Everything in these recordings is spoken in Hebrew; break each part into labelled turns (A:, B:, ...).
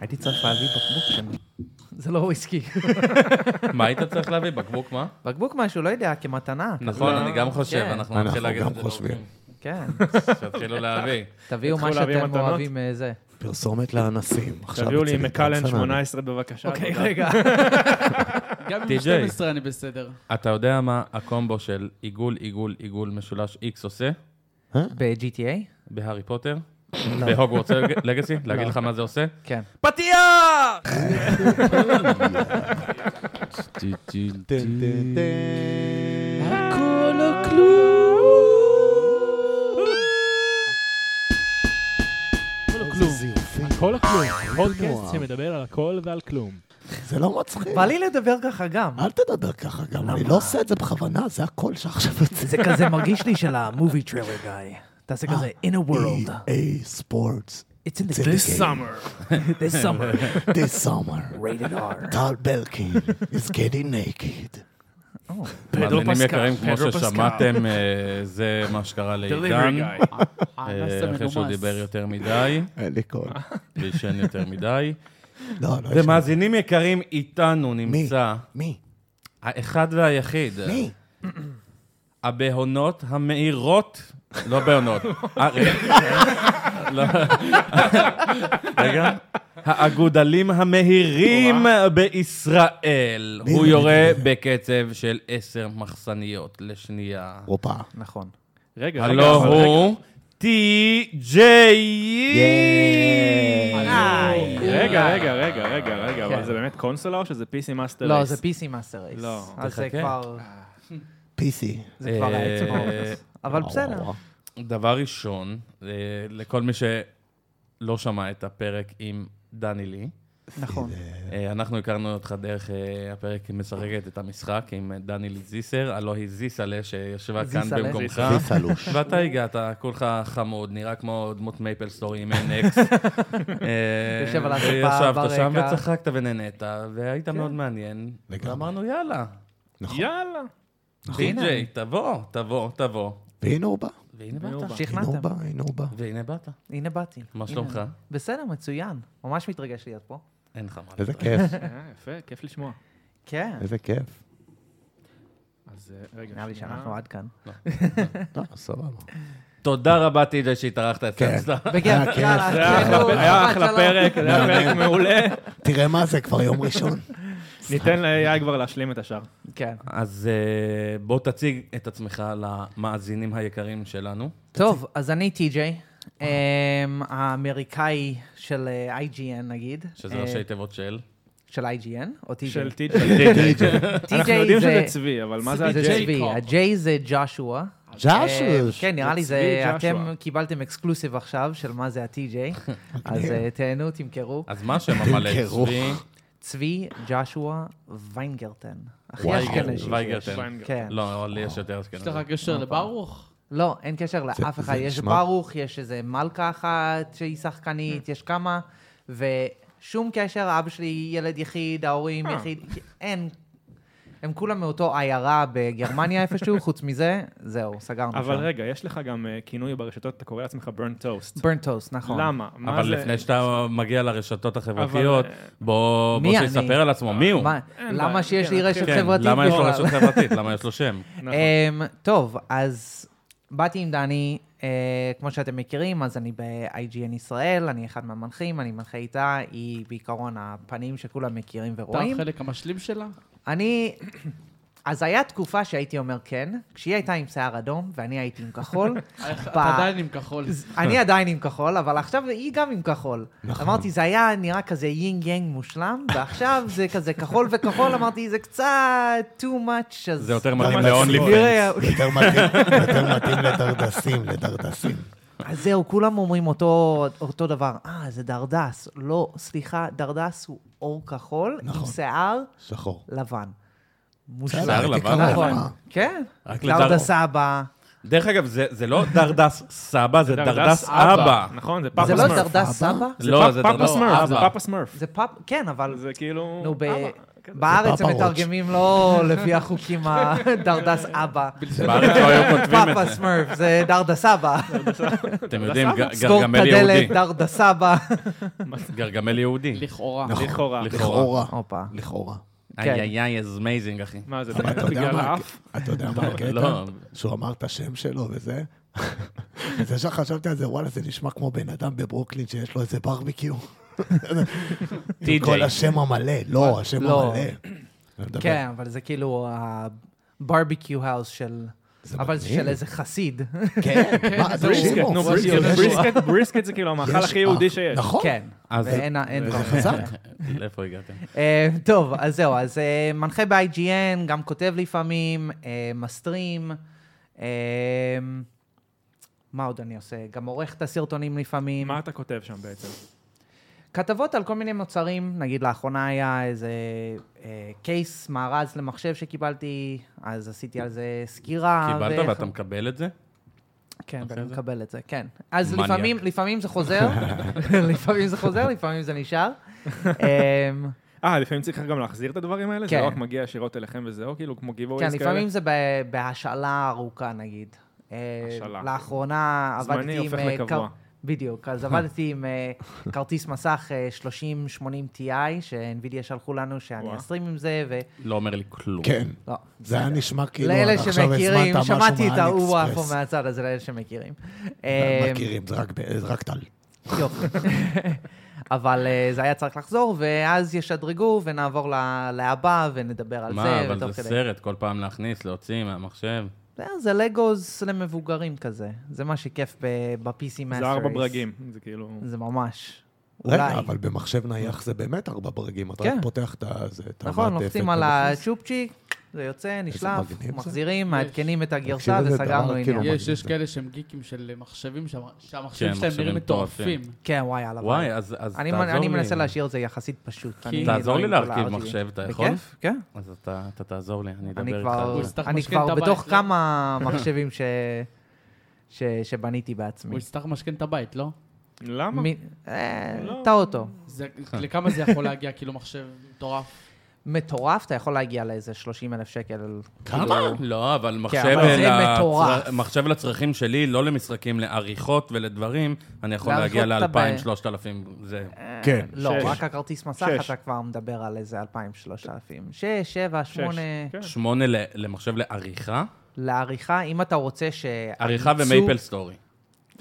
A: הייתי צריך להביא בקבוק שם. זה לא וויסקי.
B: מה היית צריך להביא? בקבוק מה?
A: בקבוק משהו, לא יודע, כמתנה.
B: נכון,
A: כזה.
B: אני גם חושב,
A: כן,
B: אנחנו נתחיל
C: אנחנו
B: להגיד
C: גם
B: את זה
C: חושבים.
B: לאורחים.
A: כן,
B: שיתחילו להביא.
A: תביאו מה
D: יצטרכו להביא
A: שאתם
D: מתנות?
A: אוהבים אה, זה.
C: פרסומת לאנסים. עכשיו
D: תביאו לי
C: אצל
D: מקלן
C: קצנן.
D: 18 בבקשה.
A: אוקיי,
D: תודה.
A: רגע.
E: גם עם
B: TJ.
E: 12 אני בסדר.
B: אתה יודע מה הקומבו של עיגול, עיגול, עיגול משולש איקס עושה?
A: ב-GTA?
B: בהארי פוטר?
C: לא.
B: בהוגוורטס לגאסי? להגיד לך מה זה עושה?
A: כן.
C: טן, טן, טן.
E: הכל או כלום. הכל או
C: איזה
E: כלום.
C: זיופים.
D: הכל או כלום. פודקאסט
C: נורא.
D: שמדבר על הכל ועל כלום.
C: זה לא מצחיק.
A: בא לי לדבר ככה גם.
C: אל תדבר ככה גם, אני לא עושה את זה בכוונה, זה הקול שעכשיו יוצא.
A: זה כזה מרגיש לי של המובי טריילר גיא. תעשה כזה, in a world,
C: EA ספורטס,
A: it's in the
C: It's in the
A: game
D: summer.
A: this summer,
C: this summer,
A: rated R.
C: טל בלקין is getting naked.
B: מאזינים
D: פסקל,
B: יקרים, כמו
D: פדרו פסקל.
B: ששמעתם, אה, זה מה שקרה לעידן.
D: Delivery guy.
B: אה,
E: האנס
B: אחרי שהוא
E: המנומס.
B: דיבר יותר מדי,
C: אין לי קול.
B: ועישן יותר מדי.
C: לא, לא. יש לי-
B: ומאזינים יקרים, איתנו נמצא
C: מי?
B: האחד והיחיד.
C: מי?
B: הבהונות המאירות, לא בהונות. אה, רגע. לא. רגע. האגודלים המהירים בישראל.
C: מי
B: הוא
C: זה?
B: יורה בקצב של עשר מחסניות לשנייה.
C: הופה.
A: נכון.
D: רגע, רגע,
B: הלו
D: אבל
B: הוא טי.ג'יי.
D: רגע, רגע, רגע, רגע, רגע,
A: כן.
D: אבל זה באמת קונסולה או שזה PC מאסטר
A: לא, זה PC מאסטר רייס.
D: לא,
A: אז זה
B: תחכה.
A: כבר,
C: PC.
A: זה כבר
B: אה,
A: האצבעות. אבל בסדר.
B: דבר ראשון, אה, לכל מי שלא שמע את הפרק עם דני לי,
A: נכון.
B: אה, אנחנו הכרנו אותך דרך אה, הפרק עם משחקת את המשחק עם אה, דני לי זיסר, הלו היא זיסלה שישבה כאן
A: זיסלה.
B: במקומך.
C: זה סלוש.
B: ואתה הגעת, כולך חמוד, נראה כמו דמות מייפל סטורי עם NX. אה,
A: יושב על הספה
B: וישבת
A: ברקע. כן.
B: שם וצחקת ונהנית, והיית מאוד מעניין.
C: לגמרי. נכון.
B: ואמרנו, יאללה,
D: יאללה.
B: די.ג'יי, תבוא, תבוא, תבוא.
C: והנה הוא בא.
B: והנה באת.
C: הנה הוא
A: שכנעתם.
C: בא, הנה הוא בא.
B: והנה באת.
A: הנה באתי.
B: מה
A: הנה.
B: שלומך?
A: בסדר, מצוין. ממש מתרגש להיות פה.
B: אין לך מה.
C: איזה כיף,
D: אה, יפה, כיף לשמוע.
A: כן.
C: איזה כיף.
D: אז אה, רגע,
A: נראה לי
D: שנייה. אה,
A: שאנחנו עד כאן.
C: לא, סבבה.
B: תודה רבה, טי.ג'יי, שהתארחת
C: כן.
B: אצלנו.
A: בכיף,
C: כיף.
A: יאללה.
D: זה היה
A: תלכו,
D: אחלה- היה
A: שבת
D: אחלה
A: שלום.
D: פרק, זה היה פרק מעולה.
C: תראה מה זה, כבר יום ראשון.
D: ניתן ל-AI כבר להשלים את השאר.
A: כן.
B: אז אה, בוא תציג את עצמך למאזינים היקרים שלנו.
A: טוב, אז אני טי.ג'יי, אמ, האמריקאי של אה, IGN נגיד.
B: שזה לא
A: אה,
B: ראשי תיבות של...
A: של IGN, או טי.ג'יי.
D: של TJ. אנחנו יודעים שזה צבי, אבל מה זה
A: זה
D: ה-J?
A: צבי, ה-J זה ג'אשוע. אה,
C: ג'אשוש.
A: כן, נראה לי
D: צבי
A: זה,
D: ג'אשוע.
A: אתם קיבלתם אקסקלוסיב עכשיו של מה זה ה-TJ, אז אה, תהנו, תמכרו.
B: אז מה השם המלא?
C: תמכרו.
B: צבי?
A: צבי ג'אשוע ויינגרטן. הכי
C: וייגר-
A: אשכנזי. שיש.
B: וייגרטן.
A: כן.
B: לא, אבל לי יש יותר
E: יש לך
B: אשכנזי.
E: קשר לברוך?
A: לא, אין קשר לאף
C: זה
A: אחד. יש
C: נשמע- אה.
A: ברוך, יש איזה מלכה אחת שהיא שחקנית, יש כמה, ושום קשר, אבא שלי ילד יחיד, ההורים
C: אה.
A: יחיד, אין. הם כולם מאותו עיירה בגרמניה איפשהו, חוץ מזה, זהו, סגרנו שם.
D: אבל רגע, יש לך גם אה, כינוי ברשתות, אתה קורא לעצמך ברן טוסט.
A: ברן טוסט, נכון.
D: למה? מה
B: אבל
D: זה-
B: לפני שאתה מגיע לרשתות החברתיות,
D: אבל, אה,
B: בוא
A: מי
B: בוא
A: אני?
B: שיספר על עצמו, מי הוא?
A: מה-
D: אין
A: למה
D: בעיה,
A: שיש
D: כן,
A: לי
D: נתחיל.
A: רשת
B: כן,
A: חברתית
B: למה יש לו
A: בכלל?
B: רשת חברתית? למה יש לו שם?
D: נכון.
A: אמ, טוב, אז באתי עם דני, אה, כמו שאתם מכירים, אז אני ב-IGN ישראל, אני אחד מהמנחים, אני מנחה איתה, היא בעיקרון הפנים שכולם מכירים
E: אתה
A: ורואים.
E: החלק המשלים שלה?
A: אני... אז היה תקופה שהייתי אומר כן, כשהיא הייתה עם שיער אדום ואני הייתי עם כחול. ב-
E: אתה עדיין עם כחול.
A: אני עדיין עם כחול, אבל עכשיו היא גם עם כחול.
B: נכון.
A: אמרתי, זה היה נראה כזה יינג יאנג מושלם, ועכשיו זה כזה כחול וכחול, אמרתי, זה קצת too much, אז...
B: זה יותר מתאים
C: גם
B: ל-only
C: לצבי.
A: נראה,
C: יותר מתאים- יותר מתאים לדרדסים, לדרדסים.
A: אז זהו, כולם אומרים אותו, אותו דבר, אה, זה דרדס. לא, סליחה, דרדס הוא אור כחול עם
C: נכון.
A: שיער
C: שחור.
A: לבן. מושלם.
C: בסדר, הייתי
B: לבן?
C: כמוך.
A: נכון, כן.
B: רק לדרדס.
A: דרדס אבא.
B: דרך אגב, זה זה לא דרדס סבא, זה דרדס אבא.
D: נכון, זה
A: זה
D: פאפה
A: לא
D: סמרף.
A: דרדס סבא?
B: לא, זה
D: פאפה
B: דרדס
D: סמרף, זה
B: אבא.
D: פאפה סמרף.
A: זה פאפ... כן, אבל...
D: זה כאילו...
A: נו, ב...
D: אבא, כזה.
B: כן.
A: בארץ הם
C: פאפה רוץ'.
A: מתרגמים לא לפי החוקים הדרדס אבא.
B: בארץ לא היו כותבים את
A: פאפה
B: זה.
A: סמרף, זה דרדס אבא.
B: אתם יודעים, ג-
A: סגור את
B: גרגמל יהודי.
A: הדלת, דרדס אבא.
B: גרגמל
A: כן.
B: יהודי.
E: לכאורה.
D: לכאורה.
B: לכאורה.
C: נכון, לכאורה.
A: הופה.
C: לכאורה.
A: כן.
B: איי איי איי, is amazing, אחי.
D: מה זה,
C: אבל אתה יודע
D: בגלל
C: מה,
D: האף?
C: אתה יודע מה
B: לא.
C: הקטע? שהוא אמר את השם שלו וזה. זה שחשבתי על זה, וואלה, זה נשמע כמו בן אדם בברוקלין שיש לו איזה ברביקיו. עם
B: טי.ג'יי.
C: כל השם המלא, לא, השם
A: לא.
C: המלא. אני מדבר-
A: כן, אבל זה כאילו הברביקיו האוס של...
C: זה
A: אבל זה
C: מגניב.
A: של איזה חסיד.
C: כן, מה,
D: בריסקט,
C: תקשיבו,
D: נו,
C: וואלה,
D: בריסקט,
C: יש-
D: בריסקט, בריסקט זה כאילו המאכל
C: לא יש-
D: הכי יהודי
C: אה,
D: שיש.
C: נכון.
A: כן.
B: אז-
A: ואין אין
C: זה
A: כבר.
C: חזק.
B: לאיפה הגעתם?
A: אה, טוב, אז זהו, אז אה, מנחה ב-IGN, גם כותב לפעמים, אה, מסטרים. אה, מה עוד אני עושה? גם עורך את הסרטונים לפעמים.
D: מה אתה כותב שם בעצם?
A: כתבות על כל מיני מוצרים, נגיד לאחרונה היה איזה אה, קייס מארז למחשב שקיבלתי, אז עשיתי על זה סקירה.
B: קיבלת
A: ואיך-
B: ואתה מקבל את זה?
A: כן,
B: אחרי
A: ואני
B: זה?
A: מקבל את זה, כן. אז
B: מניאק.
A: לפעמים, לפעמים זה חוזר, לפעמים זה חוזר, לפעמים זה נשאר. אמ,
D: אה, לפעמים צריך גם להחזיר את הדברים האלה? זה
A: כן.
D: לא רק מגיע ישירות אליכם וזהו, כאילו, כמו
A: כן,
D: גיבוריז כאלה?
A: לפעמים זה ב- בהשאלה ארוכה, נגיד. אה,
D: השאלה.
A: לאחרונה
D: זמני
A: עבדתי עם...
D: הופך
A: אה,
D: לקבוע.
A: כר- בדיוק, אז עבדתי עם אה, כרטיס מסך אה, 3080 Ti, שאינווידיה שלחו לנו, שאני
D: וואו.
A: אסטרים עם זה, ו...
B: לא אומר לי כלום.
C: כן,
A: לא,
C: זה היה נשמע כאילו,
A: לאלה
C: עכשיו
A: שמכירים,
C: הזמנת משהו
A: שמעתי את ההוא פה
C: מהאלי-אקספרס.
A: מהצד, אז זה לאלה שמכירים. אמ,
C: מכירים, זה רק ב- זה רק טל.
A: יופי. אבל אה, זה היה צריך לחזור, ואז ישדרגו ונעבור ל- להבא ונדבר על זה.
B: מה, אבל
A: ותוך
B: זה
A: כדי.
B: סרט, כל פעם להכניס, להוציא מהמחשב.
A: זהו, זה לגוז למבוגרים כזה. זה מה שכיף ב- ב-PC מאסטריס.
D: זה ארבע ברגים, זה כאילו...
A: זה ממש. אולי.
C: רגע, אבל במחשב נייח זה באמת ארבע ברגים, אתה
A: כן.
C: רק פותח את ה... זה- את
A: נכון,
C: המעטפת
A: לוחצים על
C: ומכניס.
A: הצ'ופצ'יק, זה יוצא, נשלף,
C: מגניב זה.
A: מחזירים, מעדכנים את הגרסה
C: תקשיב, איזה
A: וסגרנו
C: דבר,
A: עניין.
C: כאילו,
E: יש, יש
C: זה.
E: כאלה שהם גיקים של מחשבים, שהמ- שהמחשבים
B: כן,
E: שלהם
B: מחשבים
E: נראים מטורפים.
A: כן, וואי, על הוואי.
B: וואי, אז אז
A: אני
B: תעזור לי.
A: אני מנסה להשאיר את זה יחסית פשוט. אני
B: תעזור
A: לא
B: לי
A: עם
B: להרכיב
A: כל ה-
B: מחשב, אתה יכול?
A: בכיף, כן.
B: אז אתה אתה תעזור לי, אני
A: אני
B: אדבר איתך.
A: כבר,
B: על
E: הוא
B: זה.
E: יצטרך
A: אני
E: משכן את
A: כבר
E: הבית,
A: בתוך
E: לא?
A: כמה מחשבים ש... ש... שבניתי בעצמי.
E: הוא יצטרך למשכן את הבית, לא?
D: למה?
A: מי- אה,
D: לא.
A: את האוטו.
E: זה- לכמה זה יכול להגיע, כאילו, מחשב מטורף?
A: מטורף, אתה יכול להגיע לאיזה 30 אלף שקל.
C: כמה?
B: לא, אבל מחשב
A: כן, אבל זה
B: לצר-
A: מטורף.
B: מחשב לצרכים שלי, לא למשחקים, לעריכות ולדברים, אני יכול
A: לעריכות
B: להגיע
A: אתה ב-
B: ל-2,000, 3,000, זה...
C: כן.
A: לא,
D: שש.
A: רק הכרטיס מסך,
D: שש.
A: אתה כבר מדבר על איזה 2,000, 3,000. 6, 7,
D: שש.
A: 8,
D: כן.
B: שמונה ל- למחשב לעריכה,
A: לעריכה, אם אתה רוצה ש...
B: עריכה
A: הייצוא-
B: ומייפל סטורי.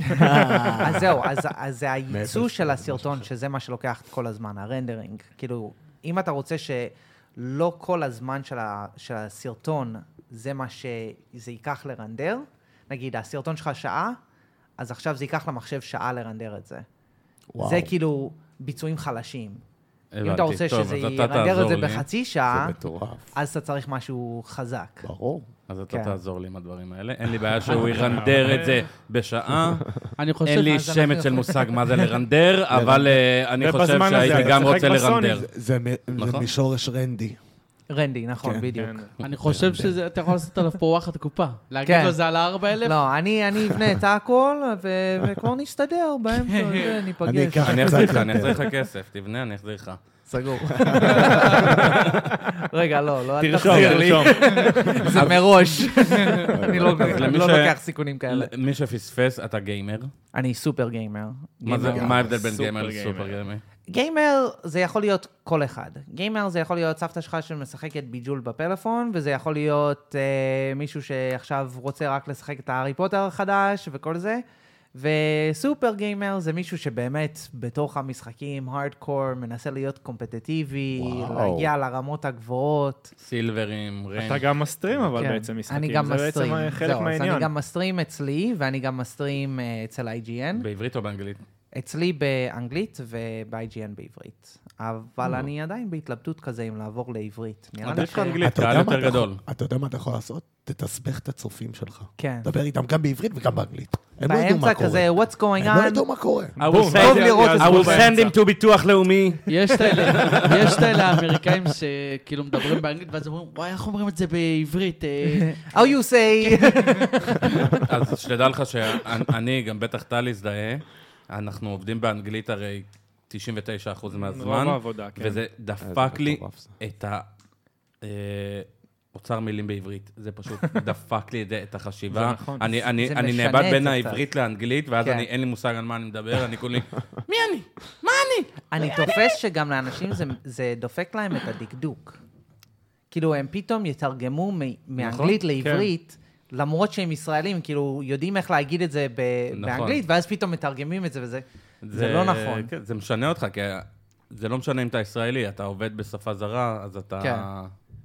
A: אז זהו, אז- אז זה הייצוא
C: מאפס,
A: של הסרטון, שזה מה שלוקח כל הזמן, הרנדרינג. כאילו, אם אתה רוצה שלא כל הזמן של ה- של הסרטון, זה מה שזה ייקח לרנדר, נגיד, הסרטון שלך שעה, אז עכשיו זה ייקח למחשב שעה לרנדר את זה.
C: וואו.
A: זה כאילו ביצועים חלשים. אם אתה
B: הבנתי.
A: רוצה
B: טוב,
A: שזה
B: אז אתה
A: ירנדר את
B: תעזור
A: זה
B: לי.
A: בחצי
C: זה
A: שעה,
C: מטורף,
A: אז אתה צריך משהו חזק.
C: ברור.
B: אז אתה
A: כן.
B: תעזור לי עם הדברים האלה. אין לי בעיה שהוא ירנדר את זה בשעה.
E: אני חושב...
B: אין לי
A: אז אנחנו
B: שמץ של
A: יכולים-
B: מושג מה זה לרנדר, אבל אה, אני
D: ובזמן
B: חושב
D: הזה
B: שהייתי
D: אתה
B: גם
D: משחק
B: רוצה
D: בסוני,
B: לרנדר.
D: זה-
C: זה מ- זה
B: נכון.
C: משורש רנדי.
A: רנדי, נכון,
C: כן.
A: בדיוק.
D: כן.
E: אני חושב שזה, אתה יכול לעשות עליו פה וואחד קופה. להגיד
A: כן.
E: לו זה על הארבע אלף?
A: לא, אני אני אבנה את הכל, ו- וכבר נסתדר באמצע,
B: כן.
A: זה,
C: אני
A: ניפגש.
C: אקח
B: אני
C: קצת
B: אחזיר לך, אני אחזיר
C: יותר.
B: לך כסף, תבנה, אני אחזיר לך.
A: סגור. רגע, לא, לא, אל
D: תרשום,
A: תחזיר לי.
D: תרשום.
A: זה מראש. אני לא
B: אז למי
A: לא
B: ש-
A: לוקח סיכונים כאלה.
B: מי שפספס, אתה גיימר.
A: אני סופר גיימר.
B: מה זה-
A: גיימר.
B: מה ההבדל בין
D: סופר
B: גיימר
D: גיימר.
B: לסופר גיימר?
A: גיימר זה יכול להיות כל אחד. גיימר זה יכול להיות סבתא שלך שמשחקת ביג'ול בפלאפון, וזה יכול להיות אה, מישהו שעכשיו רוצה רק לשחק את ההארי פוטר החדש וכל זה. וסופר גיימר זה מישהו שבאמת בתוך המשחקים, הארדקור, מנסה להיות קומפטטיבי,
C: וואו.
A: להגיע לרמות הגבוהות.
B: סילברים, ריינג.
D: אתה גם מסטרים, אבל
A: כן.
D: בעצם משחקים.
A: אני גם
D: זה
A: מסטרים.
D: בעצם חלק
A: זהו, אז
D: מהעניין.
A: אני גם מסטרים אצלי, ואני גם מסטרים אה, אצל IGN.
B: בעברית או באנגלית?
A: אצלי באנגלית וב-IGN בעברית. אבל
C: Mm.
A: אני עדיין בהתלבטות כזה אם לעבור לעברית. נראה לי
B: עדיף
A: ש...
B: לאנגלית.
C: אתה
B: קהל
C: יודע מה
B: יותר
C: אתה יכול-
B: גדול.
C: אתה יודע מה אתה יכול לעשות? תתסבך את הצופים שלך.
A: כן.
C: דבר איתם גם בעברית וגם באנגלית. הם לא ידעו מה
A: באמצע
C: קורה.
A: כזה, what's going
C: הם לא
A: on?
C: ידעו מה קורה.
D: בום,
A: send-
D: ואז
A: לראות את
D: יעזבו
A: זה. I will
D: באמצע.
B: to ביטוח לאומי.
E: יש את האלה, יש את האלה האמריקאים שכאילו מדברים באנגלית, ואז אומרים, וואי, איך אומרים את זה בעברית? אה,
A: How you say?
C: כן.
B: אז שתדע לך שאני, גם בטח טל יזדהה, אנחנו עובדים באנגלית הרי 99%
D: רוב
B: מהזמן,
D: העבודה, כן.
A: אה,
B: וזה דפק לי
C: מטורף זה.
B: את ה... אה, אוצר מילים בעברית. זה פשוט דפק לי את זה- את החשיבה.
D: זה נכון.
B: אני- אני
A: זה
B: אני
A: משנה
B: נאבד
A: את
B: בין
A: זה
B: העברית לאנגלית, ואז
A: כן.
B: אני- אין לי מושג על מה אני מדבר, אני כולי... מי אני?
A: אני תופס שגם לאנשים זה- זה דופק להם את הדקדוק. כאילו, הם פתאום יתרגמו
C: נכון,
A: מ- מאנגלית
C: כן.
A: לעברית, למרות שהם ישראלים, כאילו, יודעים איך להגיד את זה ב-
B: נכון.
A: באנגלית, ואז פתאום מתרגמים את זה וזה. זה לא נכון.
B: כן, זה משנה אותך, כי זה לא משנה אם אתה ישראלי, אתה עובד בשפה זרה, אז אתה...
A: כן.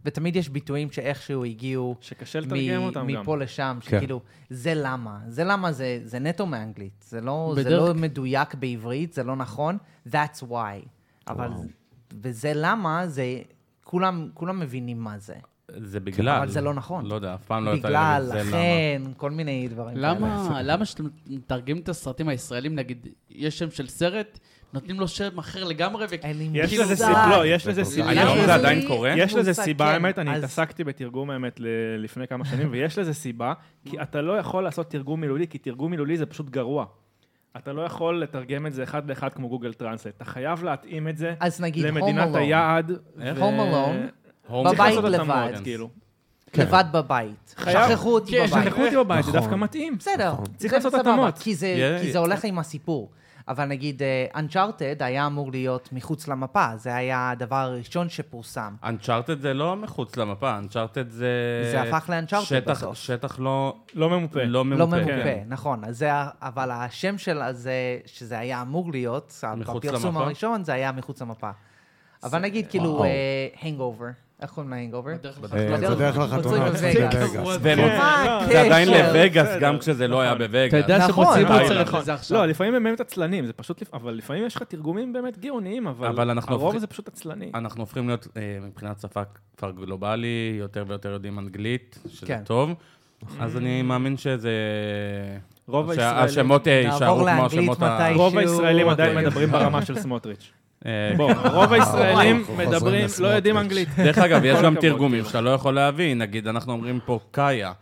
A: ותמיד יש ביטויים שאיכשהו הגיעו
D: שקשה לתרגם
A: מ-
D: אותם גם.
A: מפה לשם,
B: כן.
A: שכאילו, זה למה. זה למה זה זה נטו מאנגלית. זה לא זה
E: בדרך-
A: לא מדויק בעברית, זה לא נכון. That's why. אבל, וזה למה, זה, כולם כולם מבינים מה זה.
B: זה בגלל.
A: אבל זה לא נכון.
B: לא יודע, אף פעם לא יצא לי
A: בגלל,
B: להגיד, זה למה.
A: לכן, כל מיני דברים
B: אוקיי,
A: כאלה.
E: למה, למה שאתם מתרגמים את הסרטים הישראלים, נגיד, יש שם של סרט, נותנים לו שם אחר לגמרי, וכאילו...
A: אין לי מושג.
D: יש לזה
E: זה-
D: סיב- לא, יש לזה
B: זה-
D: סיבה.
A: למה
B: היום זה
A: לי-
B: עדיין קורה?
D: יש לזה
A: מושג,
D: סיבה,
A: כן.
D: האמת, אני
A: אז-
D: התעסקתי בתרגום האמת ל- לפני כמה שנים, ויש לזה סיבה, כי אתה לא יכול לעשות תרגום מילולי, כי תרגום מילולי זה פשוט גרוע. אתה לא יכול לתרגם את זה אחד לאחד כמו גוגל טרנסלט. אתה חייב להתאים את זה
A: אז נגיד, Home
D: למדינת
A: Alone. אה?
D: היעד.
B: איך?
D: ו-
A: Home Alone,
B: הום-
D: צריך
A: בבית
D: לעשות אותם
A: לבד.
D: מאוד, כאילו.
B: כן.
A: לבד בבית.
D: חייב-
A: שכחו אותי
E: כן,
A: בבית. נכון.
D: שכחו אותי בבית, זה דווקא מתאים.
A: בסדר,
B: נכון.
D: צריך
A: זה
D: לעשות
A: סבבה,
D: התאמות.
A: כי זה,
B: יהיה-
A: כי זה הולך עם הסיפור. אבל נגיד, אנצ'ארטד היה אמור להיות מחוץ למפה, זה היה הדבר הראשון שפורסם.
B: אנצ'ארטד זה לא מחוץ למפה, אנצ'ארטד זה...
A: זה הפך ל-Uncharted
B: אה, שטח-
A: בסוף.
B: שטח לא...
D: לא ממופה.
B: לא ממופה.
A: לא ממופה,
B: כן.
A: נכון. אז זה, ה- אבל השם של זה, שזה היה אמור להיות,
B: מחוץ
A: בפרסום
B: למפה?
A: הראשון, זה היה מחוץ למפה. אבל נגיד, כאילו,
C: וואו.
A: הנגובר. איך קוראים להנגובר?
E: בדרך כלל-
C: אה,
A: בדרך-
C: זה דרך לחתונה.
A: בדרך-
C: זה
A: בדרך-
C: בווגאס.
B: זה
D: כן,
B: לא-
A: מה כן.
B: זה עדיין
A: הקשר?
B: לווגאס,
D: בסדר.
B: גם כשזה לא היה
D: נכון.
E: אתה
B: בווגאס.
E: יודע
A: נכון,
E: שמוציאים
A: נכון,
E: עוצר
D: נכון.
E: לזה עכשיו.
D: לא, לפעמים הם באמת עצלנים, זה פשוט, לפ- אבל לפעמים יש לך תרגומים באמת גאוניים,
B: אבל
D: אבל
B: אנחנו
D: הרוב
B: הופכים-
D: זה פשוט עצלני.
B: אנחנו הופכים להיות, אה, מבחינת שפה כבר גלובלי, יותר ויותר יודעים אנגלית, שזה
A: כן.
B: טוב. אז אני מאמין שזה...
D: נכון. רוב
B: שה-
D: הישראלים-
B: השמות אה, יישארו
A: נעבור
B: כמו
A: לאנגלית
B: השמות ה...
A: מתישהו.
D: רוב הישראלים עדיין
B: אוקיי.
D: מדברים ברמה של סמוטריץ'.
B: אה,
D: בוא, רוב הישראלים
C: אנחנו חוזרים
D: מדברים, לא יודעים
C: לסמוטריץ'.
D: אנגלית.
B: דרך אגב, יש
D: כל
B: גם
D: הכבוד,
B: תרגומים
D: כאילו.
B: שאתה לא יכול להבין. נגיד, אנחנו אומרים פה קאיה,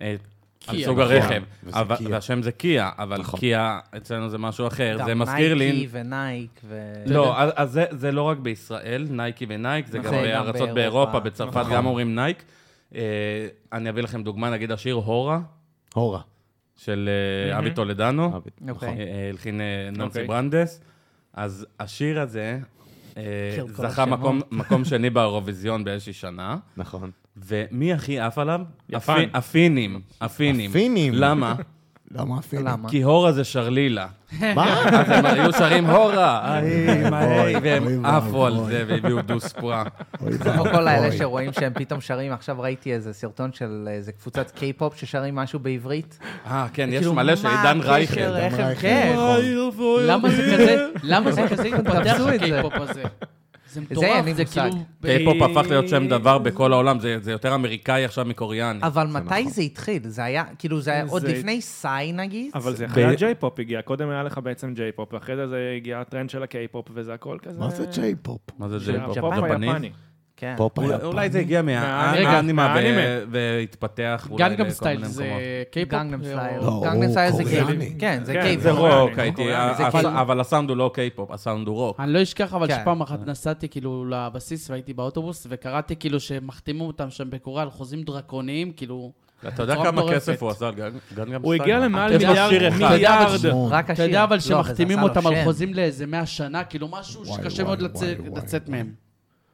B: אה, על
E: קיה.
B: סוג
E: נכון,
B: הרכב,
C: וזה
B: אבל-
C: קיה.
B: והשם זה קיה, אבל
C: נכון.
B: קיה אצלנו זה משהו אחר.
A: גם
B: זה מזכיר לי...
A: נייקי ונייק ו...
B: לא, אז- אז זה- זה לא רק בישראל, נייקי ונייק, זה גם
A: נכון. זה גם
B: בארצות
A: באירופה. נכון.
B: באירופה, בצרפת גם אומרים נייק. אה, אני אביא לכם דוגמה, נגיד השיר הורה
C: כן. הורה.
B: של אה, אבי טולדנו.
C: אבי.
A: אוקיי.
C: נכון.
B: אה, אה, הלחין אה, ננסי
D: אוקיי.
B: ברנדס. אז השיר הזה אה,
A: מכיר כל
B: זכה
A: השמות.
B: מקום- מקום שני באירוויזיון באיזושהי שנה,
C: נכון.
B: ומי הכי עף עליו?
D: יפן.
B: הפי- הפינים. הפינים.
C: הפינים.
B: למה?
C: למה אפילו?
A: למה?
B: כי הורה זה שרלילה.
C: מה?
B: אז הם היו שרים הורה,
C: אוי,
B: היי, מה, היי,
C: אוי,
B: והם
C: אוי,
B: עפו על
C: אוי.
B: זה והביאו דו-ספרה.
C: אוי,
A: כמו
C: ואבוי.
A: כל האלה שרואים שהם פתאום שרים, עכשיו ראיתי איזה סרטון של איזה קבוצת קיי-פופ ששרים משהו בעברית.
B: אה, כן, יש
A: כאילו,
B: מלא של
A: מה
B: עידן
A: הקשר?
B: רייכל. נכון.
A: איך הם,
C: רייכל.
A: כן.
E: למה זה כזה, למה זה כזה התפתח
A: תעשו את זה.
E: הקיי-פופ הזה? זה
A: אין
E: מטורף,
A: לי
E: זה
A: מושג.
E: כאילו...
B: קיי-פופ הפך להיות שם דבר בכל העולם, זה זה יותר אמריקאי עכשיו מקוריאני.
A: אה. אבל מתי זה התחיל? זה היה, כאילו, זה היה עוד
D: זה-
A: לפני סאי נגיד?
D: אבל זה אחרי הג'יי-פופ הגיע, קודם היה לך בעצם ג'יי-פופ, ואחרי זה זה הגיע הטרנד של הקיי-פופ, וזה הכל כזה...
C: מה זה ג'יי-פופ?
B: מה זה
D: של
B: זה?
D: הפופ היפני.
A: כן.
C: פופ
B: אולי-
C: היפני?
B: אולי זה הגיע
D: מהאנגלית,
B: מהאנימה ו-
D: מהאנימה.
B: והתפתח אולי
E: גנגם
B: לכל
E: סטייל
B: מיני
E: אה, זה
B: מקומות.
E: קיי-פופ?
A: גנגנם
E: או-
A: סטייל.
C: לא,
A: גנגנם
C: הוא
A: סטייל זה
C: קוריאני.
A: קיי-פופ. כן, זה
D: כן,
B: זה
A: קיי-פופ.
D: קוריאני,
B: רוק,
D: זה
B: הייתי,
D: קוריאני.
A: זה
B: הס-
A: כאילו-
B: אבל הסאונד הוא לא קיי-פופ, הסאונד הוא רוק.
E: אני לא אשכח אבל
A: כן.
E: שפעם אחת נסעתי כאילו לבסיס והייתי באוטובוס וקראתי כאילו שמחתימו אותם שם בקורה על חוזים דרקוניים כאילו
B: אתה יודע
E: בצורה
B: כמה
E: מטורפת.
B: כסף הוא עשה על גנגם סטייל?
D: הוא הגיע למעל
E: אתה יודע,
D: מיליארד,
B: שיר אחד.
D: מיליארד.
C: נו.
A: רק
E: אתה
A: השיר.
E: יודע אבל
A: לא, זה
E: שמחתימים
A: עשה לו
E: אותם על
A: שם.
E: חוזים לאיזה 100 שנה כאילו משהו
C: וואי,
E: שקשה
C: וואי,
E: מאוד לצאת-
C: וואי, וואי.
E: לצאת מהם.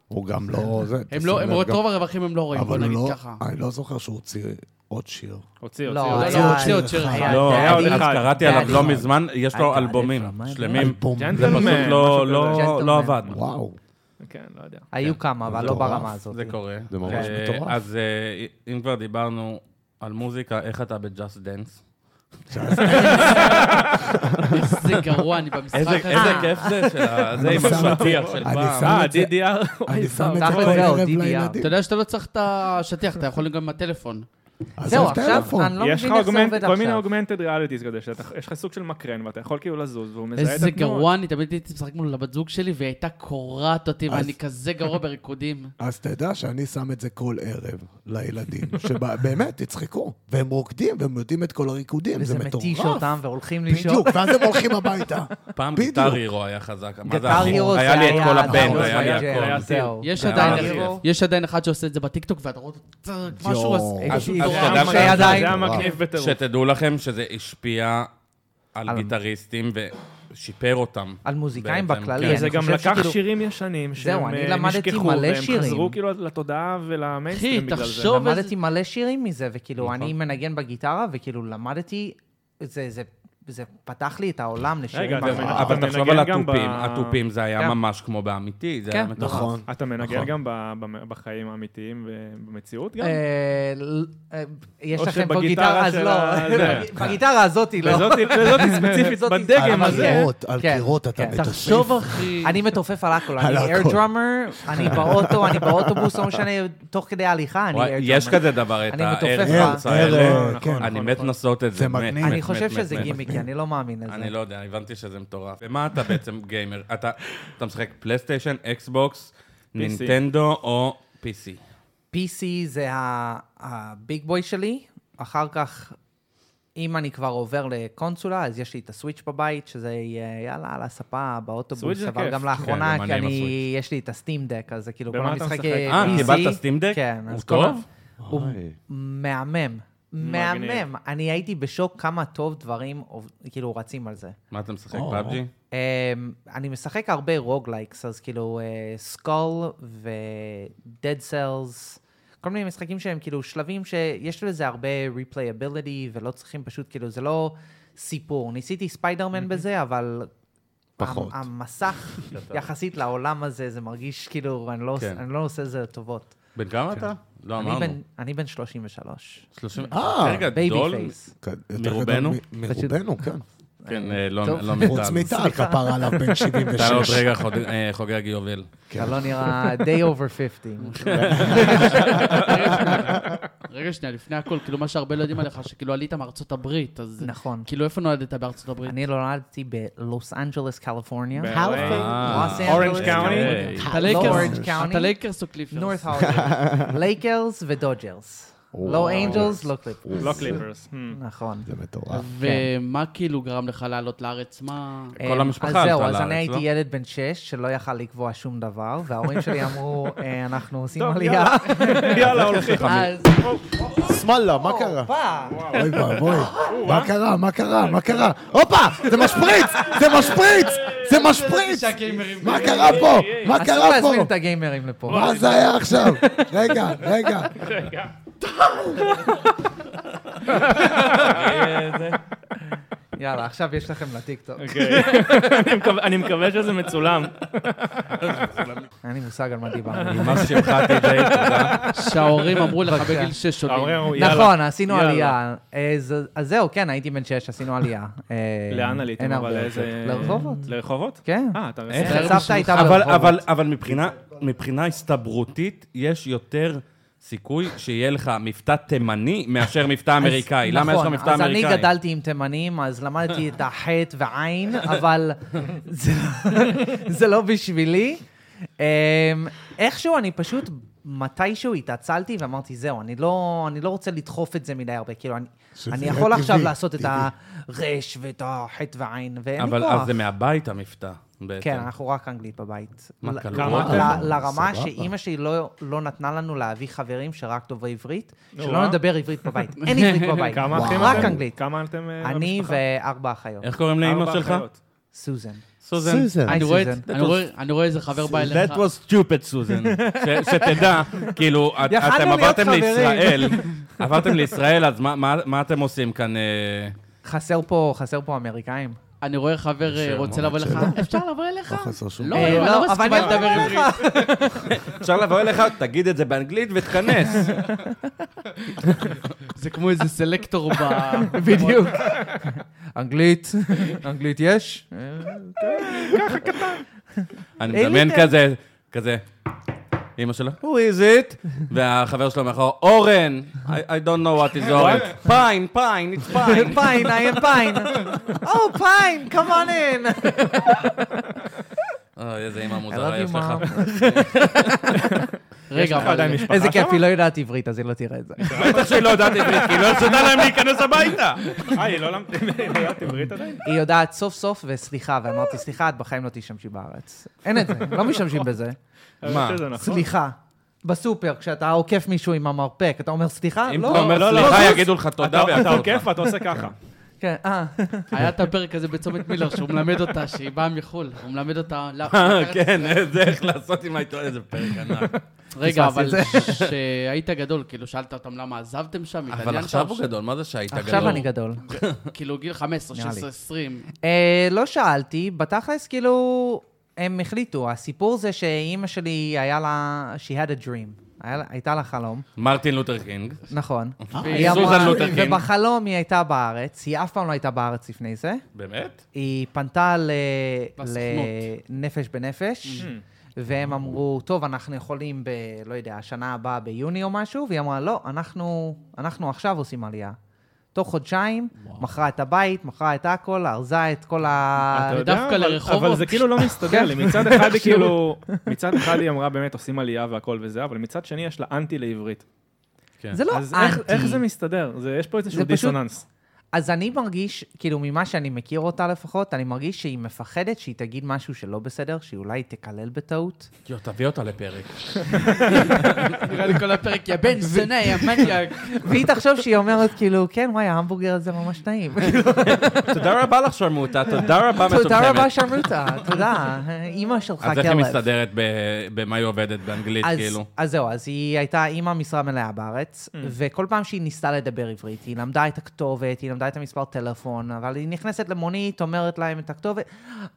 C: הוא גם
A: כן.
C: לא... זה,
E: הם
C: תשים
E: לא,
C: לב
E: הם רואים את
C: גם-
E: רוב הרווחים הם לא רואים, בוא
C: אבל הוא
E: נגיד
C: לא...
E: ככה.
C: אני לא זוכר שהוא הוציא עוד שיר.
D: הוציא,
A: לא,
D: הוציא,
A: היה-
D: הוציא.
E: הוציאו, הוציאו,
C: אחד.
E: הוציאו.
A: היה-
B: לא,
A: היה
B: אז
A: עוד אחד.
B: קראתי
A: היה
B: עליו לא
A: אחד.
B: מזמן, יש לו
A: היה
B: אלבומים
A: אלף, מה זה?
B: שלמים.
C: אלבום.
B: זה פשוט
D: ג'נטלמן,
B: לא-
D: משהו
B: לא-
A: כזה.
B: לא עבד.
C: וואו.
D: כן, לא יודע.
A: היו כמה, אבל לא
C: מטורף.
A: ברמה הזאת.
B: זה קורה.
C: זה ממש
B: אה,
C: מטורף.
B: אז אה, אם כבר דיברנו על מוזיקה, איך אתה בג'אסט דנס?
E: איזה גרוע אני במשחק
B: איזה
E: הזה.
B: איזה כיף זה, של ה- זה עם
C: שם את-
B: השטיח של
C: אני
B: פעם.
C: שם
D: אה,
C: את זה-
D: DDR.
C: אני שם את
A: תכל'ס
C: זה כל
A: זהו,
C: ערב
A: DDR.
C: לילדים.
E: אתה יודע שאתה לא צריך את השטיח, אתה יכול גם עם הטלפון.
A: זהו,
C: עזוב
A: עכשיו
C: טלפון.
A: אני לא
D: יש
A: מבין
D: לך
A: איך זה עובד
D: אוגמנט- כל מיני
A: עכשיו.
D: אוגמנטד ריאליטיז כזה, שיש לך סוג של מקרן ואתה יכול כאילו לזוז והוא מזהה את
E: איזה
D: התנועות.
E: גרוע, אני תמיד הייתי משחק מול הבת זוג שלי, והיא הייתה קורעת אותי,
C: אז-
E: ואני כזה גרוע בריקודים.
C: אז תדע שאני שם את זה כל ערב לילדים, שבאמת, תצחקו. והם רוקדים, והם יודעים את כל הריקודים,
A: וזה
C: זה מטורף.
A: מתיש אותם והולכים לישון.
C: בדיוק, ואז הם הולכים הביתה.
B: פעם
C: בדיוק.
B: גיטר הירו היה חזק. מה זה
A: גטר
B: אחי?
A: הירו זה
B: היה לי את כל הבנד,
A: הדבר
B: היה לי
D: זה
B: הכל.
D: היה-
A: זהו.
E: יש
B: זה
E: עדיין
B: היה
E: אחד-
B: הכי-
E: יש עדיין אחד שעושה את זה בטיקטוק, ואתה רואה אותו צרק, משהו,
C: יואו.
E: אז...
C: אז-
A: איזושהי
B: אז
A: תורה
B: אתה יודע
A: עם
B: מה
A: שתי
B: זה?
A: ידיים.
D: זה היה מגניב בטירוף.
B: שתדעו לכם שזה השפיע על
A: על-
B: גיטריסטים ושיפר אותם.
A: על מוזיקאים
B: בעצם,
A: בכללי,
B: כן.
A: אני
D: זה גם
A: חושב
D: לקח
A: שכאילו-
D: שירים ישנים
A: זהו,
D: שהם
A: אני
D: אה,
A: למדתי
D: נשכחו,
A: מלא
D: והם
A: שירים.
D: חזרו כאילו לתודעה ולמיינסטרים
E: אחי,
D: בגלל זה.
E: תחשוב איזה-
A: למדתי מלא שירים מזה, וכאילו,
B: נכון.
A: אני מנגן בגיטרה, וכאילו, למדתי, זה- זה- זה פתח לי את העולם
D: רגע,
A: לשירים. אה,
D: אתה
A: בחיים.
D: מנגן-
B: כן. אבל
D: אתה
B: תחשוב
D: מנגן
B: על
D: גם
B: התופים,
D: ב-
B: התופים זה היה
A: כן.
B: ממש כמו באמיתי, זה
A: כן.
B: היה מטורף.
C: נכון.
D: אתה מנגן
C: נכון.
D: גם ב- ב- בחיים האמיתיים ובמציאות גם?
A: אה, ל- אה, יש
D: או
A: לכם פה
D: שבגיטרה
A: גיטרה, אז
D: של
A: לא.
D: ה- זה.
A: בגיטרה הזאתי לא.
D: לזאת לזאת ספציפית
A: זאתי-
D: בדגם
C: על
D: הזה.
C: קירות, על
A: כן,
C: קירות אתה
A: כן.
C: מתופף.
E: תחשוב, אחי.
A: אני מתעופף על הכל,
C: על
A: אני
C: הכל.
A: איירדרומר, אני באוטו, אני באוטובוס, לא משנה, תוך כדי הליכה, אני
B: וואי, יש
A: איירדרומר.
B: כזה דבר, את
A: אני מתופף
B: הארץ
A: לך.
B: האלה.
C: אה,
D: נכון,
C: כן.
B: אני
D: נכון,
B: מת
D: נכון.
B: לנסות את זה.
C: זה
B: מת,
C: מגניב.
B: מת,
A: אני
B: מת,
A: חושב
B: מת,
A: שזה
B: מת.
A: גימיקי, אני לא מאמין לזה.
B: אני לא יודע, הבנתי שזה מטורף. ומה אתה בעצם גיימר? אתה אתה משחק פלייסטיישן, אקסבוקס, נינטנדו או PC?
A: PC זה ה- הביג בוי שלי, אחר כך, אם אני כבר עובר לקונסולה, אז יש לי את הסוויץ' בבית, שזה אה, יאללה, על הספה,
D: סוויץ'
A: באוטובוס,
D: זה
A: אבל
D: כיף.
A: גם
B: כן,
A: לאחרונה,
B: גם
A: כי
B: אני עם
A: אני,
B: הסוויץ'.
A: יש לי את הסטים דק, אז זה כאילו כל
D: במה אתה
A: המשחק
D: משחק?
A: אה,
B: אה,
A: PC.
B: קיבלת Steam Deck?
A: כן,
B: הוא
A: אז כל ה-
B: טוב?
A: הוא מהמם.
D: מגניב.
A: מהמם. אני הייתי בשוק כמה טוב דברים, עוב- כאילו, רצים על זה.
B: מה אתה משחק,
C: או.
B: פאבג'י?
A: אמ, אני משחק הרבה רוגלייקס, אז כאילו סקול ו-dead cells, כל מיני משחקים שהם כאילו שלבים שיש לזה הרבה replayability ולא צריכים פשוט, כאילו זה לא סיפור. ניסיתי ספיידרמן בזה, אבל...
C: פחות.
A: המ- המסך יחסית לעולם הזה, זה מרגיש כאילו, אני לא, עוש-
B: כן.
A: אני לא עושה לזה טובות.
B: בן כמה אתה? לא
A: אני בן,
B: אמרנו.
A: אני בן 33.
B: 30.
C: אה,
B: רגע,
A: בייבי
B: גדול?
A: פייס.
C: כן, יותר גדול
B: מרובנו?
C: מ- מרובנו, כן.
B: כן, אה, לא
A: טוב.
B: לא
C: חוץ
B: מטעם.
C: מטל, כפרה עליו בן
B: אתה עוד
C: 76.
B: רגע חוג- אה, חוגג יובל.
A: אתה לא נראה day over 50.
E: רגע שנייה, לפני הכל, כאילו, מה שהרבה לא יודעים עליך, שכאילו עלית מארצות הברית, אז...
A: נכון.
E: כאילו, איפה נולדת בארצות הברית?
A: אני נולדתי בלוס אנג'לס, קליפורניה.
D: ב-
B: אה,
A: לוס
D: אורנג'
A: אנג'לס.
D: קאוני.
B: אה,
E: אתה לייקרס?
A: Orange County.
E: אתה לייקרס או קליפרס?
A: נורת לייקרס ודודג'רס. לא אנג'לס, לא קליפרס.
D: לא קליפרס. Hmm.
A: נכון.
C: זה מטורף.
E: ומה כאילו גרם לך לעלות לארץ? מה...
B: כל
A: אמ,
B: המשפחה
A: אז זהו,
B: עלתה
A: אז אני
B: לארץ, לא?
A: הייתי ילד בן שש שלא יכל לקבוע שום דבר, וההורים שלי אמרו, "אה, אנחנו עושים
D: טוב,
A: עלייה.
D: יאללה, הולכים.
A: אה.
E: אז
C: שמאללה, מה קרה?
A: הופה.
C: אוי ואבוי,
D: אה?
C: מה קרה? מה קרה? מה קרה? הופה! זה משפריץ! זה משפריץ! זה משפריץ! מה קרה פה? מה
A: אסור
C: קרה
A: להזמין את
C: פה?
A: הגיימרים לפה.
C: מה זה היה עכשיו? רגע, רגע.
A: יאללה, עכשיו יש לכם לטיקטוק.
D: אוקיי. אני מקווה- אני מקווה שזה מצולם.
A: אוקיי. אין לי מושג על מה דיברנו.
B: מה שמך תדעי, תודה.
E: שההורים אמרו לך
A: בבקשה.
E: בגיל שש
D: ההורים
E: שנים.
D: אמרו, יאללה.
A: נכון, עשינו
D: יאללה.
A: עלייה. אה, זה- אז זהו, כן, הייתי בן שש, עשינו עלייה. אה,
D: לאן
A: אין
D: עליתם?
A: הרבה.
D: אבל איזה...
A: לרחובות.
D: לרחובות?
A: כן.
D: אה, אתה
B: איך?
D: בסדר.
A: סבתא הייתה
B: אבל,
A: ברחובות.
B: אבל, אבל מבחינה, מבחינה הסתברותית, יש יותר סיכוי שיהיה לך מבטא תימני מאשר מבטא אמריקאי. למה יש לך מבטא אמריקאי?
A: נכון, אז אני גדלתי עם תימנים, אז למדתי את החטא ועין, אבל זה, זה לא בשבילי. אמ, איכשהו אני פשוט, מתישהו התעצלתי ואמרתי, זהו, אני לא, אני לא רוצה לדחוף את זה מדי הרבה. כאילו, אני,
C: שזה
B: לא
A: אני
C: יהיה
A: יכול עכשיו
C: טבעי,
A: לעשות את
C: טבעי.
A: הרש ואת החטא ועין, ואין לי
B: אבל אז
A: כוח.
B: זה מהבית המבטא, בעצם.
A: כן, אנחנו רק אנגלית בבית.
B: מה,
A: ל-
B: כלום?
A: כלומר,
C: כמה?
A: ל- לרמה
C: סבבה.
A: שאימא שלי לא- לא נתנה לנו להביא חברים שרק דוברי עברית,
D: נורא.
A: שלא נדבר עברית בבית. אין עברית בבית.
D: כמה אחים
A: רק
D: אתם?
A: אנגלית.
D: כמה אתם אה,
A: אני
D: במשפחה?
A: וארבע אחיות.
B: איך קוראים
D: ארבע
B: לאמא שלך?
D: אחיות.
A: סוזן.
B: סוזן.
A: היי,
E: אני רואה את-
A: סוזן.
E: אני רואה- אני רואה איזה חבר בא אליך.
B: That was stupid, סוזן. ש- שתדע, כאילו, את-
A: יכלנו
B: אתם
A: להיות
B: עברתם
A: חברים.
B: לישראל, עברתם לישראל, אז מה- מה מה אתם עושים כאן? אה,
A: חסר פה, חסר פה אמריקאים.
E: אני רואה חבר אה,
B: שלום,
E: רוצה לבוא
C: שלום.
E: אליך, אפשר לבוא אליך?
C: חסר שום
E: לא,
A: אה,
E: אני
A: לא,
E: לא
A: אבל
E: מסכימה
A: אני
E: לדבר
A: אומר
E: עברית.
B: אפשר לבוא אליך, תגיד את זה באנגלית ותכנס.
E: זה כמו איזה סלקטור ב...
A: בדיוק. אנגלית, אנגלית יש? אה,
B: אני
A: אין לי
B: מדמיין
A: את-
B: כזה, כזה. אמא שלו, who is it? והחבר שלו מאחור, אורן, I I don't know what is אורן. פיין, פיין, it's פיין.
A: Pine, I am Pine. Oh, Pine, come on in.
B: אוי, איזה אמא
A: love
B: מוזרה
A: you,
B: יש לך.
E: רגע,
D: יש לך עדיין
E: אבל...
D: משפחה
A: איזה כיף,
D: שמה?
A: היא לא יודעת עברית, אז היא לא תראה את זה.
B: בטח שהיא לא יודעת עברית, כי היא לא הרשתה להם להיכנס הביתה.
D: אה, היא לא למדה היא לא יודעת עברית עדיין?
A: היא יודעת סוף סוף, וסליחה, ואמרתי, סליחה, את בחיים לא תשתמשי בארץ. אין את זה, לא משתמשים בזה.
B: מה?
D: זה נכון.
A: סליחה. בסופר, כשאתה עוקף מישהו עם המרפק, אתה אומר סליחה?
B: אם
A: לא.
B: אתה אומר
D: לא, לא,
B: סליחה,
D: לא,
B: יגידו לך
D: אתה
B: תודה
D: אתה
B: ויעצרו אותך.
D: עוקף ואתה עושה ככה.
A: כן, אה.
E: היה את הפרק הזה בצומת מילר, שהוא מלמד אותה, שהיא באה מחו"ל. הוא מלמד אותה... לא,
B: אה, כן, זה איך לעשות עם העיתון, איזה פרק ענק.
A: פספסתי
E: רגע, אבל
A: את זה.
E: כשהיית גדול, כאילו, שאלת אותם למה עזבתם שם?
B: אבל
E: התעניינת
B: עכשיו
E: או
B: הוא
E: ש-
B: גדול, מה זה שהיית גדול?
A: עכשיו אני גדול.
E: כאילו, גיל 15,
A: נראה לי.
E: 16, 20.
A: אה, לא שאלתי, בתכלס, כאילו, הם החליטו. הסיפור זה שאימא שלי, היה לה... She had a dream. היה לה- הייתה לה חלום.
B: מרטין לותר קינג.
A: נכון.
B: אוקיי.
E: היא
A: היא
B: סוזן
A: אמרה,
B: לותר קינג.
A: ובחלום היא הייתה בארץ, היא אף פעם לא הייתה בארץ לפני זה.
B: באמת?
A: היא פנתה ל...
E: לסוכנות.
A: לנפש בנפש,
D: Mm-hmm.
A: והם אמרו, טוב, אנחנו יכולים ב... לא יודע, השנה הבאה ביוני או משהו, והיא אמרה, לא, אנחנו, אנחנו עכשיו עושים עלייה. תוך חודשיים, מכרה את הבית, מכרה את הכל, ארזה את כל ה...
D: אתה יודע,
E: דווקא
D: אבל-
E: לרחובות.
D: אבל זה כאילו לא
A: כן.
D: מסתדר לי. מצד אחד היא כאילו... מצד אחד היא אמרה באמת עושים עלייה והכל וזה, אבל מצד שני יש לה אנטי לעברית.
B: כן.
A: זה לא
D: אז איך- איך זה
A: אנטי.
D: מסתדר? זה- יש פה
A: זה
D: איזשהו
A: פשוט-
D: דיסוננס.
A: אז אני מרגיש, כאילו, ממה שאני מכיר אותה לפחות, אני מרגיש שהיא מפחדת שהיא תגיד משהו שלא בסדר, שהיא אולי תקלל בטעות.
B: יו, תביא אותה לפרק.
E: נראה לי כל הפרק, יא בן זונה, יא מניאק.
A: והיא תחשוב שהיא אומרת, כאילו, כן, וואי, ההמבורגר הזה ממש טעים.
B: תודה רבה לך שרמוטה, תודה רבה מטומטמת.
A: תודה רבה, שרמוטה, תודה. אימא שלך, כלב.
B: אז איך היא מסתדרת ב- במה היא עובדת באנגלית,
A: אז-
B: כאילו?
A: אז זהו, אז היא הייתה אימא משרה מלאה בארץ, וכל פעם שהיא ניסתה לדבר עברית, היא למדה את הכתובת, היא למדה את המספר טלפון, אבל היא נכנסת למונית, אומרת להם את הכתובת,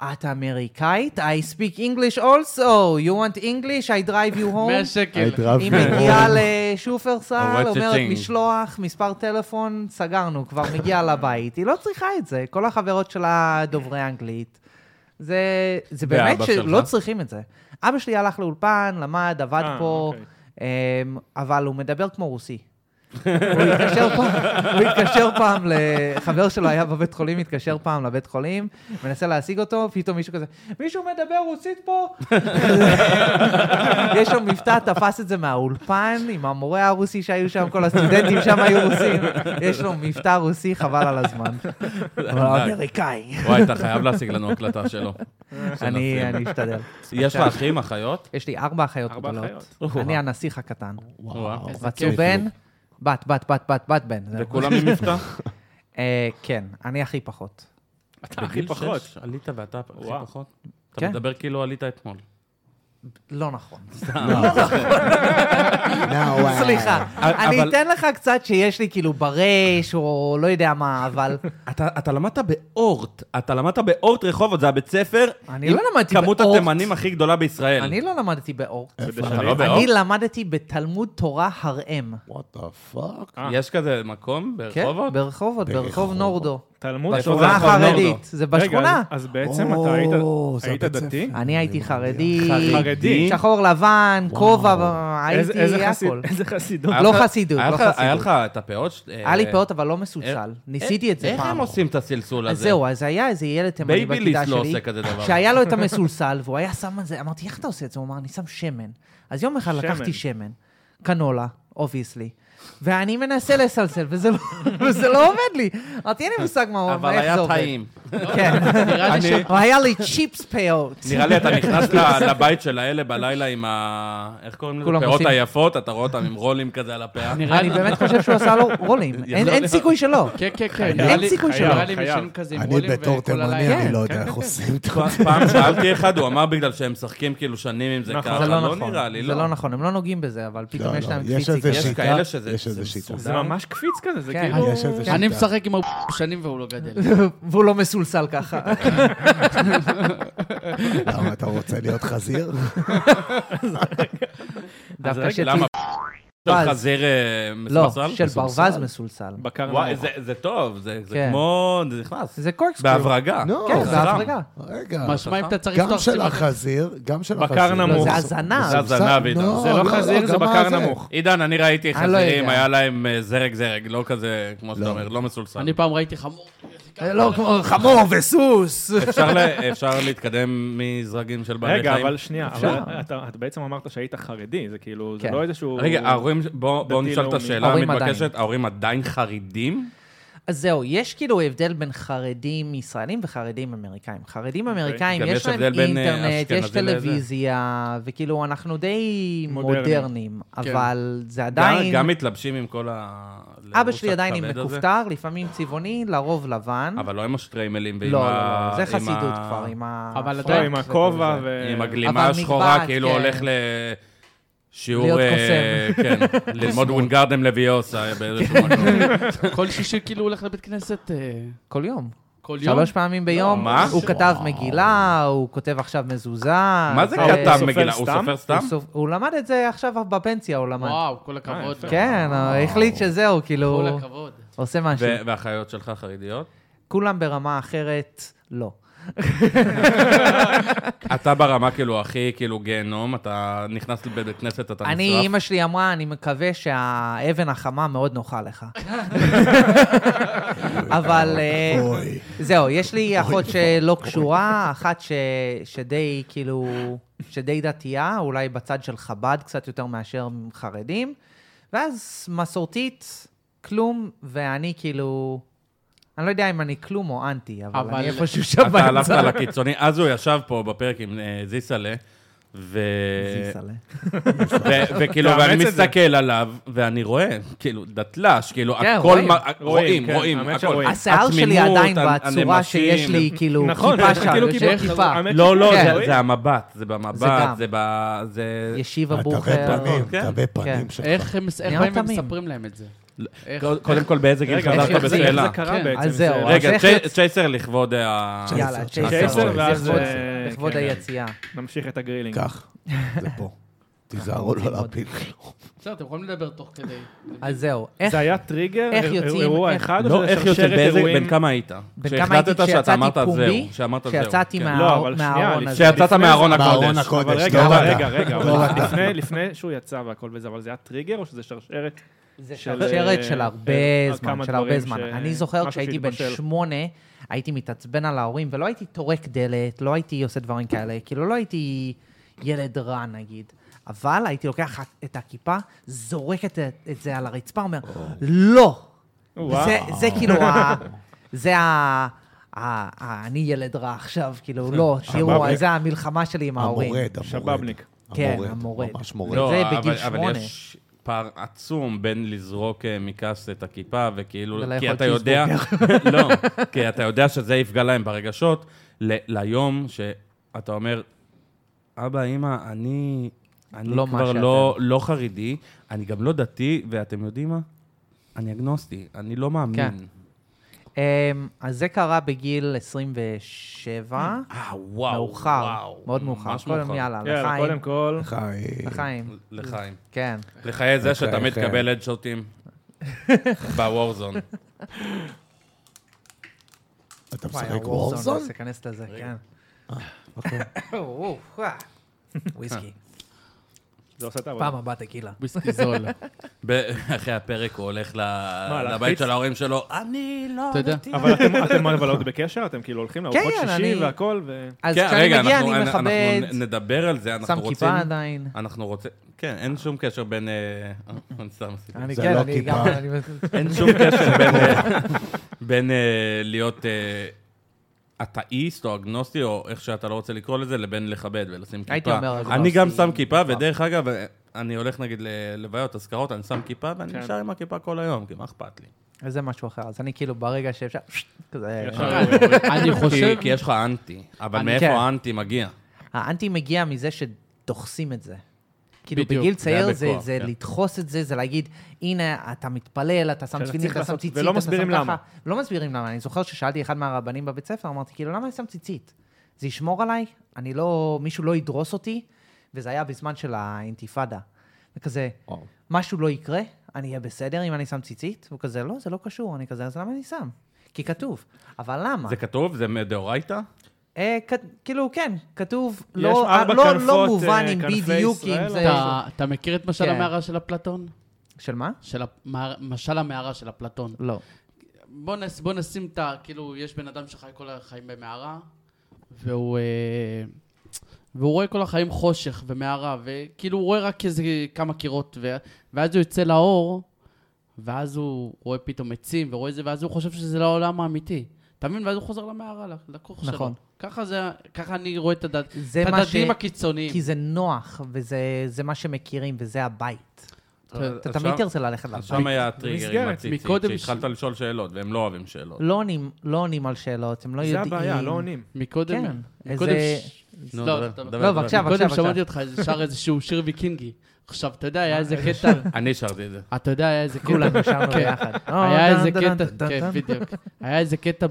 A: את אמריקאית? I speak English also, you want English? I drive you
E: 100
A: home.
E: שקל.
A: היא
C: כן.
A: מגיעה לשופרסל,
B: What's the
A: אומרת
B: thing?
A: משלוח, מספר טלפון, סגרנו, כבר מגיעה לבית. היא לא צריכה את זה. כל החברות שלה דוברי אנגלית. זה, זה
B: ואבא
A: באמת שלא
B: שלך?
A: צריכים את זה. אבא שלי הלך לאולפן, למד, עבד
D: אה,
A: פה,
D: אוקיי.
A: אמ, אבל הוא מדבר כמו רוסי. הוא התקשר פעם, הוא התקשר פעם לחבר שלו היה בבית חולים, התקשר פעם לבית חולים, מנסה להשיג אותו, פתאום מישהו כזה, מישהו מדבר רוסית פה? יש שם מבטא, תפס את זה מהאולפן, עם המורה הרוסי שהיו שם, כל הסטודנטים שם היו רוסים. יש לו מבטא רוסי, חבל על הזמן. אבל הוא
B: ענק.
A: אמריקאי.
B: וואי, אתה חייב להשיג לנו הקלטה שלו.
A: אני אני אשתדל.
B: יש לה אחים, אחיות?
A: יש לי ארבע אחיות
D: ארבע
A: גדולות.
D: אחיות.
B: וואו.
A: אני הנסיך הקטן.
B: וואו.
E: איזה
A: רצו
E: כיף.
A: בן, בת, בת, בת, בת, בת, בן. זהו.
B: וכולם עם מבטא?
A: אה, כן, אני הכי פחות.
D: אתה הכי פחות.
B: שש עלית ואתה הכי
D: וואו.
B: פחות? אתה
A: כן.
B: מדבר כאילו עלית אתמול.
A: לא נכון.
C: No way.
A: סליחה, אני
B: אבל-
A: אתן לך קצת שיש לי כאילו ברש, או לא יודע מה, אבל...
B: אתה, אתה למדת באורט, אתה למדת באורט רחובות, זה הבית ספר
A: אני לא למדתי
B: כמות
A: באורט.
B: התימנים הכי גדולה בישראל.
A: אני לא למדתי באורט.
D: כדי
B: אתה
D: שאני-
B: לא באורט?
A: אני למדתי בתלמוד תורה הראם.
C: What the fuck?
A: לא-
D: אה.
B: יש כזה מקום
A: כן,
B: ברחובות?
A: ברחובות, ברחוב
C: ברחובות.
A: נורדו.
D: תלמוד
B: איפה
D: תורה.
B: זה?
A: שכונה
B: ברחוב
A: החרדית,
B: נורדו.
A: זה
D: רגע,
A: בשכונה.
D: אז- אז בעצם
C: או,
D: אתה היית-
C: זה
D: היית
C: הבית ספר.
D: דתי?
A: אני הייתי חרדי,
D: חרדי?
A: שחור לבן, כובע, הייתי
D: איזה- איזה חסיד-
A: הכל.
D: איזה חסידות.
B: היה
A: לא
B: לך-
A: חסידות,
B: היה
A: לא
B: לך-
A: חסידות.
B: היה לך את הפאות?
A: היה לי פאות, אבל לא מסוצל. ניסיתי את זה פעם.
B: אה, איך הם עושים את הסלסול
A: אז
B: הזה?
A: זהו, אז היה איזה ילד תימני
B: בייביליס
A: בכיתה
B: לא
A: שלי,
B: עושה כזה דבר.
A: שהיה לו את המסולסל, והוא היה שם על זה, אמרתי, איך אתה עושה את זה? הוא אמר, אני שם שמן. אז יום אחד
D: שמן.
A: לקחתי שמן, קנולה, אובייסלי, ואני מנסה לסלסל, וזה לא- וזה לא עובד לי. אמרתי, אין לי מושג מה
B: אבל
A: מה- איך
B: היה
A: זה עובד.
B: טעים.
A: כן.
E: נראה לי
B: אני-
E: ש...
A: הוא היה לי צ'יפס פאות.
B: נראה לי אתה נכנס ל- לבית של האלה בלילה עם ה... איך קוראים לזה?
A: כולם
B: פירות
A: עושים-
B: היפות, אתה רואה אותם עם רולים כזה על הפאה.
E: נראה לי...
A: אני באמת חושב שהוא עשה לו רולים. אין-
B: לא,
A: אין סיכוי שלא.
E: כן, כן, כן.
A: אין
E: נראה לי-
A: סיכוי
D: שלא.
E: נראה לי הם
D: חייב.
E: ישנים כזה עם
C: אני
E: רולים
C: בתור
E: וכל
C: תימני,
E: הלילה.
C: אני לא יודע איך עושים את זה.
B: פעם שאלתי אחד, הוא אמר בגלל שהם משחקים כאילו שנים עם זה
D: נכון.
B: ככה.
A: זה לא
B: לא
A: נכון.
B: נראה לי,
A: זה
B: לא.
A: לא נכון, הם לא נוגעים בזה, אבל פתאום
C: לא,
A: יש
C: לא,
A: להם
C: יש
A: קפיצים.
C: איזה
B: יש
C: שיטה,
B: כאלה שזה...
C: יש איזה שיטה.
D: זה
B: מסודר.
D: ממש קפיץ כזה, זה
A: כן.
D: כאילו...
C: יש איזה שיטה.
E: אני משחק עם הרבה שנים והוא לא גדל.
A: והוא לא מסולסל ככה.
C: למה אתה רוצה להיות חזיר?
A: דווקא
D: רגע,
A: שצי-
B: למה? של
A: ברווז.
B: חזיר אה,
A: לא,
B: מסולסל?
A: של ברווז מסולסל.
D: בקר
B: וואי,
D: נמוך.
B: זה- זה טוב, זה זה
A: כן.
B: כמו... זה נכנס.
A: זה קורקסקריו.
B: בהברגה.
C: נו.
A: כן,
B: זה
A: זה
B: רם.
A: הברגה.
C: לא. רגע.
E: משמע אם אתה צריך
C: גם
E: לפתוח
C: של
E: סימן-
C: החזיר, גם של
D: בקר
C: החזיר.
A: לא,
D: נמוך.
A: זה
D: זה-
A: הזנב.
B: זה הזנב, עידן.
D: זה לא חזיר, זה
C: גם
D: בקר
C: הזה.
D: נמוך.
B: עידן, אני ראיתי
A: אני לא
B: חזירים,
A: יודע.
B: היה להם אה, זרק זרק, לא כזה, כמו שאתה אומר, לא מסולסל.
E: אני פעם ראיתי חמור.
A: לא, כמו חמור וסוס.
B: אפשר ל- אפשר להתקדם מזרגים של בעלי חיים?
D: רגע, אבל שנייה,
A: אפשר.
D: אבל אתה אתה בעצם אמרת שהיית חרדי, זה כאילו, זה
A: כן.
D: לא איזשהו...
B: רגע, ההורים, בואו בוא
D: דתי
B: נשאל את
D: לאומי.
B: השאלה
A: ההורים
B: המתבקשת, ההורים עדיין חרדים?
A: אז זהו, יש כאילו הבדל בין חרדים ישראלים וחרדים אמריקאים. חרדים אמריקאים,
B: אוקיי, גם
A: יש
B: יש
A: להם
B: הבדל בין, אה,
A: אינטרנט, יש
B: אשכנזי לאיזה?
A: טלוויזיה, וכאילו, אנחנו די
D: מודרניים.
A: מודרניים,
E: כן.
A: אבל זה
B: עדיין...
A: עדיין...
B: גם לא, מתלבשים עם כל ה...
A: אבא
B: לרוץ
A: שלי עדיין עם
B: הכבד הזה?
A: מכופתר, לפעמים צבעוני, לרוב לבן.
B: אבל לא עם השטריימלים ועם
A: לא,
B: ה...
A: לא, לא, זה
B: עם
A: חסידות
B: ה-
A: כבר, עם ה...
E: אבל
A: הפרק
D: לא, עם
A: וכל
D: הכובע
A: זה.
D: ו...
B: עם
A: אבל
B: הגלימה
A: מגבעת,
B: השחורה, כאילו
A: כן.
B: הולך לשיעור...
A: להיות
B: אה, כן, ללמוד ווינגרדם לוויוסה באיזשהו
A: כן.
B: מקום.
E: כל שישי כאילו הולך לבית כנסת אה,
A: כל יום.
E: כל יום.
A: שלוש פעמים ביום.
B: מה?
A: הוא כתב מגילה, הוא כותב עכשיו מזוזה.
B: מה זה
A: זה-
B: כתב
D: סופר
B: מגילה? הוא
D: סתם?
B: סופר סתם?
A: אה, הוא סופ- הוא למד את זה עכשיו בפנסיה, הוא למד.
E: וואו, כל הכבוד.
A: כן, הוא החליט שזהו, כאילו,
E: כל הכבוד.
A: עושה משהו.
B: ו- והאחיות שלך חרדיות?
A: כולם ברמה אחרת, לא.
B: אתה ברמה כאילו הכי כאילו גיהנום, אתה נכנס לבית כנסת, אתה
A: אני,
B: נשרף.
A: אימא שלי אמרה, אני מקווה שהאבן החמה מאוד נוחה לך. אבל אה,
C: אוי.
A: זהו, יש לי אחות שלא קשורה, אחת ש- שדי, כאילו, שדי דתייה, אולי בצד של חב"ד קצת יותר מאשר חרדים, ואז מסורתית, כלום, ואני כאילו... אני לא יודע אם אני כלום או אנטי, אבל
E: אבל-
A: אני איפשהו שם
B: אתה הלכת
A: באמצע.
B: לקיצוני, אז הוא ישב פה בפרק עם אה, זיסלה, ו...
D: אה,
A: זיסלה.
B: ו- וכאילו,
D: תאמץ
B: ואני
D: את זה.
B: מסתכל עליו, ואני רואה, כאילו, דתל"ש, כאילו,
A: כן,
B: הכל,
A: רואים.
B: מה- רואים,
D: כן,
B: רואים,
D: האמת
B: הכל.
D: שרואים.
A: השיער שלי
B: התמימות,
A: עדיין
B: הנ-
A: בצורה שיש לי,
B: הנמשים.
A: כאילו,
D: נכון,
A: כיפה
D: זה
A: שם,
D: כאילו
A: יושב
D: כיפה,
A: כיפה.
D: האמת
B: לא, לא,
A: כן.
B: זה-
D: רואים.
B: זה המבט, זה
A: גם.
B: במבט, זה ב... זה...
D: אה,
A: ישיבה בוכר.
C: התווי
B: כן.
C: פנים, תווי פנים
A: כן.
C: שלך.
E: איך הם איך
A: נהיה
E: באים
A: תמים. לא.
E: ומספרים להם את זה? איך-
B: קודם כל, באיזה גיל
D: רגע,
B: חזרת
D: איך זה- איך
B: בשאלה?
D: זה קרה
E: כן.
D: בעצם?
A: אז זהו,
D: זה-
A: אז
B: רגע,
A: איך
B: צ'י-
A: יצ-
B: צ'ייסר לכבוד ה...
A: יאללה,
C: צ'ייסר,
A: צ'ייסר,
C: צ'ייסר,
D: ואז,
A: לכבוד-
D: אה,
A: לכבוד
D: כן.
A: היציאה.
D: נמשיך את הגרילינג.
C: כך, זה פה. תיזהרו לא להפיל כלום.
E: בסדר, אתם יכולים לדבר תוך כדי.
A: אז זהו, איך...
D: זה היה טריגר?
A: איך
D: איר-
A: יוצאים,
D: אירוע
A: איך-
D: אחד או
B: לא,
D: שזה
B: איך יוצא,
D: שרשרת
B: באיזה,
D: אירועים?
B: בן כמה היית?
A: בן כמה הייתי
B: שהחלטת שאתה
A: כשיצאתי
B: אמרת זהו,
A: פומבי,
B: שאמרת זהו,
A: כשיצאתי
B: כן.
A: מה-
D: לא, אבל שנייה,
A: מהארון הזה.
D: לפני-
B: כשיצאת מארון
C: בארון
B: הקודש.
D: אבל
C: הקודש,
D: רגע,
C: לא
D: אבל
C: רגע.
D: רגע, רגע,
C: לא
D: אבל
C: רדה.
D: לפני- לפני שהוא יצא והכל וזה, אבל זה היה טריגר או שזה שרשרת?
A: זה
D: של-
A: שרשרת של
D: אה,
A: הרבה
D: אה,
A: זמן,
D: כמה
A: של הרבה
D: דברים
A: זמן.
D: ש-
A: אני זוכר
D: משהו
A: כשהייתי בן
D: שהתבשל.
A: שמונה, הייתי מתעצבן על ההורים, ולא הייתי טורק דלת, לא הייתי עושה דברים כאלה, כאילו לא הייתי ילד רע נגיד. אבל הייתי לוקח את הכיפה, זורק את, את זה על הרצפה, אומר, לא!
D: וואו.
A: זה, זה כאילו ה... זה ה... ה- ה- אני ילד רע עכשיו, כאילו, לא, תראו,
C: המורה-
A: זה המלחמה שלי עם ההורים.
C: המורד, המורד.
D: שבאבניק.
A: כן,
C: המורד,
A: המורד.
C: ממש
B: לא,
C: מורד.
A: זה
B: אבל-
A: בגיל
B: אבל
A: שמונה.
B: יש פער עצום בין לזרוק אה, מכס את הכיפה, וכאילו,
A: ולאכול
B: כי אתה יודע, לא, כי אתה יודע שזה יפגע להם ברגשות, ל- ליום שאתה אומר, אבא, אמא, אני... אני
A: לא
B: לא
A: מה
B: כבר
A: שאתם."
B: לא, לא חרדי, אני גם לא דתי, ואתם יודעים מה? אני אגנוסטי, אני לא מאמין.
A: כן. אמ, אז זה קרה בגיל 27,
B: אה, וואו,
A: מאוחר,
B: וואו.
A: מאוד מאוחר.
B: ממש
A: קודם
B: מאוחר. כן.
A: יאללה,
C: כן,
D: יאללה,
A: לחיים,
D: קודם כל,
C: חיים.
A: לחיים,
B: לחיים.
A: כן.
B: לחיי זה שאתה
C: אוקיי, כן.
B: מתקבל הדשוטים בוורזון.
C: אתה
A: וואי,
C: משחק
A: הוורזון,
C: וורזון?
A: אז תיכנס לזה, כן.
C: אוקיי.
A: או, וואה. וויסקי,
D: זה עושה את העבודה.
A: פעם הבאה תקילה.
E: וויסקי זול.
B: ב- אחרי הפרק הוא הולך ל- לבית
D: להקפיץ?
B: של ההורים שלו, אני לא...
E: אתה יודע?
B: דתי."
D: אבל אתם- אתם אבל עוד בקשר? אתם כאילו הולכים לארוחות
A: כן,
D: שישי
A: אני-
D: והכל, ו...
A: אז
B: כן,
A: כשאני
B: רגע,
A: מגיע,
B: אנחנו-
A: אני
B: אנחנו נ-
A: מכבד,
B: נדבר על זה, אנחנו
A: שם
B: רוצים...
A: כיפה עדיין.
B: אנחנו רוצים... כן, אין שום קשר בין... אה, אה, סתם עשיתי.
A: אני
C: זה
A: כן,
C: לא
A: אני
C: כיפה.
A: גם... אני-
B: אין שום קשר בין, אה, בין אה, להיות אה, אתאיסט או אגנוסטי, או איך שאתה לא רוצה לקרוא לזה, לבין לכבד ולשים כיפה.
A: הייתי אומר אגנוסטי.
B: אני גם שם כיפה, ודרך אגב, אה, אני הולך נגיד ללוויות, אזכרות, אני שם כיפה, ואני
D: כן.
B: נשאר עם הכיפה כל היום, כי מה אכפת לי?
A: אז זה משהו אחר. אז אני כאילו, ברגע שאפשר,
B: כן.
A: כזה...
D: ישר
E: אני חושב...
B: כי- כי יש לך אנטי, אבל
A: אני-
B: מאיפה
A: כן.
B: האנטי מגיע?
A: האנטי מגיע מזה שדוחסים את זה. כאילו,
E: בדיוק.
A: בגיל
B: זה היה
A: צעיר זה,
B: בכוח,
A: זה
B: כן.
A: לדחוס את זה, זה להגיד, הנה, אתה מתפלל, אתה שם
D: שאתה
A: תפילין,
D: צריך
A: אתה שם
D: לעשות-
A: ציצית,
D: ולא
A: אתה שם
D: מסבירים
A: ככה.
D: למה.
A: לא מסבירים למה. אני זוכר ששאלתי אחד מהרבנים בבית ספר, אמרתי, כאילו, למה אני שם ציצית? זה ישמור עליי? אני לא... מישהו לא ידרוס אותי? וזה היה בזמן של האינתיפאדה. וכזה,
F: וואו.
A: משהו לא יקרה, אני אהיה בסדר אם אני שם ציצית? הוא כזה, לא, זה לא קשור. אני כזה, אז למה אני שם? כי כתוב. אבל למה?
B: זה כתוב? זה מדאורייתא?
A: אה, כת- כאילו, כן, כתוב,
D: יש
A: לא
D: ארבע
A: לא- לא
D: כנפות,
A: מובן
D: אה,
A: אם
D: כנפי
A: בדיוק אם
D: ישראל,
A: זה...
E: אתה- אתה מכיר את משל
A: כן.
E: המערה של אפלטון?
A: של מה?
E: של המער- משל המערה של אפלטון.
A: לא.
E: בוא, נס, בוא נשים את ה... כאילו, יש בן אדם שחי כל החיים במערה, והוא... אה, והוא רואה כל החיים חושך ומערה, וכאילו הוא רואה רק איזה כמה קירות, ו... ואז הוא יוצא לאור, ואז הוא רואה פתאום עצים, ורואה זה, ואז הוא חושב שזה לא העולם האמיתי. אתה מבין? ואז הוא חוזר למערה, ל- לכוך שלו.
A: נכון.
E: ככה זה, ככה אני רואה את הדת...
A: זה
E: את
A: מה ש...
E: הדתיים הקיצוניים.
A: כי זה נוח, וזה זה מה שמכירים, וזה הבית. אתה- אתה
B: אז
A: תמיד
B: שם-
A: תרצה ללכת לבית.
B: אז שם היה הטריגר עם
D: מסגרת,
B: הציצית,
E: מקודם
B: שהתחלת
E: ש-
B: לשאול שאלות, והם לא אוהבים שאלות.
A: לא עונים, לא עונים על שאלות, הם לא
D: זה
A: יודעים.
D: הבעיה, לא עונים.
E: מקודם...
A: כן.
E: מקודם...
A: איזה-
E: ש-
B: נו,
E: לא,
B: דבר,
E: אתה-
B: דבר,
A: לא,
B: דבר.
A: בבקשה.
E: קודם
A: עכשיו. אה,
E: שמעתי אותך שר איזשהו שיר ויקינגי. עכשיו, אתה יודע, היה איזה קטע...
B: אני שרתי את זה.
E: אתה יודע, היה איזה קטע,
A: כולנו שרנו
E: כן.
A: ביחד.
E: היה איזה
A: אה, דן, דן,
E: קטע,
A: דן,
E: כן,
A: דן.
E: בדיוק. היה איזה קטע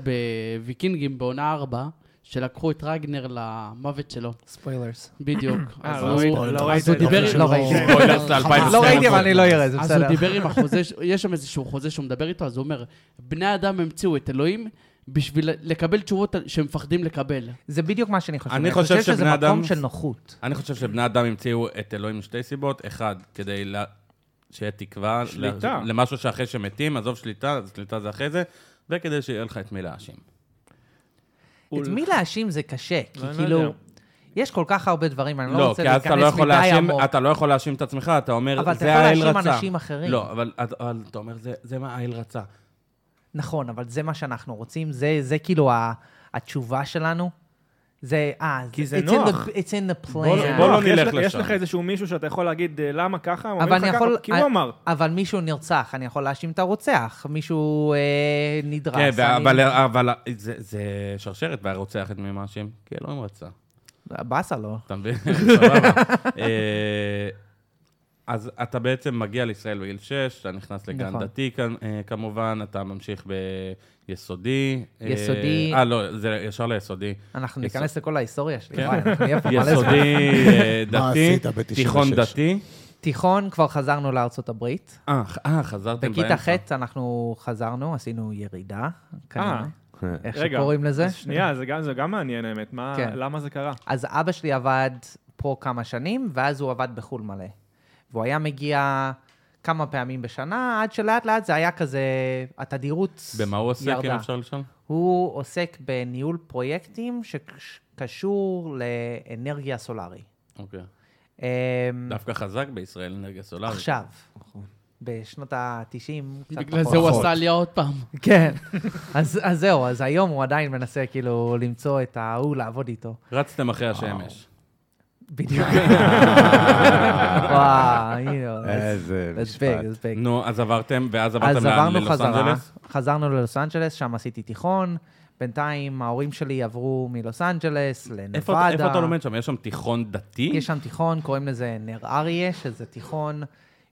E: בוויקינגים בעונה 4, שלקחו את רגנר למוות שלו,
A: ספוילרס.
E: בדיוק.
D: אה,
E: אז
D: לא
E: הוא-
D: ראית-
C: אז
D: לא
C: הוא
D: ראית
A: אז
D: את
A: הוא
D: זה.
A: דיבר...
E: לא
A: לא ראיתי.
B: ספוילרס ל-2012.
A: לא ראיתי, אבל אני לא אראה, זה
E: אז הוא
A: בסדר.
E: דיבר עם החוזה, ש- יש שם איזשהו חוזה שהוא מדבר איתו, אז הוא אומר, בני אדם המציאו את אלוהים בשביל לקבל תשובות על- שהם מפחדים לקבל.
A: זה בדיוק מה שאני חושב.
B: אני חושב
A: שזה
B: שבני
A: מקום
B: אדם-
A: של נוחות.
B: אני חושב שבני אדם המציאו את אלוהים משתי סיבות. אחד, כדי לה- שיהיה תקווה. ל-
D: שליטה.
B: למשהו שאחרי שמתים, עזוב שליטה, שליטה זה אחרי זה, וכדי שיהיה לך את מי להאשים.
A: את מי להאשים זה קשה, כי
D: לא, אני לא
A: כאילו...
D: יודע.
A: יש כל כך הרבה דברים, אני לא
B: לא,
A: רוצה
B: כי אז
A: להיכנס
B: אתה לא יכול
A: מדי
B: להאשים,
A: עמוק.
B: אתה לא יכול להאשים את עצמך, אתה אומר,
A: אבל אתה
B: זה
A: יכול
B: האל רצה.
A: להאשים אנשים אחרים.
B: לא, אבל אבל אתה אומר, "זה- זה מה האל רצה.
A: נכון, אבל זה מה שאנחנו רוצים, זה, זה כאילו ה, התשובה שלנו. זה, אה,
D: כי זה
A: it's in
D: נוח.
A: The, it's in the plan.
B: בוא- בוא לא
D: יש
B: נלך
D: לך- יש
B: לשם.
D: לך איזשהו מישהו שאתה יכול להגיד אה, למה ככה, אומרים
A: אבל
D: לך
A: אני יכול...
D: ככה, כי הוא אמר.
A: אבל מישהו נרצח, אני יכול להאשים את הרוצח. מישהו אה, נדרס.
B: כן,
A: אני-
B: אבל- אבל זה זה שרשרת, והיה רוצח את מי מאשים, כי אלוהים רצה.
A: באסה לו.
B: אתה מבין? סבבה. אה, אז אתה בעצם מגיע לישראל בגיל 6, אתה נכנס לגן
A: נכון.
B: דתי כ- אה, כמובן, אתה ממשיך ביסודי. אה,
A: יסודי.
B: אה, לא, זה ישר ליסודי.
A: אנחנו
B: יסוד-
A: ניכנס לכל ההיסטוריה שלי.
B: כן.
A: וואי, אנחנו נהיה פה מלא זמן.
B: יסודי אה,
C: מה
B: דתי,
C: עשית ב-
B: תיכון
C: 96?
B: דתי.
A: תיכון, כבר חזרנו לארצות הברית.
B: אה, אה, חזרתם
A: בכיתה
B: באמצע.
A: ח' אנחנו חזרנו, עשינו ירידה, כנראה,
B: אה,
A: איך
D: רגע,
A: שקוראים לזה.
D: אז שנייה, זה גם- זה גם מעניין האמת, מה-
A: כן.
D: למה זה קרה?
A: אז אבא שלי עבד פה כמה שנים, ואז הוא עבד בחו"ל מלא. והוא היה מגיע כמה פעמים בשנה, עד שלאט לאט זה היה כזה, התדירות
B: במה הוא עוסק, אם
A: ירדה.
B: אפשר לשאול?
A: הוא עוסק בניהול פרויקטים שקשור לאנרגיה סולארי.
B: אוקיי.
A: אמ,
B: דווקא נכון. חזק בישראל, אנרגיה סולארית.
A: עכשיו, בשנות ה-90, קצת
E: בגלל זה הוא
A: פחות.
E: עשה עלייה עוד פעם.
A: כן. אז אז זהו, אז היום הוא עדיין מנסה כאילו למצוא את ההוא לעבוד איתו.
B: רצתם אחרי השמש.
A: בדיוק. וואו, הנה,
F: איזה
A: that's
F: משפט.
A: big, that's big.
B: נו, אז עברתם,
A: אז
B: ואז עברתם לאן?
A: עברנו
B: ללוס
A: חזרה,
B: אנג'לס?
A: חזרנו ללוס אנג'לס, שם עשיתי תיכון. בינתיים ההורים שלי עברו מלוס אנג'לס
B: איפה איפה אתה
A: לנבדה.
B: לומד שם? יש שם תיכון דתי?
A: יש שם תיכון, קוראים לזה נר אריה, שזה תיכון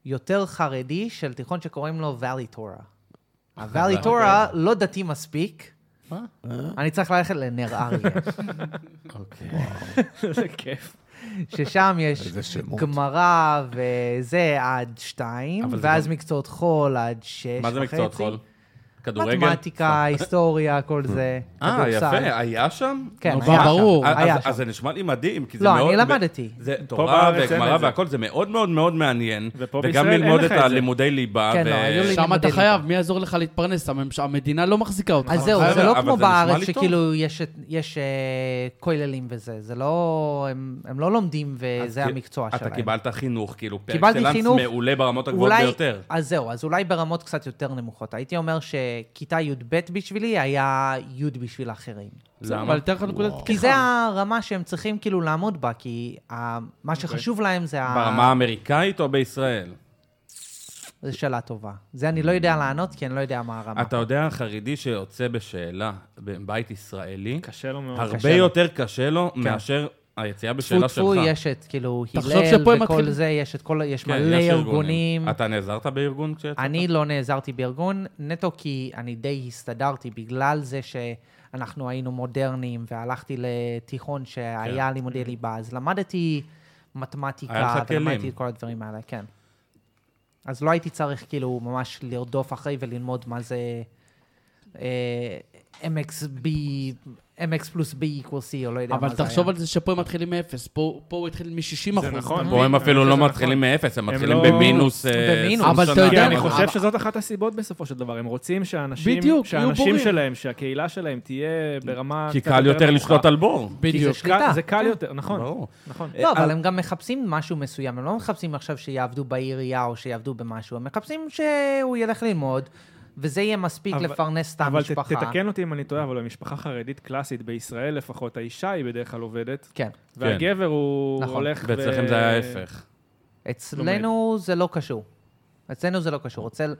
A: יותר חרדי של תיכון שקוראים לו ואלי טורה.
B: אה,
A: הוואלי טורה
B: אוקיי.
A: לא דתי מספיק. אני צריך ללכת לנר אריה,
B: אוקיי.
D: זה כיף.
A: ששם יש
C: איזה שמות.
A: גמרא וזה עד שתיים,
B: אבל זה
A: ואז
B: גם-
A: מקצועות חול עד שש וחצי.
B: מה זה מקצועות חול? כדורגל?
A: מתמטיקה, היסטוריה, כל זה.
B: אה,
A: כדורסל.
B: יפה, היה שם?
A: כן,
E: נו,
A: היה שם.
E: ברור.
B: אז-
A: היה
B: אז-
A: שם.
B: אז זה נשמע לי מדהים, כי זה
A: לא,
B: מאוד...
A: אני
B: ב-
A: למדתי.
B: זה תורה
D: בארץ אין
B: וגמרא
D: את זה.
B: והכל, זה מאוד מאוד מאוד מעניין.
D: ופה
B: וגם
D: בישראל אין
B: ללמוד
D: לך
B: את
D: את זה.
B: הלימודי ליבה.
A: כן,
B: ו-
A: לא, היו לי-
E: שם אתה
A: לימודי
E: חייב,
A: ליבה.
E: מי יעזור לך להתפרנס? הממש- המדינה לא מחזיקה אותך.
A: אז זהו, זה
B: נכון. אבל-
A: לא
B: אבל
A: כמו
B: זה נשמע
A: בארץ,
B: לי טוב.
A: שכאילו יש את- יש אה, כוללים וזה, זה לא, הם הם לא לומדים
B: אז
A: וזה
B: כי-
A: המקצוע שלהם.
B: אתה קיבלת חינוך, כאילו, פר
A: קיבלתי
B: אקסלנס
A: חינוך.
B: מעולה ברמות הגבוהות
A: אולי-
B: ביותר.
A: אז זהו, אז אולי ברמות קצת יותר נמוכות. הייתי אומר שכיתה י"ב בשבילי היה י' בשביל אחרים.
E: אבל
B: למה?
E: אתן לך נקודת פתיחה.
A: כי זה הרמה שהם צריכים כאילו לעמוד בה, כי ה- מה שחשוב להם זה... ה-
B: אוקיי. ברמה האמריקאית או בישראל?
A: זו שאלה טובה. זה אני לא יודע לענות, כי אני לא יודע מה הרמה.
B: אתה יודע, חרדי שיוצא בשאלה בבית ישראלי,
D: קשה לו מאוד.
B: הרבה
A: קשה לו.
B: יותר קשה לו מאשר היציאה בשאלה שלך.
A: טפו טפו, יש את כאילו
E: תחשוב
A: הלל
E: שפה הם
A: וכל
E: מתחילים-
A: זה, יש את כל, יש
B: כן,
A: מלא
B: יש
A: ארגונים.
B: אתה נעזרת בארגון כשיצאת?
A: אני לא נעזרתי בארגון, נטו כי אני די הסתדרתי, בגלל זה שאנחנו היינו מודרניים והלכתי לתיכון שהיה לימודי ליבה, אז למדתי
B: כן. היה
A: מתמטיקה,
B: לך
A: ולמדתי
B: כלים.
A: את כל הדברים האלה, כן. אז לא הייתי צריך כאילו ממש לרדוף אחרי וללמוד מה זה אה, MXB, MX פלוס B equals C, או לא יודע מה זה
E: אבל
A: היה.
E: תחשוב על זה שפה הם מתחילים מאפס, פה פה הוא התחיל מ-60
D: זה
E: אחוז.
D: נכון.
B: פה הם
E: אה,
D: אני
B: אפילו
D: חושב
B: לא
D: שזה
B: מתחילים מאפס, הם
D: הם
B: מתחילים
D: לא-
B: במינוס... אה,
A: במינוס.
B: 20
E: אבל אתה
B: שנה.
E: יודע,
D: כי אני
E: אבל-
D: חושב שזאת אחת הסיבות בסופו של דבר, הם רוצים שאנשים,
E: בדיוק, יהיו
D: שהאנשים
E: בורים.
D: שלהם, שהקהילה שלהם תהיה ברמה...
B: כי
D: קצת
B: קל יותר
D: נמוכה.
B: לשלוט על בור.
A: כי זה
E: בדיוק.
D: קל-
A: שליטה. כן.
D: זה קל יותר, נכון,
B: ברור.
D: נכון.
A: לא,
B: אה,
A: אבל הם גם מחפשים משהו מסוים, הם לא מחפשים עכשיו שיעבדו בעירייה או שיעבדו במשהו, הם מחפשים שהוא ילך ללמוד, וזה יהיה מספיק
D: אבל-
A: לפרנס את
D: אבל ת-
A: המשפחה.
D: תתקן אותי אם אני טועה, אבל במשפחה חרדית קלאסית, בישראל לפחות, האישה היא בדרך כלל עובדת,
A: כן.
D: והגבר הוא
A: נכון.
D: הולך ו...
B: ואצלכם זה היה ההפך.
A: אצלנו זה לא קשור. אצלנו זה לא קשור. אצל,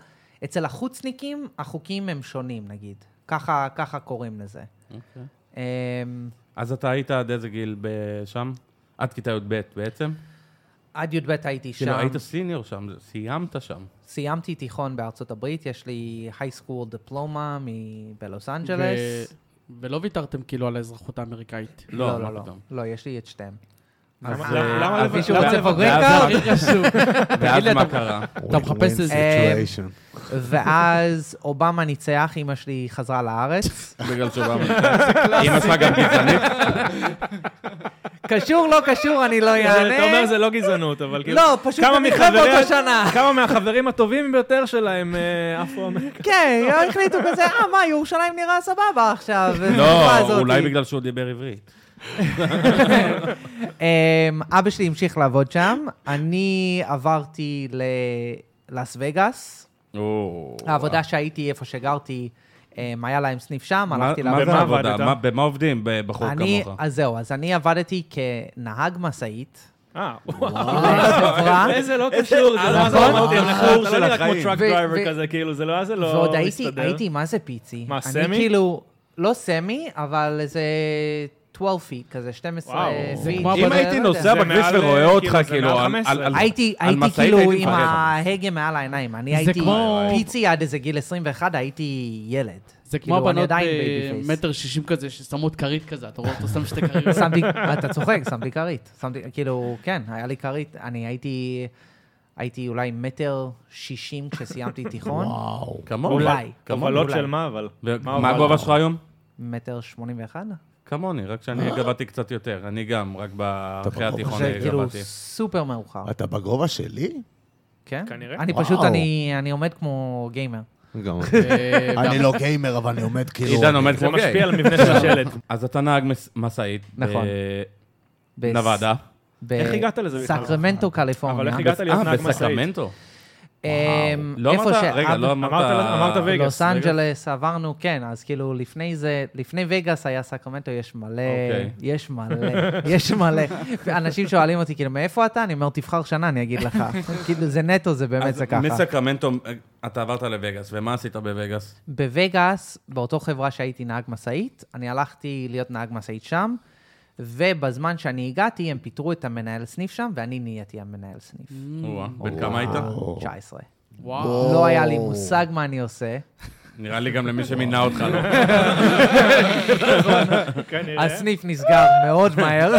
A: אצל החוצניקים, החוקים הם שונים, נגיד. ככה, ככה קוראים לזה.
B: אוקיי.
A: אמ,
B: אז אתה היית עד איזה גיל ב- שם? עד כיתה י"ב בעצם?
A: עד י"ב הייתי שם,
B: כאילו, היית סיניור שם, זה- סיימת שם.
A: סיימתי תיכון בארצות הברית, יש לי high school diploma מ- בלוס אנג'לס.
E: ו- ולא ויתרתם כאילו על האזרחות האמריקאית.
B: לא,
A: לא,
B: מה
A: לא.
B: פתאום.
A: לא, יש לי את שתיהם.
D: למה-
B: אז,
D: למה-
B: אה,
D: למה
B: אז
D: לבד-
B: מישהו
D: למה
B: רוצה
D: לבד-
A: פברקה?
B: ואז-
E: הכי חשוב.
B: ואז
E: לי,
B: מה
E: אתה-
B: קרה?
E: אתה מחפש
C: Win-win
E: איזה-
C: situation.
A: ואז אובמה ניצח, אמא שלי חזרה לארץ.
B: בגלל שהוא בא מאמריקה. אמא שלך גם גזענית?
A: קשור, לא קשור, אני לא
D: אתה אומר
A: אענה.
D: זה לא גזענות, אבל כאילו...
A: לא, פשוט
D: כמה
A: אני חי
D: מחברי-
A: באותה שנה.
D: כמה מהחברים הטובים ביותר שלהם אה, עפו...
A: כן, החליטו כזה, אה, מה, ירושלים נראה סבבה עכשיו. בתקופה
B: לא,
A: הזאת."
B: אולי בגלל שהוא דיבר עברית.
A: אמ, אבא שלי המשיך לעבוד שם, אני עברתי ללאס וגאס.
B: או,
A: העבודה שהייתי, איפה שגרתי, אמ, היה להם סניף שם,
B: מה-
A: הלכתי
B: מה
A: לעבוד.
B: זה
D: במה
B: העבודה?
D: עבדת?
B: מה- במה עובדים ב- בחור
A: אני,
B: כמוך?
A: אז זהו, אז אני עבדתי כנהג משאית.
D: אה, וואו.
A: לחברה,
D: איזה לא קשור, זה לא
A: נכון?
D: אמרתי,
B: הסיפור
D: אתה לא
B: של
D: נראה כמו
B: החיים.
D: טראק
A: ו-
D: דרייבר
A: ו-
D: כזה, כאילו, זה לא, זה לא מסתדר.
A: ועוד הייתי, הייתי, מה זה פיצי?
D: מה,
A: אני
D: סמי?
A: כאילו, לא סמי, אבל איזה 12 פיט, כזה 12
D: וואו. זה
A: פיט.
E: כמו
B: אם
E: עבודה,
B: הייתי
A: לא יודע.
B: נוסע
D: זה
B: בכביש
D: מעל,
B: ורואה
D: אה,
B: אותך,
D: כאילו, זה
B: כאילו,
D: מעל
B: על-
D: 15.
B: על-
A: הייתי,
B: על
A: הייתי
B: משאית
A: כאילו
B: הייתי
A: עם
B: מפחד.
A: ההגה מעל העיניים. אני
E: זה
A: הייתי
E: כמו-
A: פיצי עד איזה גיל 21, הייתי ילד.
E: זה כמו
A: כאילו, אני
E: הבנות
A: עדיין
E: אה,
A: baby face.
E: מטר שישים כזה, ששמות כרית כזה, אתה רואה אותו שם שתי כריות.
A: שמתי, אתה צוחק, שמתי כרית. שמתי, כאילו, כן, היה לי כרית. אני הייתי, הייתי אולי מטר שישים כשסיימתי תיכון.
C: וואו.
B: כמוך.
A: אולי.
B: כמוני.
D: קבלות של מה, אבל?
B: ו-
D: מה
B: מה הגובה שלך היום?
A: מטר שמונים ואחד.
B: כמוני, רק שאני גבהתי קצת יותר. אני גם, רק ב- אחרי
C: בגובה
B: התיכון
A: זה כאילו
B: גבהתי.
A: סופר מאוחר.
C: אתה בגובה שלי?
A: כן?
D: כנראה.
A: אני
C: וואו.
A: פשוט, אני אני עומד כמו גיימר.
C: גם.
E: אה,
C: אני לא גיימר, אבל אני עומד כאילו...
B: עידן עומד
D: זה
B: כמו גיי.
D: משפיע על המבנה של השלט.
B: אז אתה נהג מס- משאית. אה,
A: נכון. בס-
B: בנבדה.
A: ב-
D: איך הגעת לזה בכלל?
A: סקרמנטו, קליפורניה.
D: אבל איך הגעת להיות נהג משאית?
B: אה, בסקרמנטו.
A: אמ,
B: לא
A: איפה
B: אמרת,
A: שאבא-
B: רגע, לא אמרת...
D: אמרת לנו- אמרת ו- וגאס,
A: לוס
D: וגאס.
A: אנג'לס עברנו, כן, אז כאילו לפני זה, לפני וגאס היה סקרמנטו, יש מלא,
B: אוקיי.
A: יש מלא, יש מלא. אנשים שואלים אותי, כאילו, מאיפה אתה? אני אומר, תבחר שנה, אני אגיד לך. כאילו, זה נטו, זה באמת
B: אז
A: זה ככה.
B: מסקרמנטו, אה, אתה עברת לווגאס, ומה עשית בווגאס?
A: בווגאס, באותו חברה שהייתי נהג משאית, אני הלכתי להיות נהג משאית שם, ובזמן שאני הגעתי, הם פיטרו את המנהל סניף שם, ואני נהייתי המנהל סניף.
D: Mm.
B: וואה, בן כמה היית?
C: וואו.
A: 19.
E: וואו.
A: לא היה לי מושג מה אני עושה.
B: אה? נראה לי גם למי שמינה אותך, לא.
D: כנראה.
A: הסניף נסגר מאוד מהר.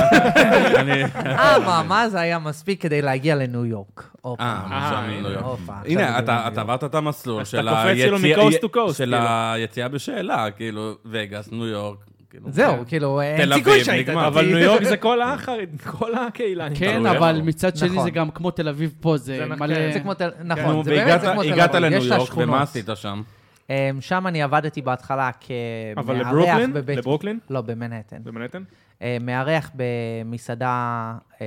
B: אני...
A: המאמץ היה מספיק כדי להגיע לניו יורק. הופה.
B: אה, משם
D: הנה,
B: מניו יורק.
A: הופה, עכשיו
B: הנה,
A: אני בניו
B: אתה אתה
A: יורק.
B: עברת את המסלול
D: אז
B: של
D: אתה קופץ כאילו
B: היציאה-
D: מקוסט טו קוסט,
B: של
D: כאילו.
B: היציאה בשאלה, כאילו, וגאס, ניו יורק. כאילו.
A: זהו, כאילו,
B: תל
A: אין סיכוי
B: אביב,
A: שהיית.
B: נגמר.
A: דתי.
D: אבל ניו יורק זה כל האחרית, כל הקהילה. אני
E: כן,
B: תלוי איפה.
E: אבל מצד שני
A: נכון.
E: זה גם כמו תל אביב פה, זה
D: זה נכון,
E: מלא...
A: זה כמו תל...
B: נו,
A: נכון, זה באמת
B: והגעת
A: זה כמו תל
B: הגעת
A: אביב,
B: לניו
A: יש לה
B: יורק,
A: שכונות.
B: ומה עשית שם?
A: אמ, שם אני עבדתי בהתחלה כמארח
D: אבל לברוקלין?
A: בבית...
D: לברוקלין?
A: לא, במנהטן.
D: במנהטן?
A: אה, מארח במסעדה אמ,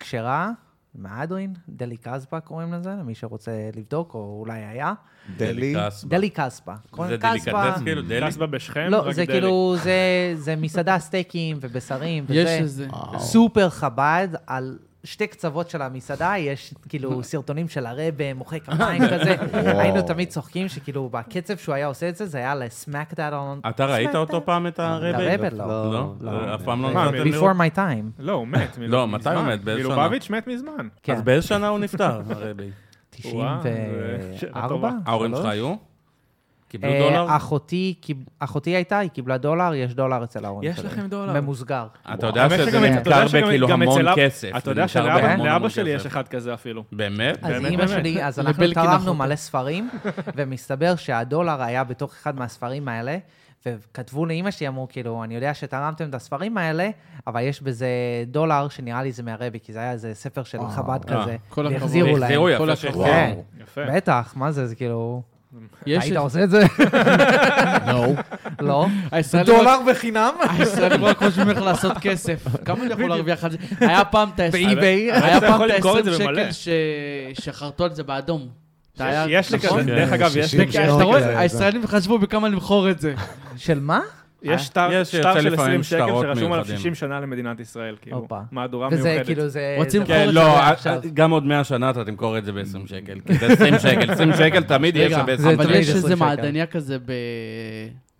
A: כשרה, מהדרין, דלי קסבה קוראים לזה, למי שרוצה לבדוק, או אולי היה.
C: דלי?
D: אה,
B: גאס.
A: דלי קסבה.
B: זה
A: קוראים קסבה.
B: דליקטס, כאילו, דלי.
D: טסבה בשכם,
A: לא,
D: כן? רק
A: זה
D: דרעי.
A: כאילו, זה- זה מסעדה סטייקים ובשרים וזה.
E: יש איזה...
C: וואו.
A: סופר חב"ד, על שתי קצוות של המסעדה, יש כאילו סרטונים של הרבה מוחא כפיים כזה.
C: וואו.
A: היינו תמיד צוחקים שכאילו בקצב שהוא היה עושה את זה, זה היה לסמאק דאט און...
B: אתה ראית אותו פעם, את הרבל?
A: הרבל, לא.
B: לא?
A: לא.
B: אף פעם לא
D: מה,
B: נתת לי
A: Before my time,
D: לא, הוא מת. מ-
B: לא, מתי הוא
D: מזמן.
B: מת? באיזה
D: כאילו,
B: שנה?
D: בביץ' מת מזמן.
A: כן,
B: אז באיזה שנה הוא נפטר, הרבי?
D: וואו, זה שאלה
A: 94?
D: טובה.
B: ההורים שלך
A: שלוש?
B: היו? קיבלו
A: אה,
B: דולר?
A: אחותי, קיב- אחותי הייתה, היא קיבלה דולר, יש דולר אצל ההורים
D: יש
A: שלי.
D: לכם דולר.
A: ממוסגר.
B: אתה יודע
D: האמת
B: שזה
D: שגם- אתה
B: נמכר
D: יודע שגם-
B: בכאילו
D: גם
B: המון
D: אצל אב-
B: כסף.
D: אתה
B: זה
D: יודע
B: נמכר בהמון
D: שלאבא
B: המון
D: לאבא
B: המון
D: שלי
B: כסף.
D: יש אחד כזה אפילו.
B: באמת?
A: אז
D: באמת,
A: אימא
D: באמת.
A: שלי, אז אנחנו
E: לבלקין
A: תרמנו
E: אחותו.
A: מלא ספרים, ומסתבר שהדולר היה בתוך אחד מהספרים האלה, וכתבו לאימא שלי, אמרו, כאילו, אני יודע שתרמתם את הספרים האלה, אבל יש בזה דולר שנראה לי זה מהרבי, כי זה היה איזה ספר של חב"ד כזה,
E: כל הכבוד.
A: והחזירו להם.
B: החזירו,
E: כל
B: יפה
E: הכבוד.
B: שהחזירו.
A: כן,
D: יפה.
A: בטח, מה זה, זה כאילו,
E: יש
A: היית
E: את-
A: עושה את זה?
E: No.
A: לא.
E: הישראלים רק-
A: בחינם?
E: הישראלים רק חושבים איך לעשות כסף. כמה אני יכול להרוויח על זה? היה פעם את ה...
A: באי-ביי.
E: היה
D: אתה
E: פעם
D: יכול
E: את
D: למכור את
E: ה-20
D: זה במלא.
E: שקל ש- שחרטו על זה באדום. אתה היה-
D: יש לי
E: נכון?
D: כזה, דרך אגב, יש
C: כן, שישים
D: לי כזה.
E: אתה
C: זה-
E: רואה? הישראלים חשבו בכמה למכור את זה.
A: של מה?
D: יש שטר
B: יש
D: שטר
B: יוצא
D: של
B: לפעמים
D: 20 שקל
B: שטרות
D: שרשום עליו
B: מיוחדים.
D: 60 שנה למדינת ישראל, כאילו.
A: הופה.
D: מהדורה
A: וזה כאילו,
D: מיוחדת.
A: זה...
E: רוצים
A: זה-
B: כן,
E: למכור את
B: לא,
E: זה
B: אה,
A: עכשיו.
B: גם עוד 100 שנה אתה תמכור את זה ב-20 שקל. כי זה 20 שקל, 20 שקל תמיד יהיה
E: רגע,
B: שווה 20
E: אבל
A: תמיד
E: יש
A: 20
E: איזה
A: שקל.
E: מעדניה כזה ב...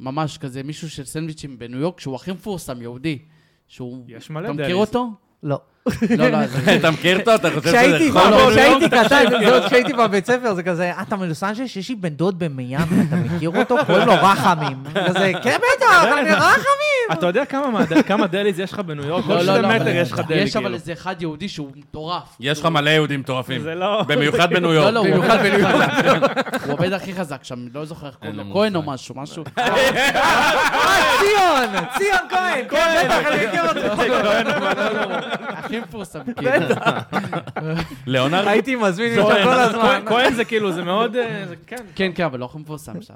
E: ממש כזה, מישהו של סנדוויצ'ים בניו יורק, שהוא הכי מפורסם, יהודי. שהוא...
D: יש מלא
E: אתה מכיר
D: דליז.
E: אותו?
A: לא.
E: לא, לא, זה-
B: אתה מכיר אותו? אתה חושב שזה
A: כשהייתי
B: חור?
A: לא, כשהייתי קטן, זה עוד כשהייתי בבית ספר, זה כזה, "אה, אתה מלוס אנג'לס, יש לי בן דוד במיאמי, אתה מכיר אותו? קוראים לו רחמים. כזה, כן, בטח, אני רחמים.
D: אתה יודע כמה מעד- כמה דליז יש לך בניו יורק? כל
E: לא,
D: שני
E: לא, לא,
D: מטר
E: אבל-
D: יש לך דלי,
E: יש אבל
D: כאילו.
E: איזה אחד יהודי שהוא מטורף.
B: יש לך מלא יהודים מטורפים.
D: זה לא...
B: במיוחד כן. בניו
E: לא, לא,
B: יורק.
E: הוא עובד הכי חזק. הוא עובד הכי חזק שם, לא זוכר איך קוראים
B: אין
E: לו,
B: לי
E: כהן או
B: מושג.
E: משהו, משהו.
A: אה, ציון, ציון כהן, כן, בטח, אני מכיר אותו.
E: לא, הכי מפורסם, כאילו.
B: ליאונרד?
A: הייתי מזמין אותו
D: כהן,
A: כל הזמן.
D: כהן- כהן זה כאילו, זה מאוד... אה, זה- כן.
E: כן, כן, אבל לא הכי מפורסם שם.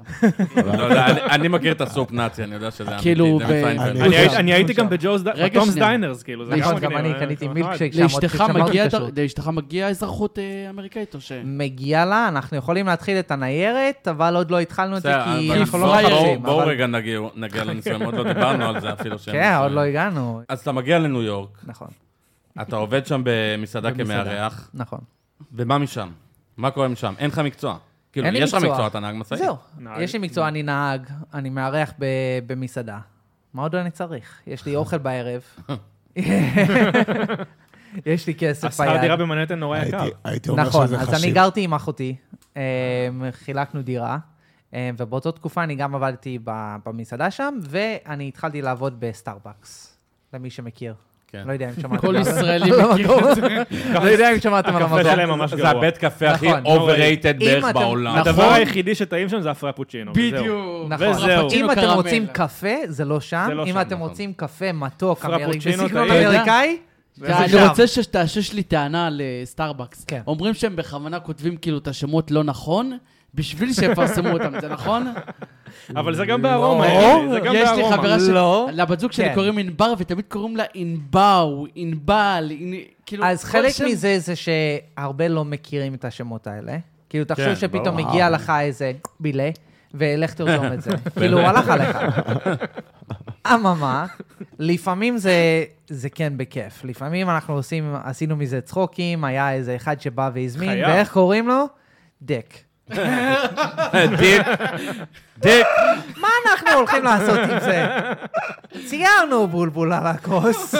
B: לא יודע, אני- אני מכיר את הסופ נאצי, אני יודע שזה אמיתי.
E: כאילו,
B: זה
E: ב-
B: מסיינפלד.
C: אני-
D: אני הייתי-
A: שם,
D: אני הייתי גם
A: שם.
D: בג'וז, ד-
E: רגע,
D: בטומ's
E: שנייה.
D: דיינרס, כאילו. זה
A: נכון,
D: גם
A: גם
D: מגניב,
A: אני
D: אה,
A: קניתי
D: נחמד.
A: מילקשייק שם עוד
E: לאשתך
A: כששמרתי
E: מגיע-
A: כשרות.
E: לאשתך מגיעה אזרחות אה, אמריקאית או ש...
A: נכון. מגיע לה, אנחנו יכולים להתחיל את הניירת, אבל עוד לא התחלנו את זה,
B: בסדר,
A: כי
B: אבל
A: אנחנו לא
E: פראיירים,
B: בואו-
A: מחפשים.
B: בואו
A: אבל-
B: רגע נגיע- נגיע לנישואים, עוד לא דיברנו על זה אפילו. שהם
A: כן, עוד
B: נישואים.
A: לא הגענו.
B: אז אתה מגיע לניו יורק,
A: נכון,
B: אתה עובד שם במסעדה
A: במסעדה.
B: כמארח,
A: נכון.
B: ומה משם? מה קורה משם? אין לך מקצוע. כאילו,
A: אין לי
B: יש לך
A: מקצוע.
B: מקצוע, אתה נהג משאית.
A: זהו,
D: נהג.
A: יש לי מקצוע, אני נהג, אני מארח ב- במסעדה. מה עוד אני צריך? יש לי אוכל בערב. יש לי כסף
D: השכר דירה
A: ביד.
D: במנהטן נורא יקר.
C: הייתי- הייתי אומר
A: נכון,
C: שזה
A: אז אני
C: חשיב.
A: גרתי עם אחותי, אמ, חילקנו דירה, אמ, ובאותה תקופה אני גם עבדתי ב- במסעדה שם, ואני התחלתי לעבוד בסטארבקס, למי שמכיר.
B: כן.
A: לא יודע אם שמעתם.
E: כל
A: על-
E: ישראלי
A: לא,
E: מכיר
A: לא,
E: את זה.
A: לא יודע אם שמעתם על
D: הקפה
A: המקום.
D: שלהם ממש
B: זה
D: גרוע. לא
B: הבית קפה הכי
A: נכון.
B: overrated
A: אם
B: בערך
A: אתם-
B: בעולם.
E: נכון.
D: הדבר היחידי שטעים שם זה הפרפוצ'ינו. וזהו.
E: בדיוק.
A: נכון.
D: וזהו.
A: אם
E: פרפצ'ינו
A: אתם
E: קרמל.
A: רוצים קפה, זה לא שם.
D: זה לא
A: אם
D: שם,
A: אתם
B: נכון.
A: רוצים קפה מתוק, אמריק-
D: פרפוצ'ינו
A: בסגנון
D: טעים.
A: אמריקאי,
E: אתה-
A: זה
E: אני
A: שם.
E: רוצה שתאשש לי טענה על אה, סטארבקס.
A: כן.
E: אומרים שהם בכוונה כותבים כאילו את השמות לא נכון, בשביל שיפרסמו אותם, זה נכון?
D: אבל זה גם בארומה,
A: לא.
D: יקירי, זה גם
E: יש לי
D: בארומה.
E: חברה ש...
A: לא.
E: לבת זוג
A: כן.
E: שלי קוראים ענבר, ותמיד קוראים לה ענבאו, ענבל, ענ- כאילו...
A: אז
E: כל
A: חלק
E: שם-
A: מזה זה שהרבה לא מכירים את השמות האלה. כאילו, תחשוב
B: כן,
A: שפתאום
B: ברור.
A: מגיע לך איזה בילה, ולך תרשום את זה. כאילו, הלך עליך. אממה, לפעמים זה, זה כן בכיף. לפעמים אנחנו עושים, עשינו מזה צחוקים, היה איזה אחד שבא והזמין,
D: חייב.
A: ואיך קוראים לו? דק. נכון.
B: דיק, דיק.
A: מה אנחנו הולכים לעשות עם זה? ציירנו בולבול על הכוס.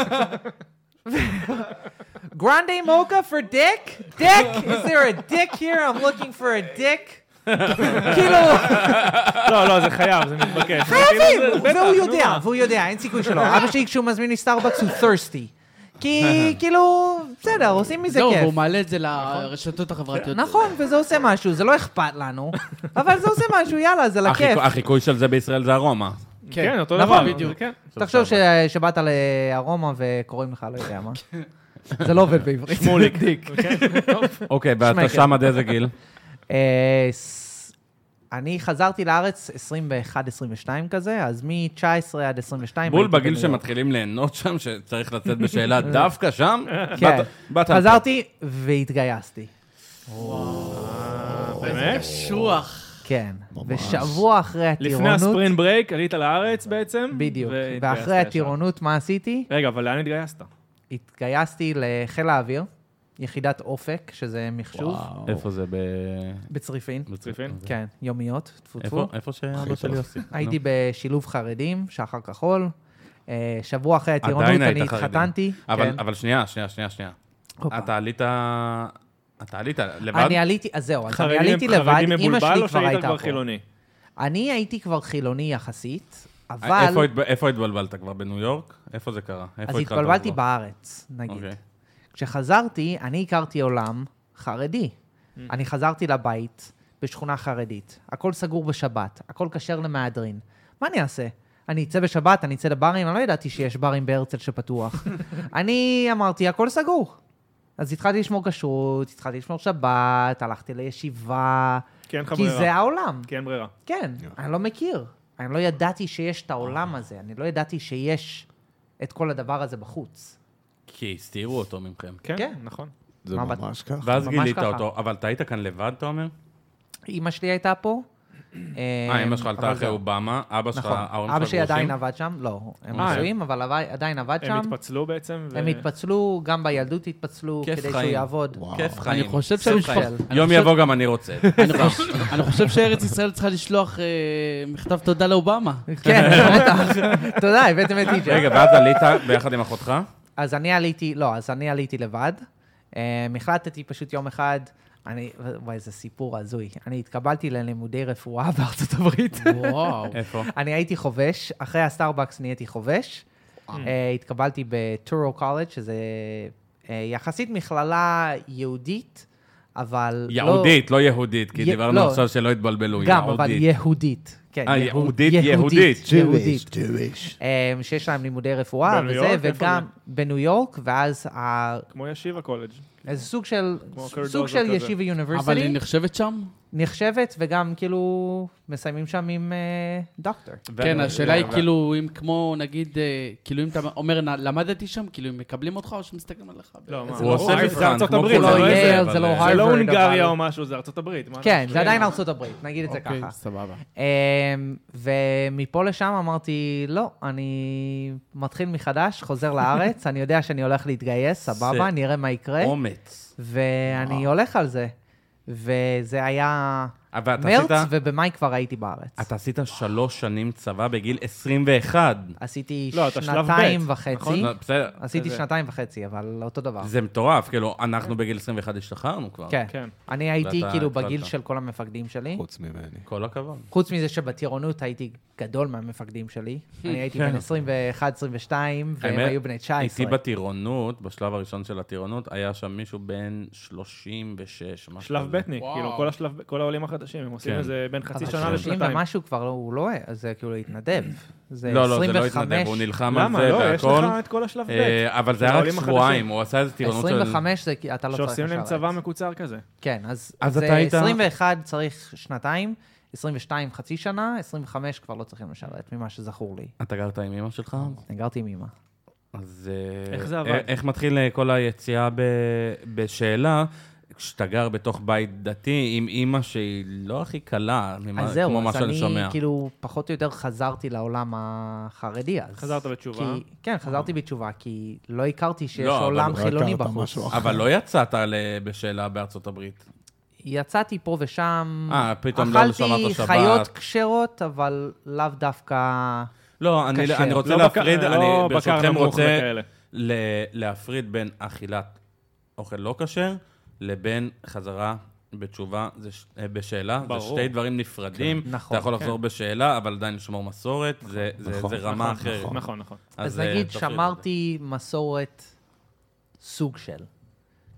A: גרנדי מוקה for dick? Dick? Is there a dick here? I'm looking for a dick. כאילו,
D: לא, לא, זה חייב, זה מתבקש.
A: חייבים!
D: כאילו, זה- בטח,
A: והוא
D: נו
A: יודע,
D: מה.
A: והוא יודע, אין סיכוי שלא. אבא שלי, כשהוא מזמין לי סטארבקס, הוא thirsty. כי כאילו, בסדר, עושים מזה
E: זהו, לא, והוא
A: כיף.
E: מעלה את זה לרשתות החברתיות.
A: נכון, וזה עושה משהו, זה לא אכפת לנו, אבל זה עושה משהו, יאללה, זה לכיף.
B: החיקוי- החיקוי של זה בישראל זה ארומה.
D: כן, אותו
A: נכון,
D: דבר.
E: בדיוק.
D: זה כן.
A: תחשוב ש- שבאת לארומה וקוראים לך, לא יודע מה. זה לא עובד בעברית.
D: כן. שמוליק. כן.
B: אוקיי, ואתה
A: שמקל.
B: שם עד איזה גיל?
A: אה, ס- אני חזרתי לארץ 21-22 כזה, אז מ-19 עד 22...
B: בול
A: הייתי בניו
B: בגיל
A: יורק.
B: שמתחילים ליהנות שם, שצריך לצאת בשאלה דווקא שם?
A: כן.
B: באת- באת לפה.
A: חזרתי והתגייסתי. אה,
D: באמת?
E: שוח.
A: כן. ושבוע אחרי
D: לפני
A: הטירונות,
D: הספרינט ברייק עלית לארץ בעצם.
A: בדיוק.
D: והתגייסת
A: ואחרי
D: ישר.
A: הטירונות, מה עשיתי?
D: רגע, אבל לאן התגייסת?
A: התגייסתי לחיל האוויר, יחידת אופק, שזה מחשוב,
B: איפה זה? ב...
A: בצריפין.
D: בצריפין?
A: כן, יומיות, טפו
B: איפה?
A: טפו.
B: איפה שאבא שלי עושה?
A: הייתי בשילוב חרדים, שחר כחול. אה, שבוע אחרי הטירונות
B: עדיין היית
A: אני
B: חרדי.
A: התחתנתי.
B: אבל,
A: כן.
B: אבל שנייה, שנייה, שנייה, שנייה.
A: הופה.
B: אתה עלית... אתה עלית לבד?
A: אני עליתי, אז זהו, אז אני
D: חרדים-
A: עליתי לבד,
D: חרדים
A: אימא
D: מבולבל
A: שלי
D: או
A: כבר
D: שהיית
A: הייתה
D: כבר
A: פה.
D: חילוני?
A: אני הייתי כבר חילוני יחסית, אבל...
B: אה, איפה התב- איפה התבלבלת כבר? בניו יורק? איפה זה קרה? איפה
A: אז
B: התחלת
A: התבלבלתי
B: לחזור?
A: בארץ, נגיד.
B: אוקיי.
A: כשחזרתי, אני הכרתי עולם חרדי.
D: Mm.
A: אני חזרתי לבית בשכונה חרדית. הכל סגור בשבת, הכל כשר למהדרין. מה אני אעשה? אני אצא בשבת, אני אצא לברים, אני לא ידעתי שיש ברים בהרצל שפתוח. אני אמרתי, הכל סגור. אז התחלתי לשמור כשרות, התחלתי לשמור שבת, הלכתי לישיבה,
D: כי אין לך
A: כי זה
D: ברירה.
A: העולם.
D: כי אין ברירה.
A: כן, אני לא מכיר. אני לא ידעתי שיש את העולם הזה, אני לא ידעתי שיש את כל הדבר הזה בחוץ.
B: כי הסתירו אותו מכם.
D: כן,
A: כן.
D: נכון.
C: זה
A: מה בת-
C: ממש ככה.
B: ואז
A: ממש
B: גילית
A: ככה.
B: אותו, אבל אתה היית כאן לבד, אתה אומר?
A: אימא שלי הייתה פה.
B: אה, אמא שלך עלתה
A: אבל
B: אחרי
A: זהו.
B: אובמה, אבא שלך,
A: נכון.
B: ההורים שלך
A: אבא שלי עדיין
B: גרושים?
A: עבד שם, לא, הם
D: אה,
A: נשואים, אבל עבי- עדיין עבד
D: הם
A: שם.
D: התפצלו בעצם. ו-
A: הם התפצלו, גם בילדות התפצלו,
B: כיף
A: כדי שהוא
B: חיים.
A: יעבוד.
C: וואו.
B: כיף חיים.
E: אני חושב
A: סוף
E: שהמשפחה...
A: חייל.
E: אני
B: יום
E: חושב-
B: יבוא גם אני רוצה.
A: כן.
E: אני חושב- אני חושב שארץ ישראל צריכה לשלוח אה, מכתב תודה לאובמה.
A: כן, בטח. תודה, הבאתם את איג'ה.
B: רגע, ואז עלית ביחד עם אחותך?
A: אז אני עליתי, לא, אז אני עליתי לבד. אה, החלטתי פשוט יום אחד, אני, וואי, זה סיפור הזוי. אני התקבלתי ללימודי רפואה בארצות הברית.
E: וואו.
B: איפה?
A: אני הייתי חובש, אחרי הסטארבקס נהייתי חובש. אה, התקבלתי בטורו קולג', שזה אה, יחסית מכללה יהודית, אבל לא...
B: יהודית, לא יהודית, כי
A: יה-
B: דיברנו
A: לא.
B: עכשיו שלא התבלבלו,
A: גם, אבל
B: יהודית.
A: יהודית. כן,
B: אה,
A: יהוד-
B: יהודית, יהודית.
C: Jewish, Jewish.
A: אה, שיש להם לימודי רפואה
D: בניו
A: וזה,
D: יורק? איפה
A: וגם בניו יורק, ואז ה-
D: כמו ישיבה קולג'.
A: איזה סוג של,
D: כמו קרדוזו
A: סוג של
D: כזה.
A: ישיבה
E: אבל היא
A: יוניברסיטי,
E: נחשבת שם?
A: נחשבת, וגם כאילו מסיימים שם עם אה, דוקטור.
B: ו-
E: כן, השאלה היא
B: אה, ו-
E: כאילו, אם כמו, נגיד, אה, כאילו, אם אתה אומר, "נ- למדתי שם, כאילו, אם מקבלים אותך או שמסתכלים עליך?
D: לא, מה?
B: הוא עושה
D: זה
B: מבחן,
D: ארצות
B: כמו
D: הברית,
B: כולם.
A: זה לא
D: זה
A: יהיה,
B: אבל-
A: זה לא
D: זה לא
A: אבל-
D: הונגריה או משהו, זה ארצות הברית. מה אתה
A: כן,
D: חושב?
A: זה עדיין ארצות הברית, נגיד את זה
E: אוקיי,
A: ככה.
E: סבבה.
A: אמ, ומפה לשם אמרתי, לא, אני מתחיל מחדש, חוזר לארץ, אני יודע שאני הולך להתגייס, סבבה,
B: זה-
A: נראה מה יקרה,
B: אומץ.
A: ואני הולך על זה. וזה היה
B: אבל אתה
A: מרץ,
B: עשית-
A: ובמאי כבר הייתי בארץ.
B: אתה עשית שלוש שנים צבא בגיל 21.
A: עשיתי
D: לא, אתה שלב ב',
A: שנתיים
D: נכון?
A: וחצי.
B: לא, בסדר.
A: עשיתי
D: זה-
A: שנתיים וחצי, אבל אותו דבר.
B: זה מטורף, כאילו, אנחנו בגיל 21 השתחררנו כבר.
A: אה. כן.
D: כן.
A: אני הייתי
B: ואתה
A: כאילו
B: התחלת.
A: בגיל של כל המפקדים שלי.
C: חוץ ממני.
B: כל הכבוד.
A: חוץ מזה שבטירונות הייתי גדול מהמפקדים שלי. אני הייתי בן 21-22, והם
B: האמת,
A: היו בני
B: איתי
A: 19.
B: בטירונות, בשלב הראשון של הטירונות, היה שם מישהו בן 36, משהו
D: שלב
B: כזה.
D: בטניק,
E: וואו.
D: כאילו כל השלב, כל העולים החדשים, הם עושים
B: כן.
D: איזה בין חצי
A: אבל
D: שנה
A: 30
D: לשנתיים.
A: ומשהו כבר לא- הוא לא, אז זה כאילו התנדב. זה
B: לא, לא, זה לא התנדב,
A: 25,
B: הוא נלחם על
D: למה?
B: זה
D: לא, יש
B: והכל.
D: לך את כל השלב ב',
B: אה, אבל זה
D: של
B: היה רק
D: העולים
B: שבועיים,
D: החדשים.
B: הוא עשה איזה טירונות של...
A: 25 זה כי אתה לא צריך
D: שעושים להם צבא
A: לשרת.
D: מקוצר כזה.
A: כן, אז
B: אז
A: זה
B: אתה היית-
A: 21 צריך שנתיים, 22 חצי שנה, 25 כבר לא צריכים לשרת, ממה שזכור לי.
B: אתה גרת עם אמא שלך?
A: אני גרתי עם אמא.
B: אז... אה,
D: איך זה עבד?
B: אה, איך מתחיל אה, כל היציאה ב- בשאלה? כשאתה גר בתוך בית דתי עם אימא שהיא לא הכי קלה, ממה-
A: אז זהו,
B: כמו מה
A: אז
B: שאני
A: אני
B: שומע.
A: כאילו פחות או יותר חזרתי לעולם החרדי אז.
D: חזרת בתשובה?
A: כי, כן, חזרתי בתשובה, כי לא הכרתי שיש
B: אה. לא, אבל
A: עולם
B: לא
A: חילוני
C: הכרת
A: בחוץ.
C: משהו אחר.
B: אבל לא יצאת ל- בשאלה בארצות הברית.
A: יצאתי פה ושם,
B: אה, פתאום לא שמעת
A: אכלתי
B: שבת.
A: חיות כשרות, אבל לאו דווקא...
B: לא, אני,
A: קשה.
B: אני רוצה
D: לא
B: להפריד,
D: בקר-
B: אני
D: לא בקר
B: ברשותכם
D: נמוך
B: רוצה
D: וכאלה.
B: ל, להפריד בין אכילת אוכל לא כשר לבין חזרה בתשובה זה ש, אה, בשאלה.
D: ברור.
B: זה שתי דברים נפרדים.
A: כן, נכון,
B: אתה יכול לחזור בשאלה, אבל עדיין לשמור מסורת, זה, זה,
C: נכון,
B: זה רמה
C: נכון,
B: אחרת.
C: נכון.
D: נכון, נכון.
A: אז
B: אה,
A: נגיד,
B: תפריד את זה.
A: שמרתי מסורת סוג של.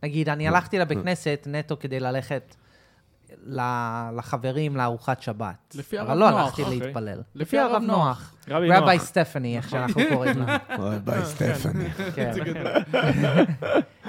A: נגיד,
B: לא.
A: אני הלכתי לבית כנסת נטו כדי ללכת ל- לחברים לארוחת שבת.
E: לפי הרב
A: אבל לא
E: נוח,
A: הלכתי
D: אוקיי.
A: להתפלל.
E: לפי הרב נוח. נכון.
D: רבי
A: רבי
D: נוח.
A: סטפני, איך שאנחנו קוראים לה.
C: אוי,
B: אה,
C: ביי, סטפני.
A: כן.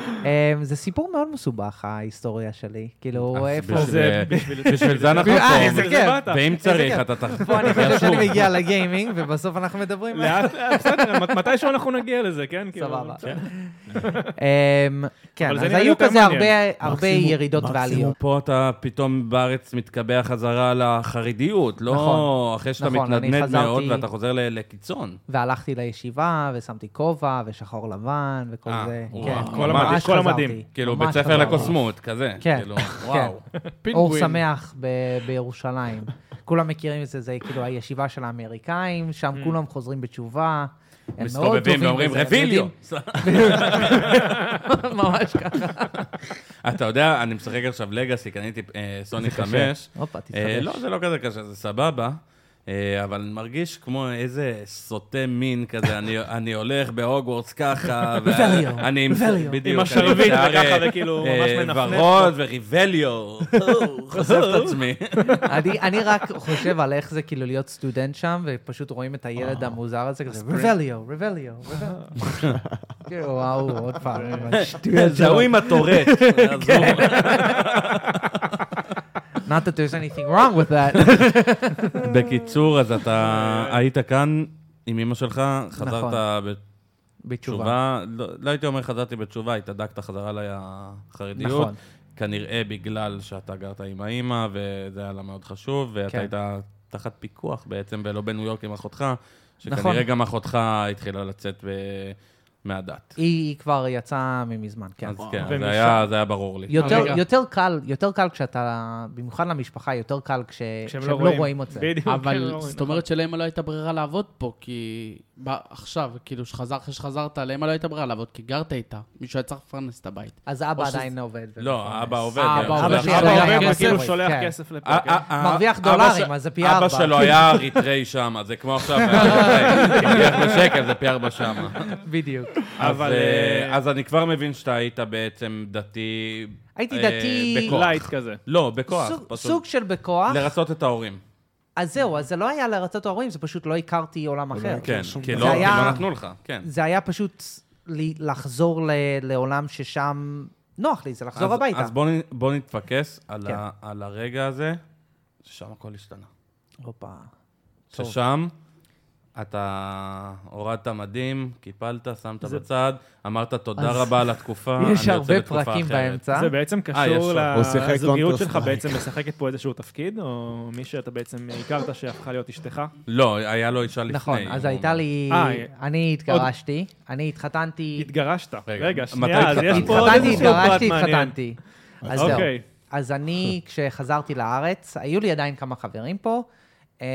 A: אמ, זה סיפור מאוד מסובך, ההיסטוריה שלי. כאילו,
B: אז
A: איפה...
B: בשביל- אה,
D: זה
B: בשביל זה אנחנו
A: אה,
B: פה.
A: איזה כיף.
D: באת.
B: ואם צריך,
A: כיף.
B: אתה תחזור.
A: פה אני חושב שאני מגיע לגיימינג, ובסוף אנחנו מדברים על...
D: לאט, לאט, בסדר, מת- מתישהו אנחנו נגיע לזה, כן? כאילו,
A: סבבה.
D: בסדר.
A: אמ, כן,
D: אבל זה
A: אז
D: נראה לי
A: היו
D: יותר
A: כזה הרבה-
D: מעניין.
A: הרבה
C: מקסימום-
A: ירידות
C: מקסימום
A: ועליות.
B: פה אתה פתאום בארץ מתקבע חזרה לחרדיות, לא
A: נכון.
B: אחרי שאתה
A: נכון, אני
B: מתנדנד
A: חזרתי-
B: מאוד ואתה חוזר ל- לקיצון.
A: והלכתי לישיבה, ושמתי כובע, ושחור לבן, וכל
B: אה,
A: זה.
B: וואו,
A: כן,
B: כל
A: ממש
D: המדים, כל
A: חזרתי,
D: המדים.
B: כאילו,
A: ממש
B: בית ספר
A: חזרתי.
B: לקוסמות, כזה.
A: כן,
B: כאילו,
A: כן.
B: וואו.
A: אור
E: פינגווין.
A: שמח ב- בירושלים. כולם מכירים את זה, זה כאילו הישיבה של האמריקאים, שם כולם חוזרים בתשובה. הם מאוד
B: Mm. מסתובבים
A: טובים
B: ואומרים,
A: בזה, הם
B: רביליו!
A: יודעים. ממש ככה.
B: אתה יודע, אני משחק עכשיו לגאסי, קניתי אה, סוני 5.
A: הופה,
B: אה,
A: תתחדש.
B: לא, זה לא כזה קשה, זה סבבה, אה, אבל אני מרגיש כמו איזה סוטה מין כזה, אני- אני הולך בהוגוורטס ככה,
A: ריבליו,
B: ואני עם
A: ריבליו.
B: בדיוק,
D: עם
A: כאילו,
D: השרביט
B: אני עם שיער,
D: וככה,
B: אה,
D: וכאילו,
B: אה,
D: ממש מנפנף.
B: ורוד וריבליו, חושף את עצמי.
A: אני, אני רק חושב על איך זה כאילו להיות סטודנט שם, ופשוט רואים את הילד המוזר הזה, כזה, רבליו, רבליו, רבליו. כאילו, וואו, עוד פעם, עם השטויות
B: זה
A: שלו.
B: ההוא עם הטורט.
A: כן. Not that there's anything wrong with that.
B: בקיצור, אז אתה היית כאן עם אמא שלך, חזרת
A: נכון. בתשובה.
B: בתשובה, לא לא הייתי אומר חזרתי בתשובה, התהדקת חזרה אליי החרדיות.
A: נכון.
B: כנראה בגלל שאתה גרת עם האימא, וזה היה לה מאוד חשוב, ואתה
A: כן.
B: היית תחת פיקוח בעצם, ולא בניו יורק עם אחותך,
A: נכון.
B: שכנראה גם אחותך התחילה לצאת ב- מהדת.
A: היא כבר יצאה ממזמן, כן.
B: אז כן,
D: ומשם-
B: זה היה- זה היה ברור לי.
A: יותר,
D: רגע.
A: יותר קל, יותר קל כשאתה, במיוחד למשפחה, יותר קל כש, כשהם לא רואים את זה.
D: בדיוק. כן, לא
E: אבל
D: רואים,
E: זאת
A: נכון.
E: אומרת שלאמא לא הייתה ברירה לעבוד פה, כי ב- עכשיו, כאילו, שחזר- אחרי שחזרת, לאמא לא הייתה ברירה לעבוד, כי גרת איתה. מישהו היה צריך לפרנס את הבית.
A: אז אבא
E: או שזה-
A: עדיין עובד.
B: לא, האבא
A: ומפרנס.
B: עובד.
E: אבא
B: כן,
E: עובד,
B: שולח-
A: שלו
D: אבא
A: היה
D: עובד
A: גם
D: וכאילו
A: כסף,
D: שולח
A: כן.
D: כסף
B: אה,
D: לפה, כן.
B: אה, אה,
A: מרוויח
B: אבא
A: דולרים,
B: ש-
A: אז זה פי ארבע.
B: אבא שלו היה אריתראי שם, אז זה כמו עכשיו, מרוויח בשקל, זה פי ארבע שם.
A: בדיוק.
B: אבל...
D: אבל, אה,
B: אז אני כבר מבין שאתה היית בעצם דתי...
A: הייתי
B: אה,
A: דתי-
B: בכוח.
D: לייט כזה.
A: אה?
B: לא, בכוח.
A: סוג-
B: פשוט.
A: סוג של בכוח.
B: לרצות את ההורים.
A: אז זהו, אז זה לא היה לרצות ההורים, זה פשוט לא הכרתי עולם אחר.
B: כן,
C: שום
B: כי
C: דבר.
B: לא
A: זה
B: כי
A: היה-
B: לא נתנו לך, כן.
A: זה היה פשוט לי- לחזור ל- לעולם ששם נוח לי, זה לחזור
B: אז-
A: הביתה.
B: אז בוא נ- בוא נתפקס על
A: כן.
B: ה- על הרגע הזה, ששם הכל השתנה.
A: הופה.
B: אה,
A: טוב.
B: ששם אתה הורדת מדים, קיפלת, שמת
D: זה-
B: בצד, אמרת תודה
A: אז-
B: רבה על התקופה, אני
A: יש
B: יוצא
A: הרבה
B: בתקופה
A: פרקים
B: אחרת."
A: באמצע.
D: זה בעצם
B: יש
D: קשור
B: לו.
C: הוא שיחק
D: לזוגיות
C: Counter
D: שלך
C: Strike.
D: בעצם משחקת פה איזשהו תפקיד, או מי שאתה בעצם הכרת שהפכה להיות אשתך?
B: לא, היה לו אישה לפני.
A: נכון, אז
B: הוא
A: הייתה
B: אומר.
A: לי...
D: אה,
A: אני התגרשתי, אני התחתנתי...
D: התגרשת.
B: רגע,
D: רגע,
B: מתי
D: שנייה, אז יש
B: התחתנת?
D: פה עוד
A: התחתנתי,
D: איזשהו פרט
A: התגרשתי,
D: מעניין.
A: התחתנתי. אז זהו.
D: אוקיי.
A: אז אני, כשחזרתי לארץ, היו לי עדיין כמה חברים פה, אמ,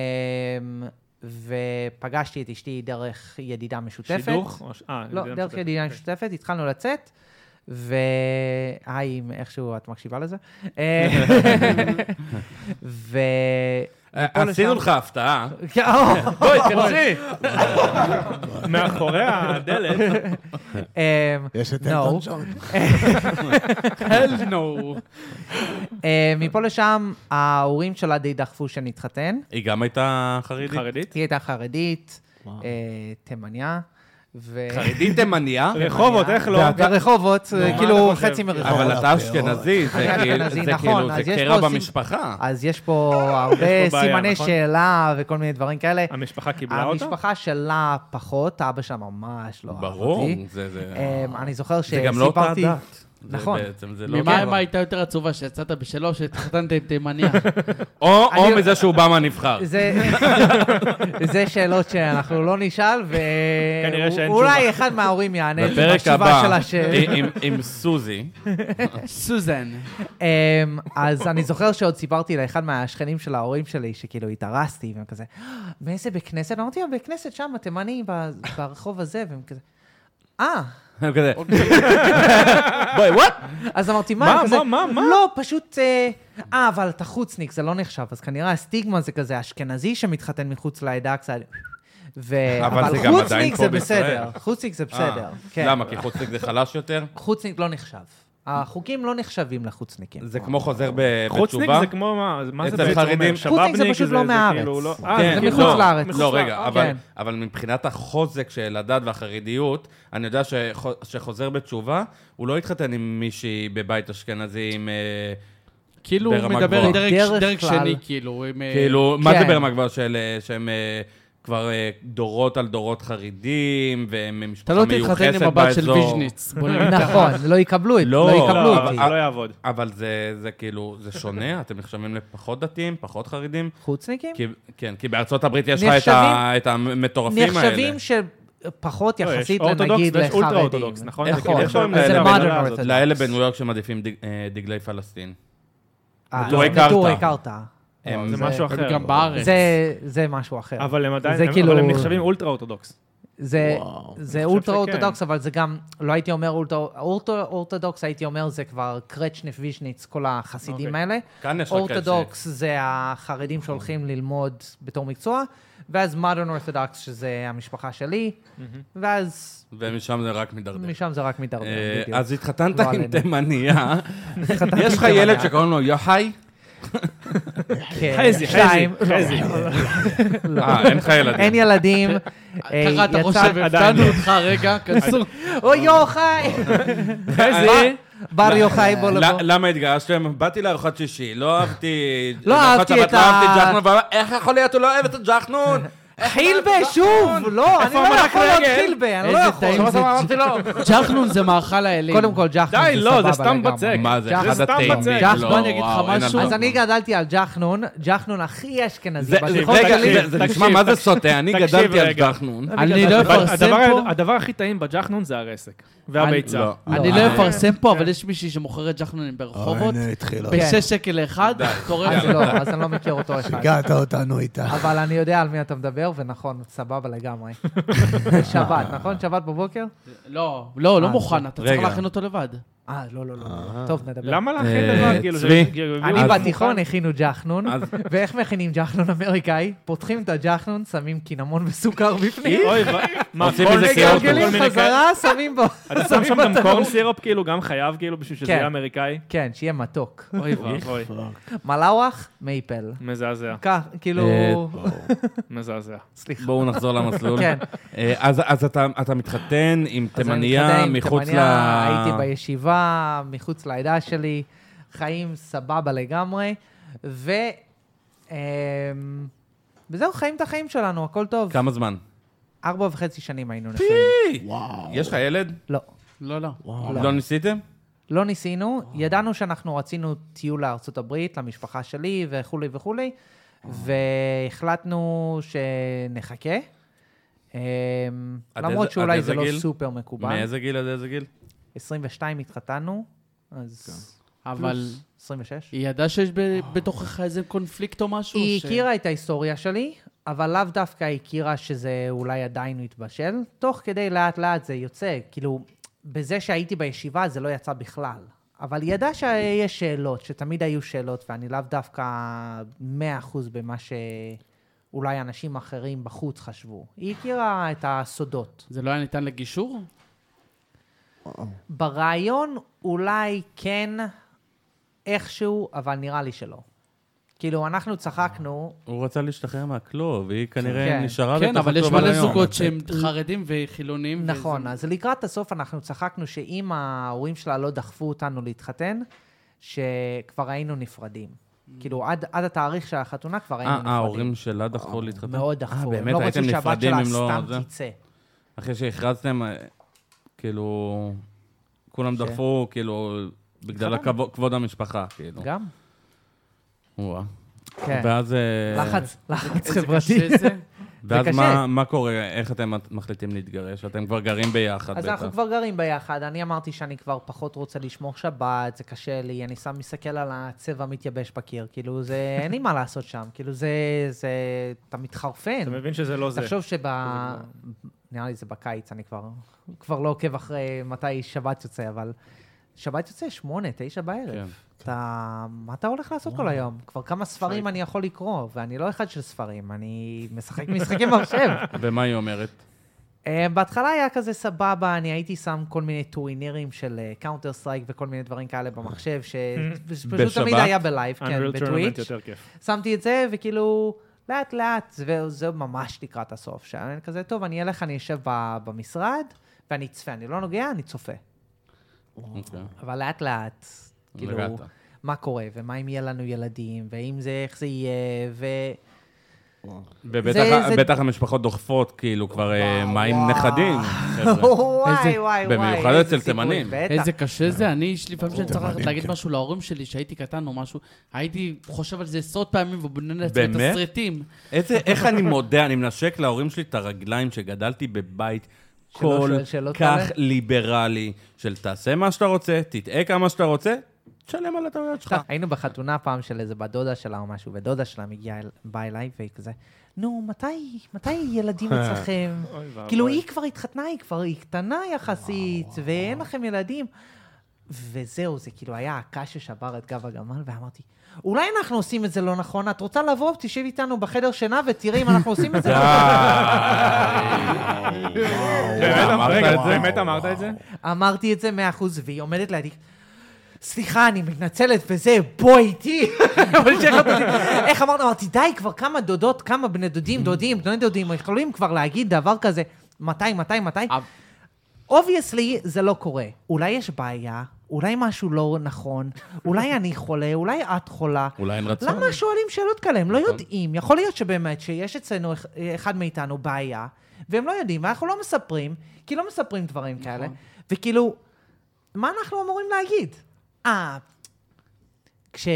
A: ופגשתי את אשתי דרך ידידה משותפת.
D: שידוך? או ש- אה,
A: לא, דרך
D: משותפת.
A: ידידה
D: אוקיי.
A: משותפת, התחלנו לצאת, והי, אם איכשהו את מקשיבה לזה. אה, ו... כן, מפה
B: אה, עשינו
A: לשם-
B: לך הפתעה.
A: בואי, תרצי.
D: מאחורי הדלת.
C: יש את
A: לא.
C: אלטון ג'ון.
E: hell no.
A: אמ, מפה לשם, ההורים שלה די דחפו שנתחתן.
B: היא גם הייתה חרדית.
D: חרדית?
A: היא הייתה חרדית, אה, תימניה, ו...
B: חרדית תימניה,
D: רחובות, איך לא?
A: ורחובות,
D: נו, מה
A: כאילו
D: אתה חושב?
A: חצי מרחובות.
B: אבל אתה אשכנזי, זה
A: לא. אתה
B: כאילו,
A: אשכנזי,
B: זה
A: נכון,
B: כאילו,
A: אז
B: זה
A: יש
B: קרע
A: פה סימ-
B: במשפחה.
A: אז יש פה הרבה
D: יש פה בעיה,
A: סימני
D: נכון?
A: שאלה וכל מיני דברים כאלה.
D: המשפחה קיבלה אותה?
A: המשפחה שלה פחות, אבא שלה ממש לא אהב אותי.
B: ברור, זה- זה...
A: אמ, אני זוכר
B: זה גם לא אותה
A: שסיפרתי...
B: דת. זה
A: נכון.
B: בעצם, זה לא...
E: ממה
B: קרע.
E: אמא הייתה יותר עצובה, שיצאת בשלו, שהתחתנת עם תימניה?
B: או או
A: אני-
B: מזה שהוא בא מהנבחר.
A: זה, זה שאלות שאנחנו לא נשאל,
D: כנראה שאין
A: ואולי
D: תשובה.
A: אחד מההורים יענה לי
B: בפרק
A: בתשובה
B: הבא, אה,
A: של השאלה.
B: עם- עם- עם סוזי,
E: סוזן.
B: אה.
A: אמ, אז אני זוכר שעוד סיפרתי לאחד מהשכנים של ההורים שלי, שכאילו התארסתי, והם כזה, "אה, מאיזה בית כנסת? אמרתי להם, בית כנסת שם, התימני, ב- ברחוב הזה, והם כזה, אה.
B: הם כזה... בואי, וואט?
A: אז אמרתי, מה?
D: מה,
A: הם כזה,
D: מה, מה, מה?"
A: לא, פשוט, אה, אה, אבל אתה חוצניק, זה לא נחשב. אז כנראה הסטיגמה זה כזה אשכנזי שמתחתן מחוץ לעדה קצת. ו...
B: אבל
A: אבל
B: זה גם עדיין
A: חוצניק
B: פה
A: זה
B: בישראל.
A: בסדר, חוצניק זה בסדר. כן.
B: אה, למה? כי חוצניק זה חלש יותר?
A: חוצניק לא נחשב. החוקים לא נחשבים לחוצניקים.
B: זה כמו חוזר ב-
D: חוצניק
B: בתשובה?
D: זה כמו מה? אז מה זה
B: אצל
D: בעצם
B: חרדים.
D: אומר?
A: חוצניק זה
D: שבאבניק
A: פשוט לא מהארץ.
D: כאילו לא-
A: כן,
D: אה,
A: זה
D: כאילו
A: מחוץ
D: לא.
A: לארץ.
B: לא,
A: מחוץ
B: לא,
A: לארץ,
B: רגע, אבל,
A: כן.
B: אבל מבחינת החוזק של הדת והחרדיות, אני יודע שחו, שחוזר בתשובה, הוא לא התחתן עם מישהי בבית אשכנזי עם... אה,
E: כאילו, הוא
B: ברמה
E: מדבר
B: גבוהה.
E: דרג-
A: בדרך
E: דרג
A: כלל-
E: שני, כאילו. עם, אה,
B: כאילו, מה זה
A: כן.
B: ברמה גבוהה של... אה, שהם אה, כבר אה, דורות על דורות חרדים, והם
E: אתה
B: משפחה
E: לא
B: מיוחסת
E: תתחתן עם הבת של
B: באזור.
E: ויז'ניץ. בוא נגיד.
A: נכון, לא יקבלו את-
B: לא,
A: לא יקבלו
D: לא, אבל
A: אותי.
D: זה לא יעבוד.
B: אבל זה, זה כאילו, זה שונה, אתם נחשבים לפחות דתיים, פחות חרדים.
A: חוצניקים?
B: כי, כן, כי בארצות הברית יש לך את,
A: נחשבים-
B: ה, את המטורפים האלה.
A: נחשבים שפחות
D: לא, יש
A: יחסית
D: אורתודוקס
A: לנגיד
D: ויש
A: לחרדים.
D: אולטרה-אורתודוקס, נכון?
B: נכון.
D: כאילו, איך קוראים
B: אז
D: לזה?
B: זה
D: הבנאלה
A: modern
D: הזאת?
A: orthodox.
B: לאלה בניו יורק שמעדיפים דג- אה, דגלי פלסטין.
A: אה,
B: נטורי
A: נטורי
B: קרתא.
A: קרתא.
B: הם-
D: זה
A: לא, זה-
D: משהו
E: הם
D: אחר.
E: גם בארץ.
A: זה- זה משהו אחר.
D: אבל הם
A: זה
D: עדיין, הם-
A: כאילו-
D: אבל הם נחשבים אולטרה אורתודוקס.
A: זה,
C: וואו,
A: זה
D: אני חושב
A: אולטרה
D: שכן.
A: אורתודוקס, אבל זה גם, לא הייתי אומר אולטרה אולטרה אורתודוקס, הייתי אומר זה כבר קרצ'ניף וישניץ, כל החסידים
D: אוקיי.
A: האלה.
B: כאן יש רק כאלה
A: אורתודוקס זה החרדים שהולכים ללמוד בתור מקצוע, ואז מודרן אורתודוקס, שזה המשפחה שלי, ואז
B: ש- ומשם זה רק מידרדר.
A: משם זה רק מתערבב,
B: לא אה,
A: בדיוק.
B: אז התחתנת
A: לא
B: עם
A: עלינו.
B: תימניה.
A: התחתנתי
B: יש לך
A: עם
B: ילד
A: תימניה.
B: שקוראים לו יוחאי?
A: כן,
D: חזי, חזי,
A: שתיים.
D: חזי.
A: לא,
B: אה, אין לך ילדים.
A: אין ילדים. אה,
E: קראת
A: יצא-
E: ראש והפתענו אותך רגע, כנסו.
A: אוי, יוחאי!
D: חזי,
A: בר יוחאי, בוא לבוא.
B: אה, ל- למה התגרשתם? באתי לארוחת שישי, לא אהבתי...
A: לא
B: לארוחת
A: אהבתי
B: שבת,
A: את
B: לא
A: ה-
B: אהבתי ג'חנון, ואמר, איך יכול להיות הוא לא אוהב את הג'חנון?
A: חילבה, שוב! לא, אני
D: איפה
A: לא
D: המרק
A: יכול להיות
D: רגל?
A: חילבה, אני לא
E: איזה
A: יכול.
E: טעים
B: בסוף
E: זה.
B: אמרתי לו.
E: ג'חנון זה מאכל האלים.
A: קודם כל, ג'חנון
D: לא. די,
A: זה
D: לא,
A: סבבה
D: זה סתם
A: לגמרי.
D: בצק.
B: מה זה,
A: ג'ח-
B: אחד
D: זה סתם
B: הטעים.
D: בצק.
E: ג'ח,
B: לא,
E: בוא אני אגיד
B: וואו, אין
E: לך
B: על
E: משהו.
B: מה
A: אז
B: לדבר.
A: אני גדלתי על ג'חנון, ג'חנון הכי אשכנזי
B: זה-
A: בשיחות
B: רגע,
A: שלי.
B: זה- זה נשמע
D: תקשיב,
B: מה זה סוטה, אני
D: תקשיב
B: גדלתי על
D: רגע.
B: ג'חנון.
E: אני לא
D: כן, הדבר-
E: אפרסם
D: הדבר-
E: פה.
D: הדבר הכי טעים בג'חנון זה הרסק. והביצה.
B: לא. כן.
E: אני
A: לא,
E: לא
A: אני-
E: אפרסם פה, אבל יש מישהי שמוכרת ג'חנונים ברחובות,
C: אה, הנה, התחילה.
E: ב-6 שקל לאחד, תורם.
A: אז לא, אז אני לא מכיר אותו אחד.
C: שיגעת אותנו איתה.
A: אבל אני יודע על מי אתה מדבר, ונכון, סבבה לגמרי. שבת, נכון? שבת בבוקר?
E: לא, לא, לא
A: אה,
E: מוכן, אתה צריך
B: רגע.
E: להכין אותו לבד.
A: אה, לא, לא, לא. טוב, נדבר.
D: למה להכין
B: אה,
D: לבד? כאילו, זה-
B: צבי,
D: כאילו,
A: אני
D: הביאו-
A: בתיכון הכינו ג'חנון,
B: אז-
A: ואיך מכינים ג'חנון אמריקאי? פותחים את הג'חנון, שמים קינמון וסוכר בפנים,
D: אוי, ו- מה,
B: עושים
D: כל
B: מזה
D: מיני
B: סירוטים.
D: כל מיני
A: מגלגלים
D: כאלה?
A: חזרה, שמים בו.
D: אתה שם שם
A: שמים
D: גם
A: בתנור.
D: קורן סירופ, כאילו, גם חייב, כאילו, בשביל שזה
A: כן.
D: יהיה אמריקאי?
A: כן, שיהיה מתוק.
E: אוי ואבוי.
D: אוי,
A: מלאווח, מייפל.
D: מזעזע,
A: כך, כאילו,
B: אה,
D: מזעזע.
A: סליחה.
B: בואו נחזור למסלול.
A: כן.
B: אה, אז אז אתה אתה מתחתן עם
A: אז אני
B: תימניה
A: מתחתן עם
B: מחוץ ל...
A: תימניה, הייתי בישיבה, מחוץ לעדה שלי, חיים סבבה לגמרי, ו... אמ, וזהו, חיים את החיים שלנו, הכל טוב.
B: כמה זמן?
A: ארבע וחצי שנים היינו נשואים.
C: וואו.
B: יש לך ילד?
A: לא.
E: לא, לא.
C: וואו.
B: לא ניסיתם?
A: לא ניסינו,
B: אה.
A: ידענו שאנחנו רצינו טיול לארצות הברית, למשפחה שלי וכולי וכולי,
B: אה.
A: והחלטנו שנחכה. אמ,
B: עד
A: למרות
B: איזה- עד
A: שאולי
B: איזה
A: זה לא
B: גיל?
A: סופר מקובל.
B: מאיזה גיל עד איזה גיל?
A: 22 התחתנו, אז
B: כן.
E: אבל
A: 26.
E: היא ידעה שיש ב- בתוכך איזה קונפליקט או משהו?
A: היא
E: ש-
A: הכירה את ההיסטוריה שלי, אבל לאו דווקא הכירה שזה אולי עדיין מתבשל. תוך כדי לאט לאט זה יוצא, כאילו, בזה שהייתי בישיבה זה לא יצא בכלל. אבל היא ידעה שיש שאלות, שתמיד היו שאלות, ואני לאו דווקא 100% במה שאולי אנשים אחרים בחוץ חשבו. היא הכירה את הסודות.
E: זה לא היה ניתן לגישור?
A: ברעיון אולי כן איכשהו, אבל נראה לי שלא. כאילו, אנחנו צחקנו,
B: הוא רצה להשתחרר מהכלוב, והיא
A: כן.
B: כנראה נשארה
E: כן,
B: בתוך
E: אבל יש
B: הכלוב עד
E: מלא
B: היום. כן.
E: זוגות שהם חרדים וחילונים. וזה-
A: נכון, אז לקראת הסוף אנחנו צחקנו שאם ההורים שלה לא דחפו אותנו להתחתן, שכבר היינו נפרדים.
D: Mm.
A: כאילו, עד, עד התאריך של החתונה כבר היינו
B: אה,
A: נפרדים.
B: אה, ההורים שלה דחפו להתחתן?
A: מאוד דחפו.
B: אה, באמת?
A: לא
B: הייתם
A: רצו שהבת
B: נפרדים
A: שלה
B: אם לא...
A: סתם
B: זה?
A: תצא.
B: אחרי שהכרזתם, אה, כאילו... כולם
A: ש-
B: דחפו, כאילו... בגלל
A: התחתנו.
B: הכבוד- כבוד המשפחה, כאילו.
A: גם?
B: וואו.
A: כן.
B: ואז... אה,
A: לחץ, לחץ
E: איזה
A: חברתי.
E: קשה זה.
B: ואז
A: זה קשה.
B: מה- מה קורה? איך אתם מחליטים להתגרש? אתם כבר גרים ביחד, בטח.
A: אז אנחנו כבר גרים ביחד, אני אמרתי שאני כבר פחות רוצה לשמור שבת, זה קשה לי, אני שם מסתכל על הצבע המתייבש בקיר, כאילו זה, אין לי מה לעשות שם, כאילו זה, זה, אתה מתחרפן.
D: אתה מבין שזה לא זה.
A: תחשוב שב... נראה לי זה בקיץ, אני כבר כבר לא עוקב אחרי מתי שבת יוצא, אבל שבת יוצא שמונה, תשע
B: כן.
A: בערב. אתה... מה אתה הולך לעשות כל היום? כבר כמה ספרים אני יכול לקרוא, ואני לא אחד של ספרים, אני משחק משחקי מחשב.
B: ומה היא אומרת?
A: אה, בהתחלה היה כזה סבבה, אני הייתי שם כל מיני טורנירים של קאונטר סטרייק וכל מיני דברים כאלה במחשב, ש- שפשוט תמיד
B: בשבת?
A: היה בלייב, כן,
D: Unreal Tournament
A: בטוויץ'.
D: יותר כיף.
A: שמתי את זה, וכאילו, לאט לאט, זה, זה ממש לקראת הסוף, שאני כזה, טוב, אני אלך, אני אשב ב- במשרד, ואני אצפה, אני לא נוגע, אני צופה.
B: אוקיי.
A: אבל לאט לאט, כאילו,
B: נגעת.
A: מה קורה, ומה אם יהיה לנו ילדים, ואם זה, איך זה יהיה, ו...
B: ובטח
A: זה- זה-
B: בטח המשפחות דוחפות, כאילו, כבר אה, מה עם
A: וואו.
B: נכדים? חבר'ה?
A: וואי, וואי, וואי.
B: במיוחד
A: איזה
B: אצל
A: סיפורים,
B: תימנים.
A: בטח.
E: איזה קשה זה, אני, יש לי פעמים שאני צריך ללכת
C: מדהים,
E: להגיד
C: כן.
E: משהו להורים שלי, שהייתי קטן או משהו, הייתי חושב על זה עשרות פעמים ובונה לעצמי
B: באמת?
E: תסריטים.
B: איזה, איך אני מודה, אני מנשק להורים שלי את הרגליים שגדלתי בבית כל
A: שואל שאלות
B: כך
A: כאלה?
B: ליברלי, של תעשה מה שאתה רוצה, תטעה כמה שאתה רוצה, תשלם על הטעויות שלך.
A: היינו בחתונה פעם של איזה בת דודה שלה או משהו, ודודה שלה מגיעה, אל- באה אליי והיא כזה, נו, מתי, מתי ילדים אצלכם?
D: אוי ואבוי.
A: כאילו, היא כבר התחתנה, היא כבר, היא קטנה יחסית, ואין לכם ילדים. וזהו, זה כאילו היה הקש ששבר את גב הגמל, ואמרתי, אולי אנחנו עושים את זה לא נכון, את רוצה לבוא, תשב איתנו בחדר שינה ותראי אם אנחנו עושים את זה
B: די.
A: לא נכון.
D: רגע,
B: אמרת
D: כן, רגע,
B: את זה?
D: באמת אמרת את זה?
A: אמרתי את זה מאה אחוז, והיא עומדת לידי, סליחה, אני מתנצלת וזה, בוא איתי. אבל שאלה אותי, איך אמרת? אמרתי, די, כבר כמה דודות, כמה בני דודים, דודים, בני דודים, יכולים כבר להגיד דבר כזה, מתי, מתי, מתי?
E: אב-
A: אובייסלי זה לא קורה. אולי יש בעיה, אולי משהו לא נכון, אולי אני חולה, אולי את חולה.
B: אולי אין רצון.
A: למה שואלים שאלות כאלה? הם לא
B: נכון.
A: יודעים. יכול להיות שבאמת שיש אצלנו אח- אחד מאיתנו בעיה, והם לא יודעים, ואנחנו לא מספרים, כי לא מספרים דברים
B: נכון.
A: כאלה. וכאילו, מה אנחנו אמורים להגיד? אה, כש...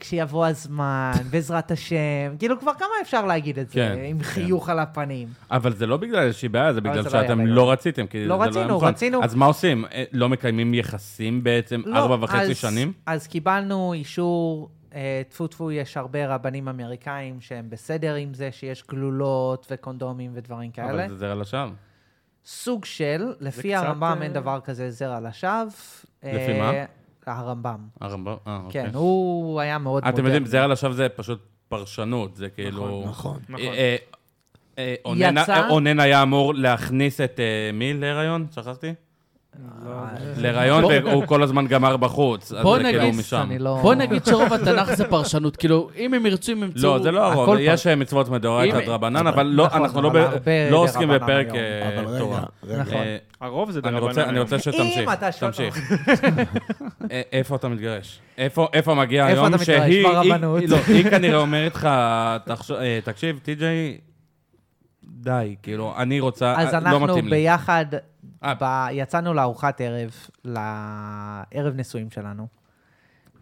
A: כשיבוא הזמן, בעזרת השם, כאילו כבר כמה אפשר להגיד את זה,
B: כן,
A: עם
B: כן.
A: חיוך על הפנים.
B: אבל זה לא בגלל איזושהי בעיה, זה בגלל
A: זה לא היה
B: שאתם
A: בעיה.
B: לא רציתם, כי זה
A: לא
B: לא היה
A: רצינו,
B: מוכן.
A: רצינו.
B: אז מה עושים? אה, לא מקיימים יחסים בעצם
A: לא,
B: ארבע וחצי
A: אז-
B: שנים?
A: אז קיבלנו אישור, אה, טפו טפו, יש הרבה רבנים אמריקאים שהם בסדר עם זה, שיש גלולות וקונדומים ודברים כאלה.
B: אבל זה זר על השאר.
A: סוג של, לפי
D: קצת,
A: הרמב"ם
D: אה,
A: אין דבר כזה זרע לשווא.
B: לפי
A: אה, הרמב"ם.
B: הרמב"ם? אה, אוקיי.
A: כן, הוא היה מאוד מודרני.
B: אתם יודעים, זר על השאר זה פשוט פרשנות, זה כאילו...
C: נכון.
D: נכון.
B: אה, אה, אונן-
A: יצא-
B: אה, אונן היה אמור להכניס את אה, מי להיריון? שכחתי?
A: אה,
B: להיריון,
E: בוא-
B: והוא כל הזמן גמר בחוץ. אז
E: בוא
B: זה כאילו
E: נגיד,
B: משם.
A: אני לא...
E: בוא נגיד שרוב התנ"ך זה פרשנות, כאילו, אם הם ירצו, הם ימצאו...
B: לא, זה לא
A: הכל
B: הרוב,
A: פר-
B: יש אה, מצוות מדאורייתא
E: אם-
B: דרבנן, אבל לא,
A: נכון,
B: אנחנו לא
A: אבל
B: ב-
A: הרבה
B: לא עוסקים
A: דרבנן
B: בפרק
A: היום.
B: אה,
C: אבל רגע,
B: תורה.
C: רגע.
A: נכון.
B: אה,
D: הרוב זה
B: אני
D: דרבנן.
B: רוצה- אני
D: היום.
B: רוצה שתמשיך,
A: אם אתה שואל-
B: תמשיך. אה, איפה אתה מתגרש? איפה איפה מגיע
A: איפה
B: היום
A: אתה מתגרש?
B: שהיא... היא-
A: ברבנות.
B: לא, היא כנראה אומרת לך, "תחשוב- אה, תקשיב, טי.ג'יי, די, כאילו, אני רוצה,
A: אז
B: אה, לא
A: אנחנו
B: מתאים לי.
A: ביחד,
B: אה.
A: ב... יצאנו לארוחת ערב, לערב נישואים שלנו,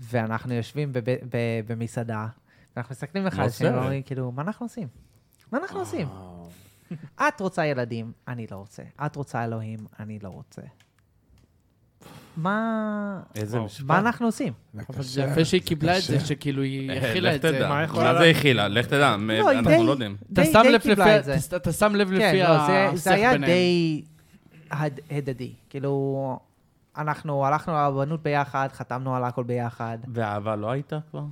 A: ואנחנו יושבים בב... ב... במסעדה, ואנחנו מסתכלים אחד
B: מה
A: על השני,
B: עושה?
A: ואומרים, כאילו, מה אנחנו עושים? מה אנחנו עושים? את רוצה ילדים, אני לא רוצה. את רוצה אלוהים, אני לא רוצה. מה...
B: איזה
D: וואו.
B: משפט.
A: מה אנחנו עושים?
E: אבל זה יפה שהיא קיבלה את זה, שכאילו היא
B: אה,
E: הכילה
B: לך
E: את זה.
B: תדע.
D: מה יכולה
B: מה זה
D: לעשות?
B: הכילה? לך תדע, מ-
A: לא, היא
B: אנחנו
A: די-
B: לא יודעים.
A: די-
E: אתה שם
A: די
E: לב
A: קיבלה
E: לפי-
A: את זה.
E: אתה- אתה שם לב
A: כן,
E: לפי
A: לא, זה-
E: השיח
A: זה היה
E: ביניהם.
A: די הד- הדדי. כאילו, אנחנו הלכנו לרבנות ביחד, חתמנו על הכל ביחד.
B: והאהבה לא הייתה כבר?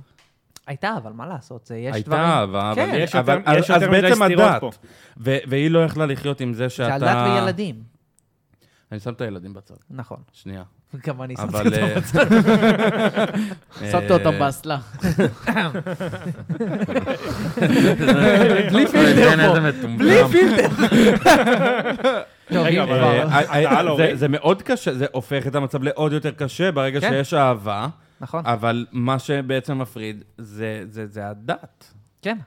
A: הייתה, אבל מה לעשות, זה יש
B: הייתה
A: דברים...
B: אהבה, אבל
A: כן.
D: יש יותר-
B: אבל-
D: יש
B: אז
D: יותר מדי
B: בעצם
D: סתירות
B: הדת.
D: פה.
B: ו- והיא לא יכלה לחיות עם זה
A: זה
B: שאתה...
A: על דת וילדים,
B: אני שם את הילדים בצד,
A: נכון.
B: שנייה.
A: גם אני שמתי
B: אבל...
A: אותם.
B: אה,
E: שמת אותם באסלה.
B: בלי פילטר פה. בלי פילטר.
A: טוב,
D: רגע,
A: אם
D: אבל-
A: כבר-
D: אתה על ההורים?
B: אה, זה אוקיי. מאוד קשה, זה הופך את המצב לעוד יותר קשה ברגע
A: כן.
B: שיש אהבה,
A: נכון,
B: אבל מה שבעצם מפריד זה- זה זה הדת.
A: כן.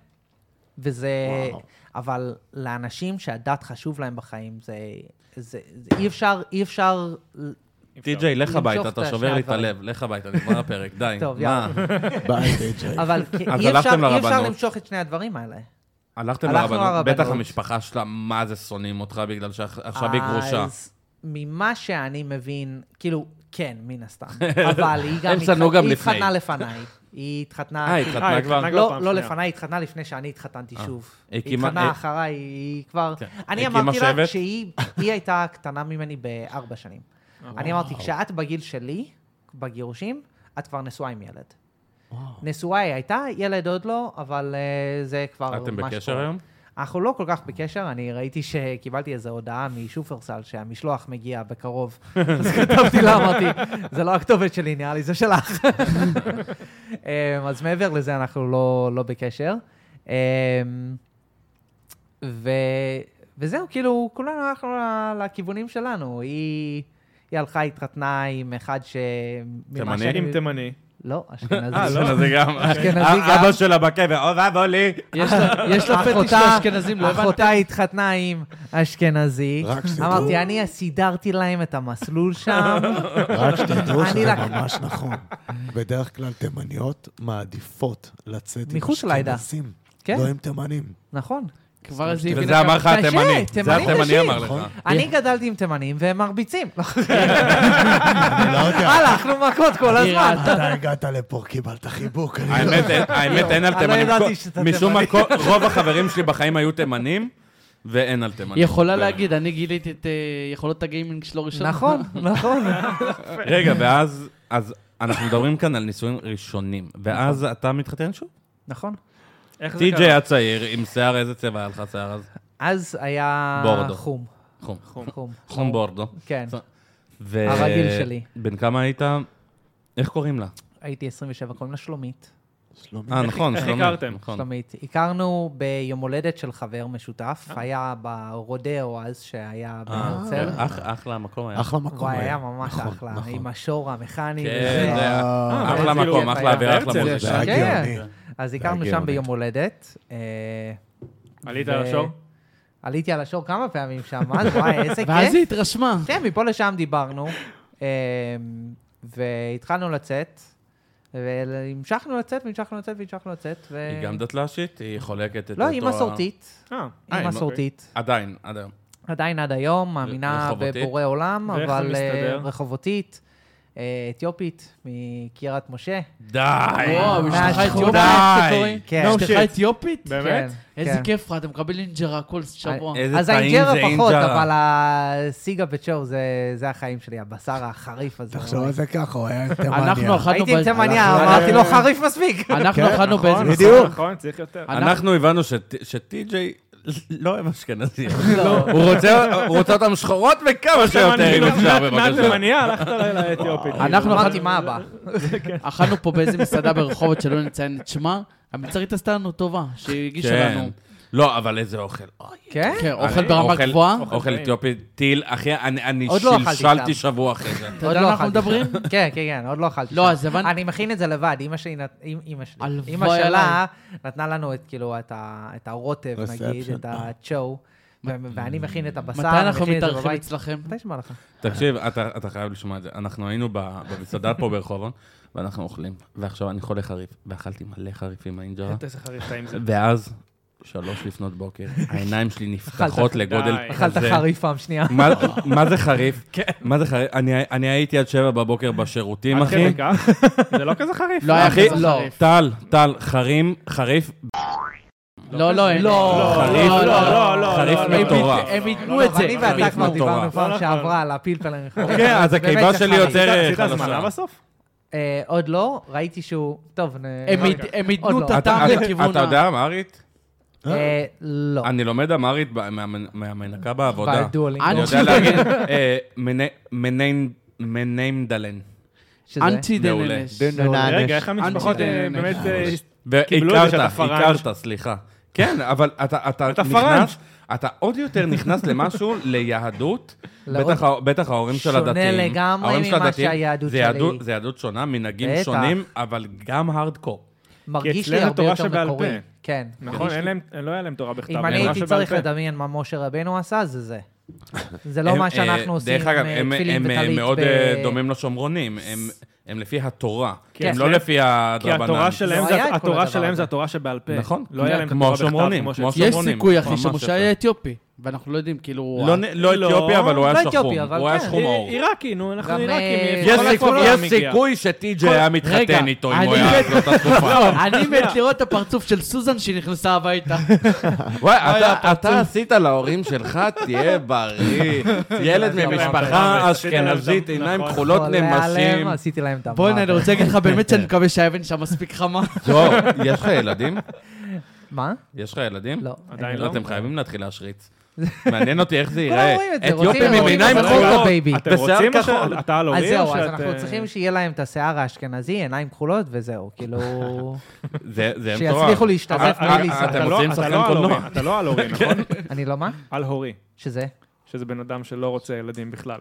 A: וזה...
C: וואו.
A: אבל לאנשים שהדת חשוב להם בחיים, זה... זה- זה- אי אפשר, אי אפשר...
B: טי.ג'יי, לך
A: למשוך
B: הביתה,
A: את
B: אתה
A: שני
B: שובר לי את
A: הדברים.
B: הלב, לך הביתה, נגמר הפרק, די.
A: טוב,
B: מה?
A: יאללה.
C: ביי, די.ג'יי.
A: אבל כי-
B: אז
A: אי אפשר
B: הלכתם
A: אי אפשר
B: לרבנות.
A: למשוך את שני הדברים האלה.
B: הלכתם
A: הלכנו
B: לרבנות, בטח
A: לרבנות.
B: המשפחה שלה, מה זה שונאים אותך בגלל שעכשיו היא גרושה.
A: אז ממה שאני מבין, כאילו, כן, מן הסתם. אבל היא גם
B: הם שנאו
A: התח-
B: גם
A: היא
B: לפני.
A: התחתנה לפניי. היא התחתנה...
B: אה, היא
A: כאילו-
B: התחתנה
D: אה,
B: כבר?
D: התחתנה כבר
A: לא,
D: פעם
A: לא
D: שנייה.
A: לפניי, היא התחתנה לפני שאני התחתנתי שוב.
B: היא
A: היא
B: הקימה- אה,
A: התחתנה אחריי, היא כבר...
B: כן.
A: אני
B: הקימה
A: אמרתי לה
B: שבט?
A: שהיא היא הייתה קטנה ממני בארבע שנים.
D: אה,
A: אני אמרתי, כשאת בגיל שלי, בגירושים, את כבר נשואה עם ילד. נשואה היא הייתה, ילד עוד לא, אבל אה, זה כבר מה
B: אתם בקשר
A: שקורה.
B: היום?
A: אנחנו לא כל כך בקשר, אני ראיתי שקיבלתי איזו הודעה משופרסל שהמשלוח מגיע בקרוב. אז כתבתי לה, אמרתי, זה לא הכתובת שלי, נראה לי, זה שלך. אמ, אז מעבר לזה, אנחנו לא, לא בקשר. אמ, ו... וזהו, כאילו, כולנו הלכנו ל- לכיוונים שלנו. היא, היא הלכה, התחתנה עם אחד ש... ממה
B: תימני?
A: שאני-
D: אם תימני.
A: לא, אשכנזי.
B: אה, לא, זה גם.
A: אשכנזי גם.
B: אבא שלה בקבר, אוי ואבוי לי.
E: יש לה- יש לה פטיש
A: אחותה-
E: לאשכנזים, לא הבנת?
A: אחותה התחתנה עם אשכנזי.
C: רק שתדעו.
A: אמרתי, אני סידרתי להם את המסלול שם.
C: רק שתדעו
A: אני
C: שזה
A: לקח-
C: ממש נכון. בדרך כלל תימניות מעדיפות לצאת עם
A: מחוץ לעדה.
C: אשכנזים,
A: כן.
C: לא עם תימנים.
A: נכון.
E: כבר איזה...
A: מבינה
B: וזה אמר לך
A: כמה-
B: התימני.
A: קשה,
B: זה
A: תימני
B: התימני
A: קשה,
B: אמר לך.
C: נכון?
A: אני גדלתי עם תימנים והם מרביצים.
C: אני
A: אה,
C: לא יודע.
A: הלכנו מכות כל הזמן.
C: אתה הגעת לפה, קיבלת חיבוק. אני לא-
B: האמת, האמת, אין
A: אני
B: על
A: לא
B: תימנים.
A: ידעתי
B: כל-
A: שאתה
B: משום מה,
A: תימני.
B: כל- רוב החברים שלי בחיים היו תימנים, ואין על תימנים.
E: היא יכולה
B: ו-
E: להגיד, אני גיליתי את אה, יכולות הגיימינג שלו ראשון.
A: נכון, נכון.
B: רגע, ואז, אז אנחנו מדברים כאן על נישואים ראשונים, ואז אתה מתחתן שוב?
A: נכון.
D: איך זה
B: טי.ג'יי
D: קרה?
B: הצעיר, עם שיער, איזה צבע היה לך שיער אז?
A: אז היה
B: בורדו.
A: חום.
B: חום.
A: חום.
B: חום בורדו.
A: כן,
B: ו-
A: הרגיל שלי.
B: בן כמה היית? איך קוראים לה?
A: הייתי 27, קוראים לה שלומית.
C: שלומי.
B: אה, נכון,
D: איך
B: שלומית.
D: הכרתם?
B: נכון.
A: שלומית. הכרנו ביום הולדת של חבר משותף,
E: אה.
A: היה ברודאו אז, שהיה
B: אה,
A: בהרצל.
B: אח- אחלה מקום היה.
C: אחלה מקום.
A: וואי, היה ממש
C: נכון,
A: אחלה,
C: נכון.
A: עם השור המכני.
B: כן,
A: וזה.
B: זה היה אה,
C: אה,
B: אחלה
A: איזה
B: מקום,
A: כיף
B: אחלה
A: היה.
B: אווירה, אחלה
D: בהרצל.
B: מוזיקה.
C: זה היה
A: כן.
C: גאוני.
A: אז הכרנו שם
B: זה הגאונות.
A: ביום הולדת. אה,
D: עלית
A: ו-
D: על השור?
A: עליתי על השור כמה פעמים שם, אז וואי, איזה
E: ואז
A: כיף.
E: היא התרשמה.
B: אה,
A: כן, מפה לשם דיברנו, אה, והתחלנו לצאת, והמשכנו לצאת, והמשכנו לצאת, והמשכנו לצאת, ו...
B: היא גם דתל"שית, היא חולקת את אותו...
A: לא, היא
B: ה-
A: מסורתית.
D: אה,
B: אה,
A: היא
B: היא-
A: מסורתית.
B: עדיין, עד היום.
A: עדיין עד היום, מאמינה
B: רחובותית?
A: בבורא עולם,
D: ואיך זה
A: אבל אה,
D: מסתדר?
A: רחובותית, אה, אתיופית, מקריית משה.
B: די!
E: וואו, אשתך
A: מהשכונה.
E: אתיופית?
B: אה, די.
E: שקוראים?
A: כן.
E: לא,
A: No
E: אשתך
D: shit.
E: אתיופית?
D: באמת?
A: כן,
E: איזה
A: כן.
E: כיף לך, אתה מקבל אינג'רה כל
A: אה,
E: שבוע.
B: איזה
A: אז
B: טעים
A: האינג'רה
B: זה
A: פחות,
B: אינג'רה.
A: אבל הסיגה בצ'ור זה זה החיים שלי, הבשר החריף הזה.
C: תחשוב על זה ככה, הוא היה עם
E: אנחנו
C: תימניה.
E: אכלנו...
A: הייתי
E: ב-
A: עם תימניה,
C: אנחנו- לא
A: אמרתי לו חריף מספיק.
E: אנחנו
C: כן,
E: אכלנו
D: נכון,
E: באיזה...
D: נכון,
C: בדיוק.
D: נכון, צריך יותר.
B: אנחנו הבנו שט- שטי.ג'יי לא אוהב אשכנזים.
E: לא.
B: הוא רוצה- הוא רוצה אותם שחורות וכמה שיותר,
D: לא-
B: אם אפשר,
D: נתן
B: בבקשה.
D: מניעה, הלכת לילה אתיופית.
E: אנחנו
A: אמרתי,
E: אכלנו-
A: מה הבא?
E: אכלנו פה באיזה מסעדה ברחובות שלא נציין את שמה. המלצרית עשתה לנו טובה, שהגישה
B: כן.
E: לנו.
B: לא, אבל איזה אוכל. אוי.
A: כן?
E: כן, אוכל
B: אני-
E: ברמה
B: אוכל-
E: גבוהה.
B: אוכל
D: טעים.
B: אתיופי, טיל, אחי, אני אני
A: עוד לא אכלתי
B: שלשלתי
A: שם.
B: שבוע אחרי זה.
E: אתה יודע על
A: עוד
E: מה
A: לא
E: אנחנו
A: אכלתי
E: מדברים?
A: שם. כן, כן, כן, עוד לא אכלתי.
E: לא,
A: שם.
E: אז הבנתי.
A: אני מכין את זה לבד, אימא שלי, נת- אימא- אימא שלי.
E: הלוואי
A: אימא שלה
E: עליי.
A: נתנה לנו את, כאילו, את ה- את הרוטב, נגיד,
C: Reception.
A: את הצ'ו, ו- ואני מכין את הבשר,
E: מתי אנחנו
A: מכין את זה
E: מתארחים
A: בבית.
E: אצלכם?
A: מתי שבא לך?
B: אה, תקשיב, אתה, אתה חייב לשמוע את זה. אנחנו היינו ב- במסעדה פה ברחובון, ואנחנו אוכלים. ועכשיו אני חולה חריף, ואכלתי מלא חריף עם האינג'רה.
D: איזה חריף טעים זה.
B: ואז, שלוש לפנות בוקר, העיניים שלי נפתחות
A: אכלת-
B: לגודל
D: די.
A: אכלת
B: כזה.
A: חריף פעם שנייה.
B: מה- מה זה חריף? מה זה חריף? אני- אני הייתי עד שבע בבוקר בשירותים,
D: עד
B: אחי.
D: כדי כך? זה לא כזה חריף.
E: לא היה
B: אחי,
E: כזה
A: לא.
E: חריף.
B: טל, טל, חרים, חריף,
E: לא, לא, הם-
A: לא,
B: חריף,
E: לא, לא,
D: לא, לא,
B: חריף
D: לא, לא,
E: הם
B: מטורף.
E: הת- הם
A: לא,
E: התנו
A: לא,
E: את זה.
A: אני
B: אבל
A: ואתה
B: יש
A: כבר
B: לנו
A: דיברנו
B: תורה.
A: פעם
D: לא
A: שעברה על הפלפל החריף.
B: אוקיי, אז
A: זה באמת
B: הקיבה
A: זה
B: שלי
A: חריף.
B: יותר-
D: עשית- עשית
B: חלשה.
D: הזמנה בסוף?
A: אה, עוד לא, ראיתי שהוא... טוב, נ...
E: הם
A: לא
E: הת-
A: יודע.
E: הם
A: עוד
E: התנו
A: לא.
E: את
A: אתה-
E: הטעם
B: אתה-
E: לכיוון
B: אתה יודע אמהרית?
A: אה, לא.
B: אני לומד אמהרית ב- מה- מהמנקה בעבודה.
A: בדואלינג.
B: אני
E: אנטי-
B: יודע להגיד, אה, מני- מניין- מניימדלן.
A: שזה-
E: אנטי
B: מעולה.
E: דננש.
D: רגע, איך המשפחות אה,
E: אנטי-
D: באמת... אה, קיבלו את זה
B: והכרת,
D: שאתה פרנץ'.
B: הכרת, סליחה. כן, אבל אתה, אתה,
D: אתה
B: נכנס,
D: פרנץ'.
B: אתה עוד יותר נכנס למשהו, ליהדות,
A: לעוד-
B: בטח, ה- בטח ההורים של
A: שונה
B: הדתיים.
A: לגמרי
B: ההורים של
A: ממה
B: הדתיים,
A: שהיהדות
B: זה
A: שלי.
B: יהדות, זה יהדות שונה, מנהגים
A: בטח.
B: שונים, אבל גם הארדקור.
D: כי
A: מרגיש
D: אצלנו
A: לי
D: זה
A: הרבה
D: תורה
A: יותר
D: שבעל
A: מקורי.
D: פה.
A: כן.
D: נכון,
A: מרגיש
D: אין
A: לי-
D: להם- לא היה להם תורה בכתב.
A: אם
D: הם
A: אני
D: ממש
A: הייתי
D: שבעל
A: צריך
D: פה.
A: לדמיין מה משה רבנו עשה, זה זה. זה לא
B: הם,
A: מה
B: אה,
A: שאנחנו עושים
B: דרך אגב,
A: אה,
B: הם,
A: תפילין
B: הם, אה,
A: וטלית.
B: מאוד
A: ב-
B: אה, דומים לשומרונים, הם, הם לפי התורה,
A: כן.
B: הם לא לפי
D: כי
B: הדרבנן.
D: התורה שלהם
A: לא
D: זה-
A: היה את כל
D: התורה
A: הדבר
D: שלהם
A: הזה.
D: זה התורה שבעל פה.
B: נכון,
D: לא היה
B: כן,
D: להם את
B: כמו
D: התורה בכתב,
B: השומרונים,
D: כמו ש-
B: כמו
E: יש
B: שומרונים,
E: סיכוי, אחי,
B: ממש
E: שמשה
B: יפה.
E: היה אתיופי, ואנחנו לא יודעים, כאילו...
B: לא, נ- לא
D: לא.
B: אתיופי, אבל הוא
A: לא
B: היה שחום.
A: אתיופי, אבל
B: הוא היה
A: כן.
B: שחום
D: אה,
B: האור.
D: עיראקי, נו, אנחנו
A: גם,
D: עיראקים.
A: אה,
D: מכל
B: יש
D: איפה
B: סיכוי-
D: העולם
B: יש
D: הגיע.
B: סיכוי שטי.ג'יי היה
E: רגע,
B: מתחתן איתו אם הוא
E: אני-
B: היה אז באותה תקופה.
E: לא, אני מת לראות את הפרצוף של סוזן שנכנסה הביתה.
B: וואי, אתה- אתה עשית להורים שלך, תהיה בריא. ילד
A: זה
B: ממשפחה
D: נכון.
B: אשכנזית, עיניים
D: נכון.
B: כחולות
A: חולה
B: נמשים.
A: עליהם, עשיתי להם את המוות.
E: בוא'נה, אני רוצה להגיד לך באמת שאני מקווה שהאבן שם מספיק חמה.
A: לא,
B: דור, יש לך ילדים?
A: מה?
B: יש לך ילדים?
A: לא.
D: עדיין
B: לא,
D: לא.
B: אתם חייבים להתחיל להשריץ. מעניין אותי איך זה
A: כולם
B: ייראה.
A: אומרים את זה, רוצים
B: אתיופים עם
A: רוצים
B: עיניים
A: לעשות
B: כחולות.
A: אותו בייבי.
D: לא. אתם
B: בשיער
D: רוצים אה, או
B: כחול.
D: ש- אתה על
A: אז
D: הורי או
A: זהו,
D: שאת...
A: אז אנחנו צריכים שיהיה להם את השיער האשכנזי, עיניים כחולות וזהו, כאילו...
B: זה זה כן, מטורף.
A: שיצליחו להשתזף
B: אבל-
A: בלי
B: אבל-
A: להסתכל.
B: אתם
D: אתה לא-
B: רוצים
D: אתה
B: שחקן
D: לא על
B: קולנוע. כן.
D: הורי, אתה לא על הורי, נכון?
A: אני לא מה?
D: על הורי,
A: שזה?
D: שזה בן אדם שלא רוצה ילדים בכלל.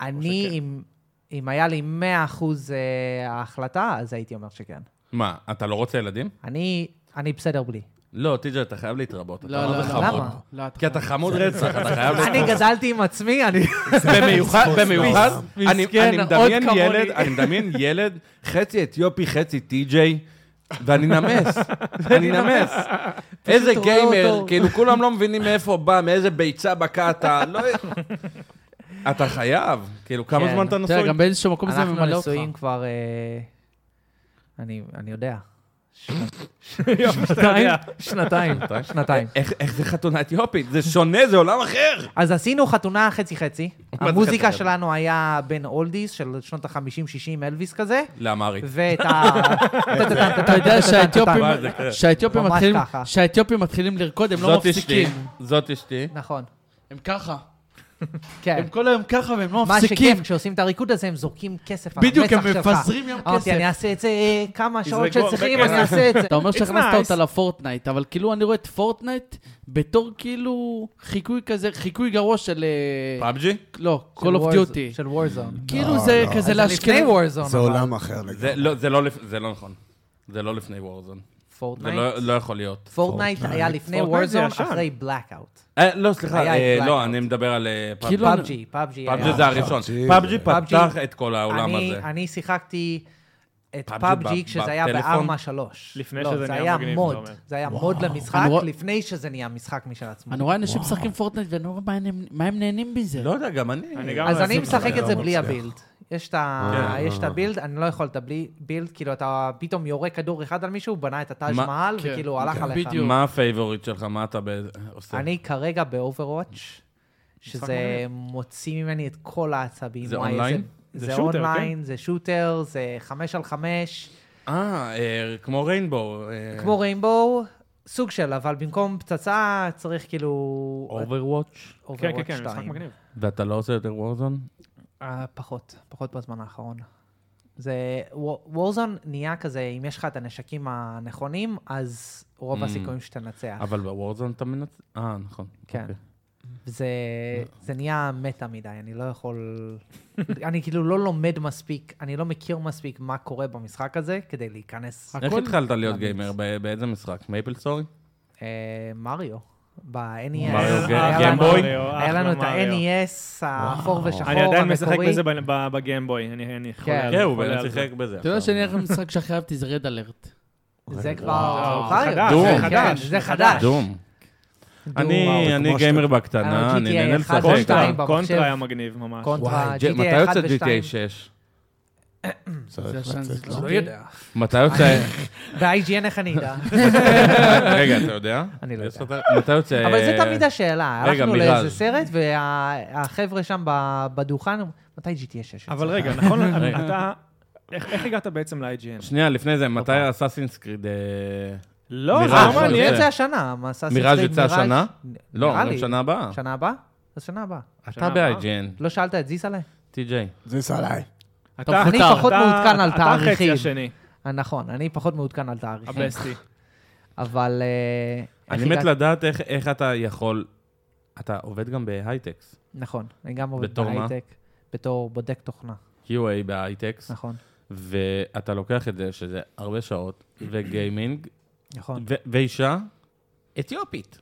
A: אני, אם- אם היה לי 100% אה, ההחלטה, אז הייתי אומר שכן.
B: מה, אתה לא רוצה ילדים?
A: אני אני בסדר בלי.
B: לא, טי.ג'יי, אתה חייב להתרבות. אתה
E: לא,
B: מה
E: לא,
B: זה
E: לא.
B: חמוד?
A: למה?
E: לא, אתה
B: כי אתה חמוד רצח, אתה חייב
A: אני גדלתי עם עצמי, אני...
B: במיוחד,
C: מסכן,
B: במיוחד, אני
E: מסכן,
B: אני מדמיין
E: עוד כמוני.
B: ילד, אני מדמיין ילד, חצי אתיופי, חצי טי.ג'יי, ואני נמס, אני נמס. איזה
A: רואה
B: גיימר,
A: אותו.
B: כאילו, כולם לא מבינים מאיפה בא, מאיזה ביצה בקעת, לא... אתה חייב, כאילו, כמה
A: כן.
B: זמן אתה
E: אתה יודע,
B: נשוי?
E: גם באיזשהו מקום זה
A: אנחנו לא
E: ממלא אותך.
A: נשואים כבר... אה, אני אני יודע.
D: שנתיים.
A: שנתיים, שנתיים.
B: איך איך זה חתונה אתיופית? זה שונה, זה עולם אחר.
A: אז עשינו חתונה חצי-חצי.
B: זה
A: המוזיקה
B: חצי-חצי?
A: שלנו היה בין אולדיס, של שנות ה-50-60, אלוויס כזה,
B: אוקיי. לאמרי.
A: ואת ה...
E: אתה יודע שהאתיופים-
B: מה זה קרה?
E: שהאתיופים
A: ממש
E: מתחילים-
A: ככה.
E: שהאתיופים מתחילים לרקוד, הם לא
B: זאת אשתי,
E: מפסיקים. אוקיי.
B: זאת אשתי.
A: נכון,
E: הם ככה.
A: כן.
E: הם כל היום ככה והם לא
A: מה
E: מפסיקים.
A: שכן, כשעושים את הריקוד הזה, הם זורקים כסף על המצח
E: בדיוק,
A: שלך.
E: הם מפזרים ים
A: אמרתי,
E: כסף.
A: אני אעשה את זה כמה שעות
D: יזרקו הרבה
A: שצריכים,
D: כסף.
A: אני אעשה את זה.
E: אתה אומר שהכנסת
D: nice.
E: אותה לפורטנייט, אבל כאילו אני רואה את פורטנייט בתור כאילו חיקוי כזה, חיקוי גרוע של... אה,
B: פאבג'י?
E: לא, Call
A: של
E: of
A: Warzone-
E: Duty.
A: של וורזון.
E: כאילו זה
C: לא.
E: כזה
A: זה לפני
E: לאשכנז...
A: וורזון,
C: זה עולם אחר
B: זה
C: לגמרי.
B: לא- זה לא לפ- זה לא נכון. זה לא לפני וורזון. זה
A: פורטנייט?
B: לא- לא יכול להיות.
A: פורטנייט היה לפני
D: פורטנייט זה
A: וורזון,
D: ישן.
A: אחרי בלאקאוט.
B: אה, לא, סליחה,
A: היה
B: אה,
A: את
B: לא,
A: Blackout.
B: אני מדבר על אה, פאבג'י.
E: כאילו,
A: פאבג'י, פאבג'י היה...
B: פאבג'י זה הראשון.
C: פאבג'י.
B: פאבג'י
A: פאבג'י.
B: פתח את כל העולם
A: אני-
B: הזה.
A: אני שיחקתי את
B: PUBG
A: פאבג'י
B: ב-
A: כשזה היה
B: בטלפון?
A: ב-4-3.
D: לפני
A: לא,
D: שזה נהיה
A: זה היה
D: מגניב, אתה
A: מוד.
D: אומר.
A: זה היה מוד למשחק,
E: אני רוא-
A: לפני שזה נהיה משחק משל עצמו.
E: אני רואה אנשים משחקים פורטנייט ואני לא רואה מה הם- מה הם נהנים מזה.
B: לא יודע, גם אני.
D: אני גם
A: אז
D: לא
A: אני
D: אעשה
A: משחק
C: זה
A: את זה
C: לא
A: בלי
C: מצליח.
A: הבילד. יש את ה-
B: כן.
A: יש את הבילד, אני לא יכול את הבילד, כאילו אתה פתאום יורה כדור אחד על מישהו, בנה את הטאז'
B: מה-
A: מעל,
E: כן.
A: וכאילו הלך
E: כן.
A: עליך.
E: בדיוק.
B: מה הפייבוריט שלך? מה אתה ב- עושה?
A: אני כרגע באוברוואץ', שזה מוציא ממני את כל העצבים.
B: זה
A: וואי,
B: אונליין?
D: זה כן?
A: זה
D: שוטר,
A: אונליין, זה שוטר, זה חמש על חמש,
B: אה, אה, כמו ריינבו. אה,
A: כמו
D: כן.
A: ריינבואו, סוג של, אבל במקום פצצה צריך כאילו...
B: Overwatch?
D: כן, כן,
A: Overwatch
D: כן, משחק
A: 2.
D: מגניב.
B: ואתה לא עושה יותר וורזון?
A: אה, פחות, פחות בזמן האחרון. זה, וורזון נהיה כזה, אם יש לך את הנשקים הנכונים, אז רוב
B: Mm.
A: הסיכויים שתנצח.
D: אה.
B: אבל בוורזון אתה מנצ... אה, נכון.
A: כן.
B: אוקיי.
A: זה, זה נהיה מטה מדי, אני לא יכול... אני כאילו לא לומד מספיק, אני לא מכיר מספיק מה קורה במשחק הזה כדי להיכנס.
E: הכל-
B: איך התחלת להיות
A: להמליץ.
B: גיימר? ב- באיזה משחק? מייפל סורי?
A: אה, מריו, E ב-NES.
B: מריו,
A: היה
B: גיים
A: לנו-
B: בוי?
D: מריו,
A: היה
B: לא
A: לנו את
D: אחלה מריו.
A: ה-NES, האפור ושחור המקורי.
D: אני עדיין משחק בזה ב- ב- בגיימבוי, אני אני חולה על
B: כן, הוא
D: חולה
B: באמת
D: על זה.
B: שיחק בזה.
E: אתה יודע שאני הולך למשחק שהכי אהבתי זה רד אלרט.
A: זה כבר...
D: וואו,
A: מאוחר
D: חדש,
A: יותר. כן,
B: זה
D: חדש,
A: זה
D: זה
A: חדש.
B: דום. אני
C: זה
B: אני
C: כמו
B: גיימר
C: שאתה-
B: בקטנה,
A: אה,
B: אני
A: GTA
B: נהנה
A: אחד
B: לשחק.
A: ושתיים.
D: קונטרה,
A: במחשב.
D: קונטרה היה מגניב ממש.
A: קונטרה,
B: וואי,
A: GTA
B: ג'-
A: 1
B: מתי יוצא
A: ו-2.
B: GTA 6?
C: צריך
E: זה ישן,
C: לצאת,
E: זה
C: לא?
E: לא
B: מתי יוצא...
A: ב-IGN איך אני אדע?
B: רגע, אתה יודע?
A: אני לא
B: יש
A: יודע.
B: לך- מתי יוצא... אה,
A: אבל זה תמיד השאלה.
B: רגע,
A: הלכנו
B: מירב.
A: לאיזה סרט, והחבר'ה שם ב- בדוכן, מתי GTA 6?
D: אבל רגע, נכון,
B: רגע.
D: אתה... איך איך הגעת בעצם ל-IGN?
B: שנייה, לפני זה, מתי אה, אסאסינס קריד...
D: לא, זה
B: מיראז'
D: לא
A: אה, זה
D: מעניין.
B: יוצא.
A: יוצא השנה, מסע
B: מיראז' יוצא השנה? לא,
A: נראה
B: אומרים
A: לי.
B: שנה הבאה.
A: שנה הבאה? אז שנה הבאה.
B: אתה
D: שנה הבאה.
B: ב-IGN,
A: לא שאלת את זיסלה?
B: TJ.
C: זה סלאי.
D: אתה-
E: אני
D: אתה-
A: פחות מעודכן על
D: אתה החצי
A: תאריכים.
D: השני,
A: אה, נכון, אני פחות מעודכן על תאריכים.
D: הבסטי.
A: אבל... אה,
B: אני
A: איך
B: מת
A: הגעת-
B: לדעת איך- איך אתה יכול... אתה עובד גם בהייטקס.
A: נכון, אני גם עובד
B: בתור מה?
A: בהייטק. בתור בודק תוכנה,
B: QA בהייטקס,
A: נכון.
B: ואתה לוקח את זה, שזה הרבה שעות, וגיימינג,
A: נכון.
B: ו- ואישה אתיופית.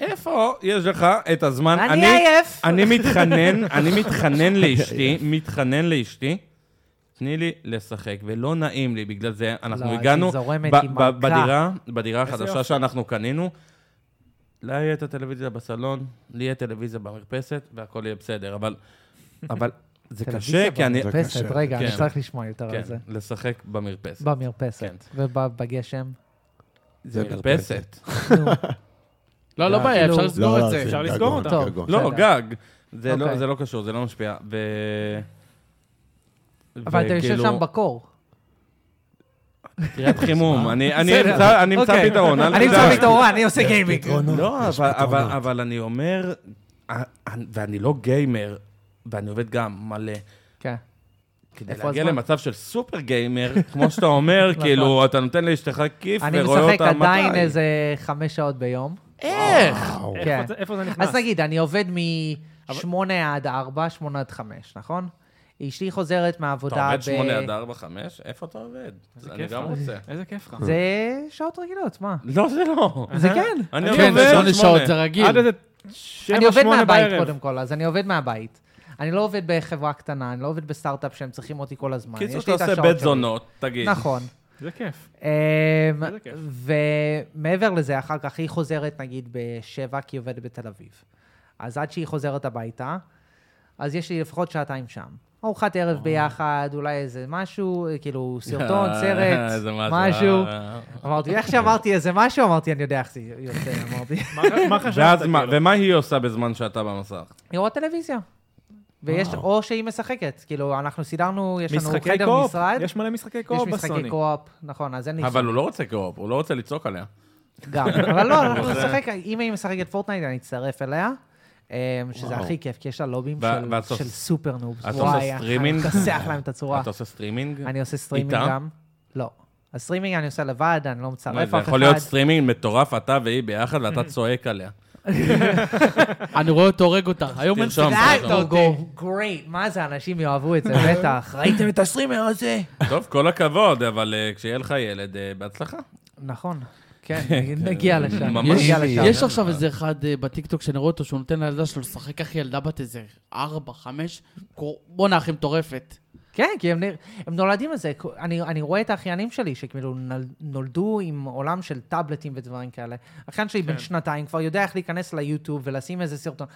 B: איפה יש לך את הזמן?
A: אני עייף!
B: אני מתחנן, אני מתחנן לאשתי, מתחנן לאשתי, תני לי לשחק, ולא נעים לי, בגלל זה אנחנו
A: לא, אז
B: הגענו
A: היא זורמת,
B: ב-
A: היא מלכה.
B: ב- בדירה, בדירה החדשה
D: יופי.
B: שאנחנו קנינו. לה יהיה את הטלוויזיה בסלון, לי יהיה טלוויזיה במרפסת, והכל יהיה בסדר, אבל... אבל זה קשה,
A: טלוויזיה
B: כי אני...
A: במרפסת,
C: זה קשה,
A: רגע, אני
B: כן.
A: צריך לשמוע יותר
B: כן,
A: על זה.
B: לשחק במרפסת.
A: במרפסת,
B: כן.
A: ובגשם.
B: זה
C: זה
B: מרפסת.
E: לא, לא בעיה, אפשר
A: כאילו-
E: לסגור את זה.
D: אפשר
C: גגון,
D: לסגור אותה.
A: טוב.
C: גגון.
B: לא,
A: בסדר.
B: גג. זה לא-
A: אוקיי.
B: זה לא קשור, זה לא משפיע. ו...
A: אבל אתה יושב
B: וכאילו-
A: שם בקור.
B: קריאת חימום, אני אני
A: בסדר.
B: אמצא אני אמצא
A: אוקיי.
B: פתרון. אל
A: אני
B: תדאג.
A: נמצא בתאורה, אני עושה גיימינג.
C: פתרונות,
B: לא,
C: יש
B: אבל- אבל-
C: פתרונות.
B: אבל אני אומר, אה, אה, ואני לא גיימר, ואני עובד גם מלא.
A: כן.
B: כדי
A: איפה
B: להגיע
A: הזמן? נכון.
B: למצב של סופר גיימר, כמו שאתה אומר, כאילו, אתה נותן לאשתך כיף
A: אני
B: ורואה אותה מתי.
A: משחק עדיין איזה חמש שעות ביום.
B: איך?
C: וואו.
A: כן.
D: איפה זה- איפה זה נכנס?
A: אז נגיד, אני עובד משמונה עד ארבע, שמונה עד חמש, נכון? אשתי חוזרת
B: אתה
A: מהעבודה
B: עובד 8 עד 4, 5? איפה אתה עובד?
D: איזה
B: אני
D: כיף
B: גם
D: לך.
B: רוצה.
D: איזה כיף לך.
A: זה שעות רגילות, מה?
B: לא, זה לא.
A: זה כן.
B: אני לא
E: כן,
B: עובד
E: שמונה שעות
B: שמונה.
E: זה רגיל.
D: עד איזה
A: אני
D: שבע,
A: עובד
D: שמונה
A: מהבית
D: בערב.
A: קודם כל, אז אני עובד מהבית. אני לא עובד בחברה קטנה, אני לא עובד בסטארט-אפ שהם צריכים אותי כל הזמן.
B: קיצור,
A: יש
B: אתה
A: לי את
B: עושה
A: השעות
B: בית
A: שלי.
B: זונות, תגיד.
A: נכון.
D: זה כיף.
A: אמ,
D: איזה כיף.
A: ומעבר לזה, אחר כך היא חוזרת נגיד בשבע, כי היא עובדת בתל אביב. אז עד שהיא חוזרת הביתה, אז יש לי לפחות שעתיים שם. ארוחת ערב ביחד, אולי איזה משהו, אה, כאילו סרטון, סרט,
B: איזה
A: משהו.
B: אה.
A: אמרתי, איך שאמרתי איזה משהו, אמרתי, אני יודע איך זה יוצא, אמרתי.
D: מה- מה חשבת?
B: ואז מה,
D: כאילו?
B: ומה היא עושה בזמן שאתה במסך?
A: היא רואה טלוויזיה. ויש, או שהיא משחקת, כאילו, אנחנו סידרנו, יש לנו
D: משחקי
A: חדר
D: קו-אופ,
A: משרד.
D: יש מלא משחקי
A: יש
D: קו-אופ
A: משחקי
D: בסוני.
A: קו-אופ, נכון, אז אין לי...
B: אבל הוא לא רוצה קרוב, הוא לא רוצה לצעוק עליה.
A: גם, אבל לא, אנחנו נשחק, אם היא משחקת פורטנייט, אני אצטרף אליה. אמ, שזה
B: וואו.
A: הכי כיף, כי יש לה לובים
B: ו-
A: של-
B: ואת
A: של
B: עוש-
A: סופר נובס.
B: את עושה
A: וואי, איך
B: סטרימינג?
A: אני מכסח להם את הצורה.
B: אתה עושה סטרימינג?
A: אני עושה סטרימינג
B: איתה?
A: גם. לא. הסטרימינג אני עושה לבד, אני לא מצרף
B: מה,
A: אף
B: זה
A: אחד.
B: יכול להיות סטרימינג מטורף, אתה והיא ביחד, ואתה צועק עליה.
E: אני רואה אותו הורג אותה. היום אין אוקיי.
B: תרשום,
E: סרט.
B: תרשום.
E: אתה הורג.
A: גרייט, מה זה, אנשים יאהבו את זה, בטח. ראיתם את הסטרימינג
C: אה,
A: הזה?
B: טוב, כל הכבוד, אבל אה, כשיהיה לך ילד, אה, בהצלחה.
A: נכון. כן, נגיע לשם.
B: ממש.
A: נגיע לשם.
E: יש עכשיו איזה אחד אה, בטיקטוק שאני רואה אותו, שהוא נותן לילדה שלו לשחק, אחי, ילדה בת איזה ארבע, חמש, קור- בואנה, אחי, מטורפת.
A: כן, כי הם, נר... הם נולדים לזה. אני, אני רואה את האחיינים שלי, שכאילו נל... נולדו עם עולם של טאבלטים ודברים כאלה. האחיין שלי כן. בן שנתיים, כבר יודע איך להיכנס ליוטיוב ולשים איזה סרטון.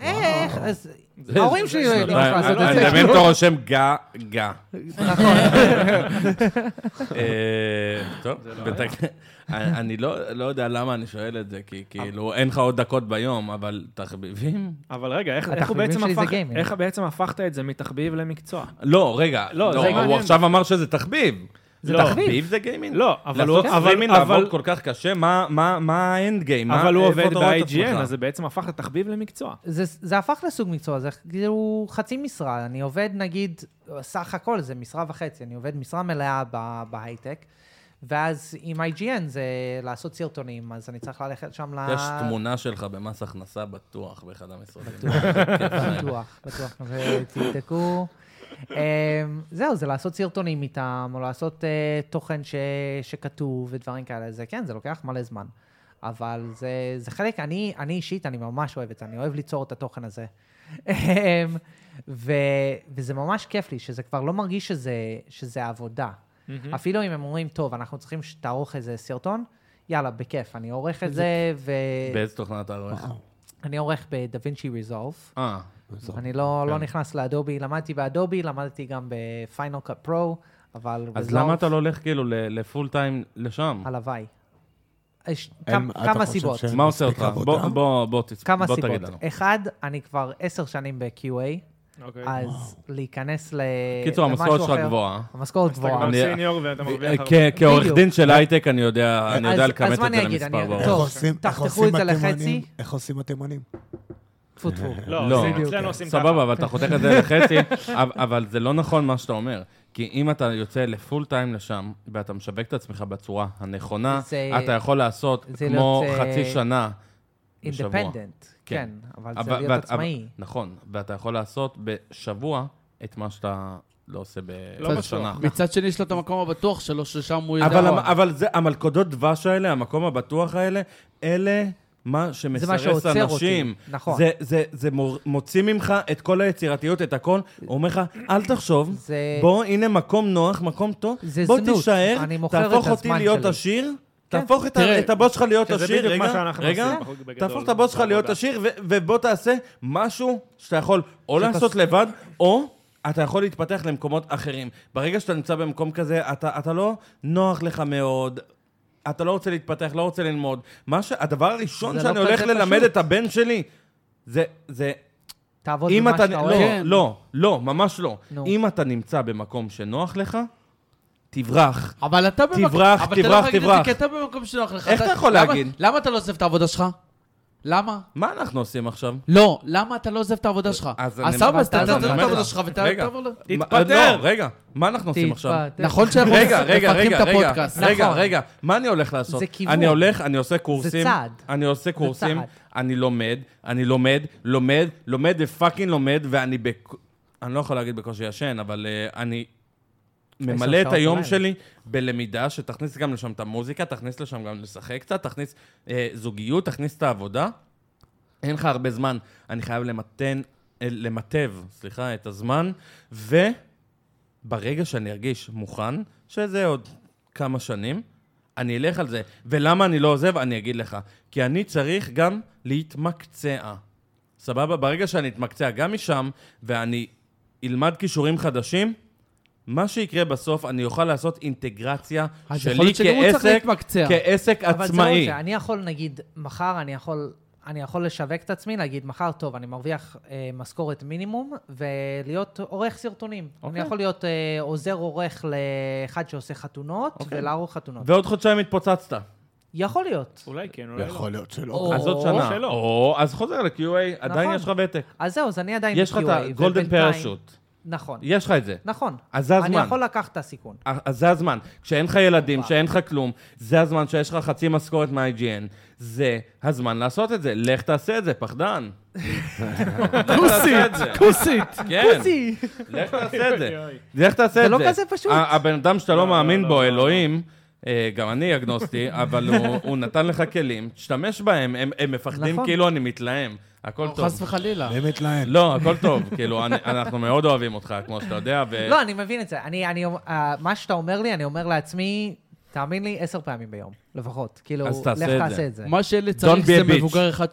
A: איך? אז... ההורים שלי לא יודעים איך לעשות
B: אה, אני
A: את זה.
B: מדמיין אותו רושם גה, גה.
A: נכון.
B: אה, טוב, בתק- אני אני לא לא יודע למה אני שואל את זה, כי כאילו, אין לך עוד דקות ביום, אבל תחביבים?
D: אבל רגע, איך- איך הוא
A: התחביבים
D: בעצם
A: שלי זה
D: הפך-
A: גיימינג.
D: איך בעצם הפכת את זה מתחביב למקצוע?
B: לא, רגע,
D: לא,
B: לא,
D: זה
B: הוא
D: מעניין.
B: עכשיו אמר שזה תחביב.
A: זה
D: לא.
A: תחביב.
B: תחביב זה גיימינג?
D: לא, אבל הוא...
B: לעשות
D: אבל-
B: סטרימינג,
D: אבל-
B: לעבוד כל כך קשה, מה- מה מה האנד גיים? מה-
A: אה,
D: אבל הוא
B: איפה
D: עובד
B: אתה רואה את
D: ב-IGN,
B: עצמך?
D: אז זה בעצם הפך את התחביב למקצוע.
A: זה, זה הפך לסוג מקצוע, זה כאילו חצי משרה. אני עובד, נגיד, סך הכל זה משרה וחצי, אני עובד משרה מלאה ב- בהייטק. ואז עם IGN זה לעשות סרטונים, אז אני צריך ללכת שם ל...
B: יש תמונה שלך במס הכנסה בטוח באחד המשרדים.
A: בטוח, בטוח, ותבדקו. אמ, זהו, זה לעשות סרטונים איתם, או לעשות אה, תוכן ש- שכתוב ודברים כאלה. זה כן, זה לוקח מלא זמן. אבל זה, זה חלק, אני, אני אישית, אני ממש אוהב את זה, אני אוהב ליצור את התוכן הזה. אמ, ו, וזה ממש כיף לי, שזה כבר לא מרגיש שזה, שזה עבודה.
D: Mm-hmm.
A: אפילו אם הם אומרים, טוב, אנחנו צריכים שתערוך איזה סרטון, יאללה, בכיף, אני עורך את זה,
B: באיזה תוכנה אתה רואה?
A: ואני עורך בדה וינצ'י ריזולף.
B: אה,
A: אני לא,
B: כן.
A: לא נכנס לאדובי, למדתי באדובי, למדתי גם בפיינל קאט פרו, אבל...
B: אז
A: Resolve,
B: למה אתה לא הולך כאילו ל- לפול טיים לשם?
A: הלוואי. יש
C: אין-
A: כמה-
C: אתה
A: כמה
C: חושב
A: סיבות.
C: ש-
B: מה עושה
C: מספיק
B: אותך?
C: עבודה?
B: בוא- בוא בוא תצ-
A: כמה
B: בוא
A: סיבות.
B: תגיד לנו.
A: אחד, אני כבר עשר שנים ב-QA,
D: אוקיי.
A: אז להיכנס ל...
B: קיצור,
A: אה, למשהו
B: המשכורת שלך
A: אחר-
B: גבוהה.
A: המשכורת
D: אתה כבר
A: גבוהה.
B: אני-
D: סיניור ואתה מרוויח הרבה.
B: כ- כעורך
A: בדיוק. אה,
B: דין של הייטק, אני יודע אני
A: אז-
B: יודע
A: אז
B: לכמת
A: מה
B: את
A: אני
B: זה
A: אגיד?
B: למספר
A: אני-
B: ברור.
C: איך
A: טוב,
C: עושים- איך
A: תחתכו
C: עושים
A: את זה
C: התימנים?
A: לחצי.
C: איך עושים התימנים?
A: טפו טפו. אוקיי.
B: לא,
D: לא,
A: בדיוק.
D: אצלנו עושים ככה.
B: סבבה, אבל אתה חותך את זה לחצי, אב- אבל זה לא נכון מה שאתה אומר. כי אם אתה יוצא לפול טיים לשם, ואתה משווק את עצמך בצורה הנכונה,
A: זה-
B: אתה יכול לעשות
A: זה
B: כמו
A: להיות, אה,
B: חצי שנה בשבוע.
A: אינדפנדנט,
B: כן.
A: כן, אבל זה
B: אבל-
A: להיות
B: ואת- אבל-
A: עצמאי.
B: נכון, ואתה יכול לעשות בשבוע את מה שאתה לא עושה
D: לא
B: בשנה.
A: נכון.
E: מצד שני, יש לו את המקום הבטוח שלו, ששם הוא נכון. ידע.
B: אבל, המ- אבל זה, המלכודות דבש האלה, המקום הבטוח האלה, אלה מה שמסרס
A: שעוצר אותי,
B: אנשים.
A: נכון.
B: זה, זה, זה מור, מוציא ממך את כל היצירתיות, את הכל, אומר לך, אל תחשוב,
A: זה-
B: בוא, הנה מקום נוח, מקום טוב,
A: זה
B: בוא
A: זנות,
B: תישאר,
A: אני מוכר את
B: תהפוך אותי
A: הזמן
B: להיות
A: שלי. כן.
B: עשיר. תהפוך את, ה-
E: תראה,
B: את הבוס שלך להיות
D: שזה
B: עשיר,
D: בדיוק מה
B: רגע,
D: שאנחנו
B: רגע,
D: עושים בחוג בגדול,
B: תהפוך את הבוס שלך להיות
D: בעבודה.
B: עשיר, ו- ובוא תעשה משהו שאתה יכול או לעשות לבד, או אתה יכול להתפתח למקומות אחרים. ברגע שאתה נמצא במקום כזה, אתה אתה לא נוח לך מאוד, אתה לא רוצה להתפתח, לא רוצה ללמוד. מה ש... הדבר הראשון
A: זה
B: שאני
A: לא
B: הולך
A: כזה
B: ללמד
A: פשוט.
B: את הבן שלי, זה... זה
A: תעבוד
B: אם
A: במה
B: אתה...
A: שאתה
B: לא,
A: אוהב.
E: כן.
B: לא, לא, ממש לא.
A: נו.
B: אם אתה נמצא במקום שנוח לך, תברח.
E: אבל אתה במקום...
B: תברח,
E: אבל אתה לא
B: תברח,
E: יכול להגיד את
B: תברח.
E: זה כי אתה במקום שנוח לך.
B: איך אתה יכול
E: למה-
B: להגיד?
E: למה אתה לא עוזב את העבודה שלך? למה?
B: מה אנחנו עושים עכשיו?
E: לא, למה אתה לא עוזב את העבודה שלך?
B: אז
E: אז
B: אני-
E: סבבה, אז
A: אבל
E: אתה
A: אתה
E: עוזב את
A: אומר
E: העבודה
B: לך.
E: שלך
B: רגע.
E: ותעבור ל...
D: תתפטר.
B: לא, רגע, מה אנחנו עושים עכשיו?
A: תתפטר.
E: נכון שאנחנו
B: רגע, רגע,
E: מפתחים
B: רגע,
E: את
B: רגע,
E: הפודקאסט.
B: רגע,
A: נכון.
B: רגע, מה אני הולך לעשות?
A: זה כיוון.
B: אני הולך, אני עושה קורסים.
A: צעד.
B: אני עושה קורסים,
A: צעד.
B: אני לומד, אני לומד, לומד, לומד ופאקינג לומד, ואני בק... אני לא יכול להגיד בקושי ישן, אבל אה, אני ממלא את
A: שעות
B: היום
A: בלילה.
B: שלי בלמידה, שתכניס גם לשם את המוזיקה, תכניס לשם גם לשחק קצת, תכניס אה, זוגיות, תכניס את העבודה. אין לך הרבה זמן, אני חייב למתן, אה, למטב, סליחה, את הזמן, וברגע שאני ארגיש מוכן, שזה עוד כמה שנים, אני אלך על זה. ולמה אני לא עוזב, אני אגיד לך. כי אני צריך גם להתמקצע. סבבה? ברגע שאני אתמקצע גם משם, ואני אלמד כישורים חדשים, מה שיקרה בסוף, אני אוכל לעשות אינטגרציה
E: אז יכול
B: שלי
E: להיות שגם הוא צריך
B: כעסק,
E: להתמקצע.
B: כעסק
A: אבל זה עוד
B: עצמאי.
A: זה, אני יכול, נגיד, מחר אני יכול... אני יכול לשווק את עצמי, להגיד, מחר, טוב, אני מרוויח אה, משכורת מינימום, ולהיות עורך סרטונים. אני
B: אוקיי.
A: יכול להיות אה, עוזר עורך לאחד שעושה חתונות,
B: אוקיי.
A: ולערוך חתונות.
B: ועוד חודשיים התפוצצת.
A: יכול להיות.
B: אוקיי.
D: אולי כן, אולי לא.
C: יכול להיות שלא.
A: או-
B: אז עוד שנה.
D: שלא.
B: או, אז חוזר ל-QA, עדיין
A: נכון.
B: יש לך ותק.
A: אז זהו, אז אני עדיין
B: יש לך את
A: ב-QA,
B: הגולדן
A: ובינתיים-
B: פרשוט.
A: נכון,
B: יש לך את זה.
A: נכון.
B: אז זה
A: אני
B: הזמן.
A: יכול לקחת את הסיכון.
B: אז אה, זה הזמן. כשאין לך ילדים, כשאין לך כלום, זה הזמן שיש לך חצי משכורת מה-IGN. זה הזמן לעשות את זה. לך תעשה את זה, פחדן.
E: כוסית, כוסית.
B: כן.
A: פוסי!
B: לך תעשה את זה.
D: אוי, אוי.
B: לך תעשה את זה.
A: זה לא כזה פשוט.
B: ה- הבן אדם שאתה לא
D: לא,
B: מאמין
D: לא,
B: בו,
D: לא,
B: אלוהים, אה, גם אני אגנוסטי, אבל הוא- הוא נתן לך כלים, תשתמש בהם, הם- הם מפחדים
A: נכון.
B: כאילו אני מתלהם. הכל טוב.
E: חס וחלילה.
C: באמת להם.
B: לא, הכל טוב, כאילו, אני- אנחנו מאוד אוהבים אותך, כמו שאתה יודע, ו...
A: לא, אני מבין את זה. אני, אני, אה, מה שאתה אומר לי, אני אומר לעצמי, תאמין לי, עשר פעמים ביום, לפחות. כאילו,
B: אז תעשה
A: לך
B: את זה.
A: תעשה את זה.
E: מה שאלה
B: Don't
E: צריך
B: be
E: זה
B: a bitch.
E: מבוגר אחד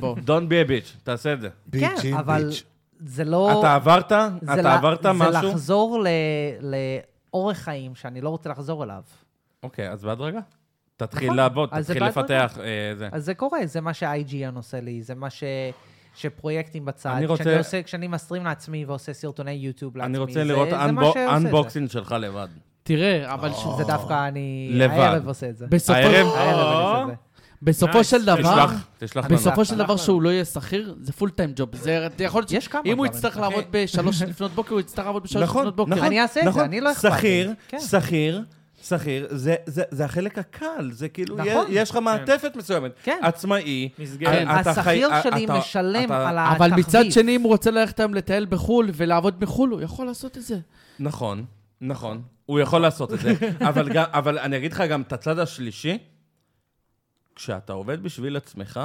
E: בו.
B: Don't be a bitch, תעשה את זה.
C: ביץ'
A: כן,
C: אין
A: אבל
C: ביץ'.
A: זה לא...
B: אתה עברת?
A: זה
B: אתה
A: לה-
B: עברת
A: זה
B: משהו?
A: לחזור ל- לאורח חיים שאני לא רוצה לחזור אליו.
B: אוקיי, אז בהדרגה. תתחיל
A: נכון.
B: לעבוד,
A: אז זה
B: תתחיל
A: בהדרגה.
B: לפתח אה, זה.
A: אז זה קורה, זה מה ש-IGN עושה לי, זה מה ש... שפרויקטים בצד,
B: אני רוצה-
A: כשאני, עושה, כשאני מסטרים לעצמי ועושה סרטוני יוטיוב לעצמי,
B: אני רוצה
A: זה,
B: לראות
A: זה
B: אנבו-
A: מה שעושה את זה.
B: אנבוקסינג שלך לבד.
E: תראה, אבל ש-
A: זה דווקא אני...
B: לבד.
A: הערב עושה את זה.
E: בסופו-
B: הערב?
A: הערב אני עושה את זה.
E: בסופו
D: Nice.
E: של
A: נכון.
E: דבר,
B: תשלח, תשלח לנו.
E: בסופו של
A: אנחנו-
E: דבר שהוא לא יהיה שכיר, זה פול טיים ג'וב. זה אתה יכול... להיות ש-
A: יש כמה
E: אם הוא
A: דברים.
E: יצטרך לעבוד בשלוש לפנות בוקר, הוא יצטרך לעבוד בשלוש
B: נכון,
E: לפנות בוקר.
B: נכון.
A: אני אעשה את זה,
B: נכון.
A: אני לא אכפת לי.
B: שכיר,
A: כן.
B: שכיר, שכיר, זה- זה זה החלק הקל, זה כאילו,
A: נכון.
B: יש- יש לך מעטפת מסוימת.
A: כן.
B: עצמאי.
D: מסגרת.
B: אתה חי-
A: השכיר שלי
B: אתה-
A: משלם
B: אתה-
A: על
E: אבל
A: התחביב.
E: מצד שני, אם הוא רוצה ללכת היום לטייל בחו"ל ולעבוד בחו"ל, הוא יכול לעשות את זה.
B: נכון, נכון. הוא יכול לעשות את זה, אבל גם- אבל אני אגיד לך גם את הצד השלישי, כשאתה עובד בשביל עצמך,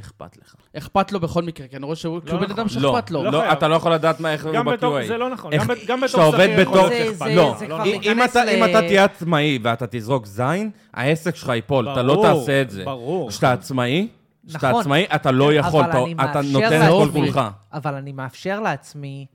B: אכפת לך.
E: אכפת לו בכל מקרה, כי אני רואה שהוא כאילו בן
D: נכון.
E: אדם שאכפת לו.
B: לא, לא,
D: חייב.
B: אתה לא יכול לדעת מה, איך הוא
D: גם בתור,
B: ב-QA.
D: זה לא נכון.
B: איך-
D: גם ב- גם
B: כשאתה
D: בתור
B: עובד
D: שכיר יכול
B: בתור-
D: להיות
A: זה-
D: אכפת.
B: לא,
A: זה
D: לא,
A: כבר
D: לא.
B: אם- אם
A: להיכנס
B: אתה- אם
A: ל-
B: אתה תהיה עצמאי ואתה תזרוק זין, העסק שלך ייפול, אתה לא
D: ברור,
B: תעשה את זה.
D: ברור.
B: כשאתה עצמאי, כשאתה
A: נכון.
B: עצמאי, אתה לא יכול,
A: אבל
B: אתה-
A: אני
B: אתה
A: מאפשר
B: נותן את כל
E: לעצמי.
B: כולך.
A: אבל אני מאפשר לעצמי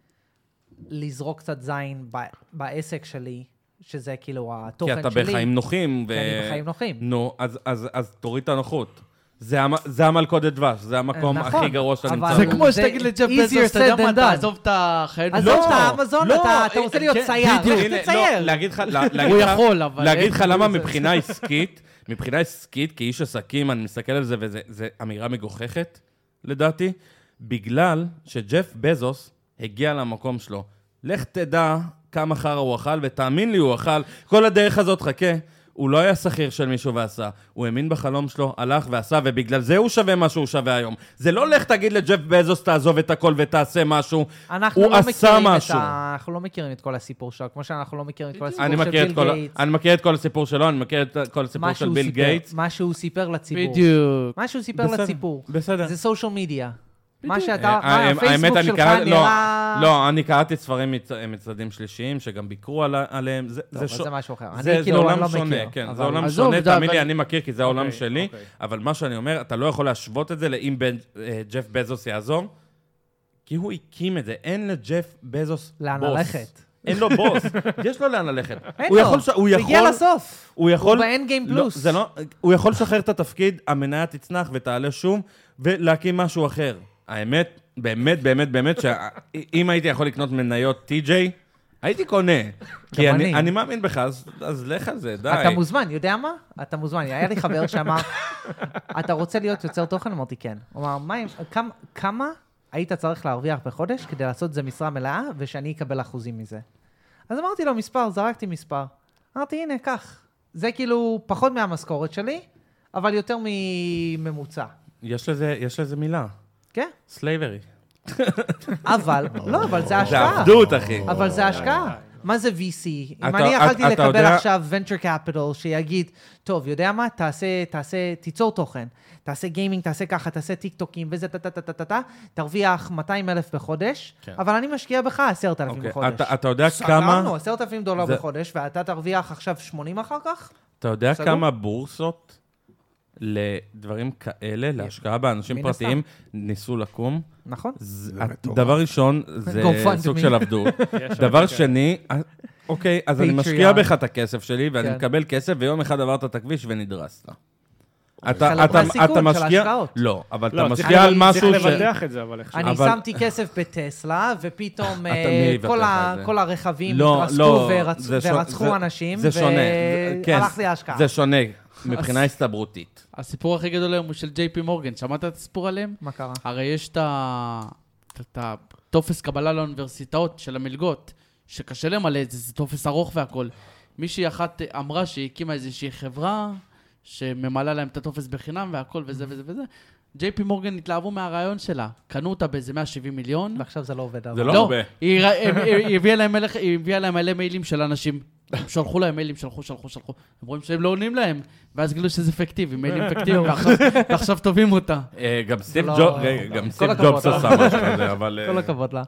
A: לזרוק קצת זין ב- בעסק שלי, שזה כאילו התוכן
B: כי
A: שלי.
B: אתה בחיים נוחים.
A: כי אני בחיים נוחים.
B: נו, אז- אז אז תוריד את הנוחות. זה המ- זה המלכודת דבש, זה המקום
A: נכון,
B: הכי גרוע שאתה
A: אבל-
B: נמצא.
E: זה
B: בו.
E: כמו
A: זה
E: שתגיד לג'ף
A: easier
E: בזוס, אתה יודע
A: said
E: מה,
A: than done.
E: תעזוב את החיים.
A: עזוב
B: לא,
A: את האמזון,
B: לא,
A: אתה אתה
B: אה,
A: רוצה להיות
B: כן,
A: צייר,
B: בדיוק.
A: לך
B: הנה,
A: תצייר.
B: לא, להגיד לך, לה- להגיד
E: הוא
B: לך-
E: יכול, אבל
B: להגיד לך
E: אין-
B: למה מבחינה עסקית, מבחינה עסקית, כאיש עסקים, אני מסתכל על זה, וזו אמירה מגוחכת, לדעתי, בגלל שג'ף בזוס הגיע למקום שלו. לך תדע כמה חרא הוא אכל, ותאמין לי, הוא אכל. כל הדרך הזאת, חכה. הוא לא היה שכיר של מישהו ועשה, הוא האמין בחלום שלו, הלך ועשה, ובגלל זה הוא שווה מה שהוא שווה היום. זה לא לך תגיד לג'ף בזוס, תעזוב את הכל ותעשה משהו.
A: אנחנו
B: הוא
A: לא
B: עשה
A: מכירים את
B: משהו.
A: ה- אנחנו לא מכירים את כל הסיפור שלו, כמו שאנחנו לא מכירים את כל הסיפור
B: אני
A: של
B: מכיר,
A: ביל
B: את כל, ה-
A: גייטס.
B: אני מכיר את כל הסיפור שלו, אני מכיר את כל הסיפור
A: מה
B: של
A: שהוא
B: ביל
A: סיפר-
B: גייטס.
A: מה שהוא סיפר לציבור.
E: בדיוק.
A: מה שהוא סיפר
B: בסדר,
A: לציבור.
B: בסדר.
A: זה סושיאל מדיה. מה
B: אה,
A: שאתה, מה,
B: אה,
A: הפייסבוק
B: האמת, אני
A: שלך
B: קרא- לא,
A: נראה...
B: לא, אני קראתי ספרים מצ- מצדדים שלישיים, שגם ביקרו על- עליהם. זה-
A: טוב,
B: זה
A: אז
B: שו-
A: לא, זה משהו אחר. אני
B: זה זה
A: כאילו, אני
B: עולם
A: לא
B: שונה,
A: מכיר.
B: כן, זה
A: אבל-
B: עולם
E: עזוב,
B: שונה,
E: דה,
B: תאמין לי,
E: אבל-
B: אני מכיר, כי זה העולם
D: אוקיי,
B: שלי,
D: אוקיי.
B: אבל מה שאני אומר, אתה לא יכול להשוות את זה לאם בן- אה, ג'ף בזוס יעזור, כי הוא הקים את זה, אין לג'ף בזוס בוס.
A: לאן ללכת.
B: אין לו בוס, יש לו לאן ללכת.
A: אין
B: הוא
A: לו.
B: יכול ש- הוא
A: הוא הגיע
B: יכול-
A: לסוף.
B: הוא יכול...
A: הוא ב-end game
B: לא,
A: פלוס.
B: זה לא... הוא יכול לשחרר את התפקיד, המניה תצנח ותעלה שום, ולהקים משהו אחר. האמת, באמת, באמת, באמת, שאם הייתי יכול לקנות מניות TJ, הייתי קונה. כי
A: גם
B: אני,
A: אני.
B: אני מאמין בך, אז, אז לך על זה, די.
A: אתה מוזמן, יודע מה? אתה מוזמן. היה לי חבר שאמר, אתה רוצה להיות יוצר תוכן? אמרתי כן. הוא אמר, "מה אם- כמה- כמה היית צריך להרוויח בחודש כדי לעשות את זה משרה מלאה ושאני אקבל אחוזים מזה? אז אמרתי לו מספר, זרקתי מספר. אמרתי, הנה, קח. זה כאילו פחות מהמשכורת שלי, אבל יותר מממוצע.
B: יש, לזה, יש לזה מילה,
A: כן?
B: סלייברי.
A: אבל, לא, אבל זה
B: זה
A: השקעה.
B: עבדות, אחי.
A: אבל זה השקעה. מה זה VC? אם
B: אה, אתה-
A: אני
B: את-
A: יכלתי
B: אתה
A: לקבל
B: יודע-
A: עכשיו venture capital שיגיד, טוב, יודע מה? תעשה, תעשה, תיצור תוכן. תעשה גיימינג, תעשה ככה, תעשה טיק טוקים וזה, טה טה טה טה טה טה, תרוויח 200 אלף בחודש,
E: כן.
A: אבל אני משקיע בך 10,000
B: אוקיי,
A: בחודש.
B: אתה- אתה יודע
A: סגרנו,
B: כמה-
A: 10,000 דולר
B: זה-
A: בחודש, ואתה תרוויח עכשיו 80 אחר כך?
B: אתה יודע
A: סגור?
B: כמה בורסות לדברים כאלה, להשקעה באנשים
A: כן. מן הסתם.
B: פרטיים, ניסו לקום?
A: נכון.
B: זה-
C: זה מטורף.
B: דבר ראשון, זה
A: GoFundMe.
B: סוג של עבדות.
D: יש
B: דבר
D: הרבה כאלה.
B: שני, אה, אוקיי, אז אני
A: Patreon.
B: משקיע בך את הכסף שלי, ואני
A: כן.
B: מקבל כסף, ויום אחד עברת את הכביש ונדרסת. אתה-
A: חלק
B: אתה-
A: מהסיכון
B: אתה
A: אוקיי. של
B: משקיע-
A: ההשקעות.
B: לא, אבל אתה
D: לא, צריך-
B: משקיע על
A: אני-
B: משהו
D: צריך
B: ש...
D: לבטח את זה, אבל איכשהו.
A: אני
B: אבל-
A: שמתי כסף בטסלה, ופתאום אה, כל
B: מי
A: ה-
B: יוותר על זה?
A: כל הרכבים
B: לא,
A: התרסקו
B: לא,
A: ורצ-
B: זה שו-
A: ורצחו
B: זה-
A: אנשים,
B: זה שונה. זה- כן,
A: והלך לי ההשקעה.
B: זה שונה, מבחינה הסתברותית.
E: הסיפור הכי גדול היום הוא של ג'יי פי מורגן, שמעת את הסיפור עליהם?
A: מה קרה?
E: הרי יש את ה- את הטופס קבלה לאוניברסיטאות של המלגות, שקשה להם על זה, זה טופס ארוך והכול. מישהי אחת אמרה שהיא הקימה איזושהי חברה שממלאה להם את הטופס בחינם והכל וזה וזה וזה. ג'יי פי מורגן התלהבו מהרעיון שלה, קנו אותה באיזה 170 מיליון.
A: ועכשיו זה לא עובד. אבל.
B: זה לא הרבה.
E: היא ר- הם- הם- היא הביאה להם מלא- היא הביאה להם מלא מיילים של אנשים. הם שלחו להם מיילים, שלחו, שלחו, שלחו. הם רואים שהם לא עונים להם, ואז גילו שזה פיקטיבי, מיילים פיקטיביים, ועכשיו- ועכשיו תובעים אותה.
B: אה, גם סטיב
A: לא,
B: ג'וב-
A: לא.
B: רגע, גם
A: כל
B: סטיב
A: הכבוד,
B: ג'ובס
A: אבל.
B: עשה משהו כזה, אבל...
A: כל
B: אה,
A: הכבוד לה.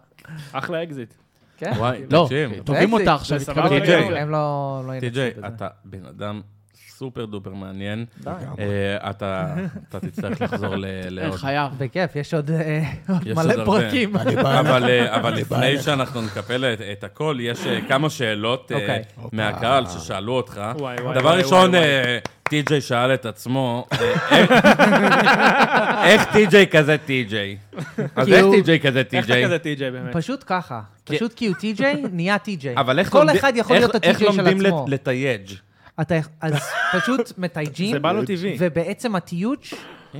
D: אחלה אקזיט.
A: כן?
B: וואי,
E: לא,
B: תקשיב.
E: תובעים אותה עכשיו,
D: זה
E: התקבלו.
D: סבבה.
B: TJ.
D: לגמרי.
A: הם לא... לא ינצחו
B: טי.ג'יי,
A: בזה. לא.
B: אתה בן אדם סופר דופר מעניין.
A: די.
B: אה, אתה אתה תצטרך לחזור ל-
E: כן,
B: לעוד...
E: חייב.
A: בכיף, יש עוד אה, עוד
B: יש עוד
A: מלא
B: הרבה.
A: פרקים.
C: אני בא אליך.
B: אבל, אה, אבל
C: אני בא
B: לפני
C: אליך.
B: שאנחנו נקפל את- את הכל, יש אה, כמה שאלות אה,
A: אוקיי.
B: מהקהל ששאלו אותך.
D: וואי, וואי,
B: דבר
D: וואי,
B: ראשון,
D: וואי,
B: אה, טי.ג'יי שאל את עצמו, אה, איך- איך טי.ג'יי כזה טי.ג'iי? אז
A: כי
B: איך
A: הוא-
B: טי.ג'יי כזה
D: איך אתה
B: טי.ג'יי?
D: כזה טי.ג'יי באמת?
A: פשוט ככה.
B: כן.
A: פשוט כי הוא טי.ג'יי, נהיה טי.ג'יי.
B: אבל איך
A: כל
B: לומדים-
A: אחד יכול
B: איך-
A: להיות
B: איך
A: הטי.ג'יי של
B: לומדים
A: עצמו.
B: לת- לתייג'?
A: אתה יכ- אז פשוט מתייג'ים,
D: זה בא לו טבעי.
A: ובעצם התיוג,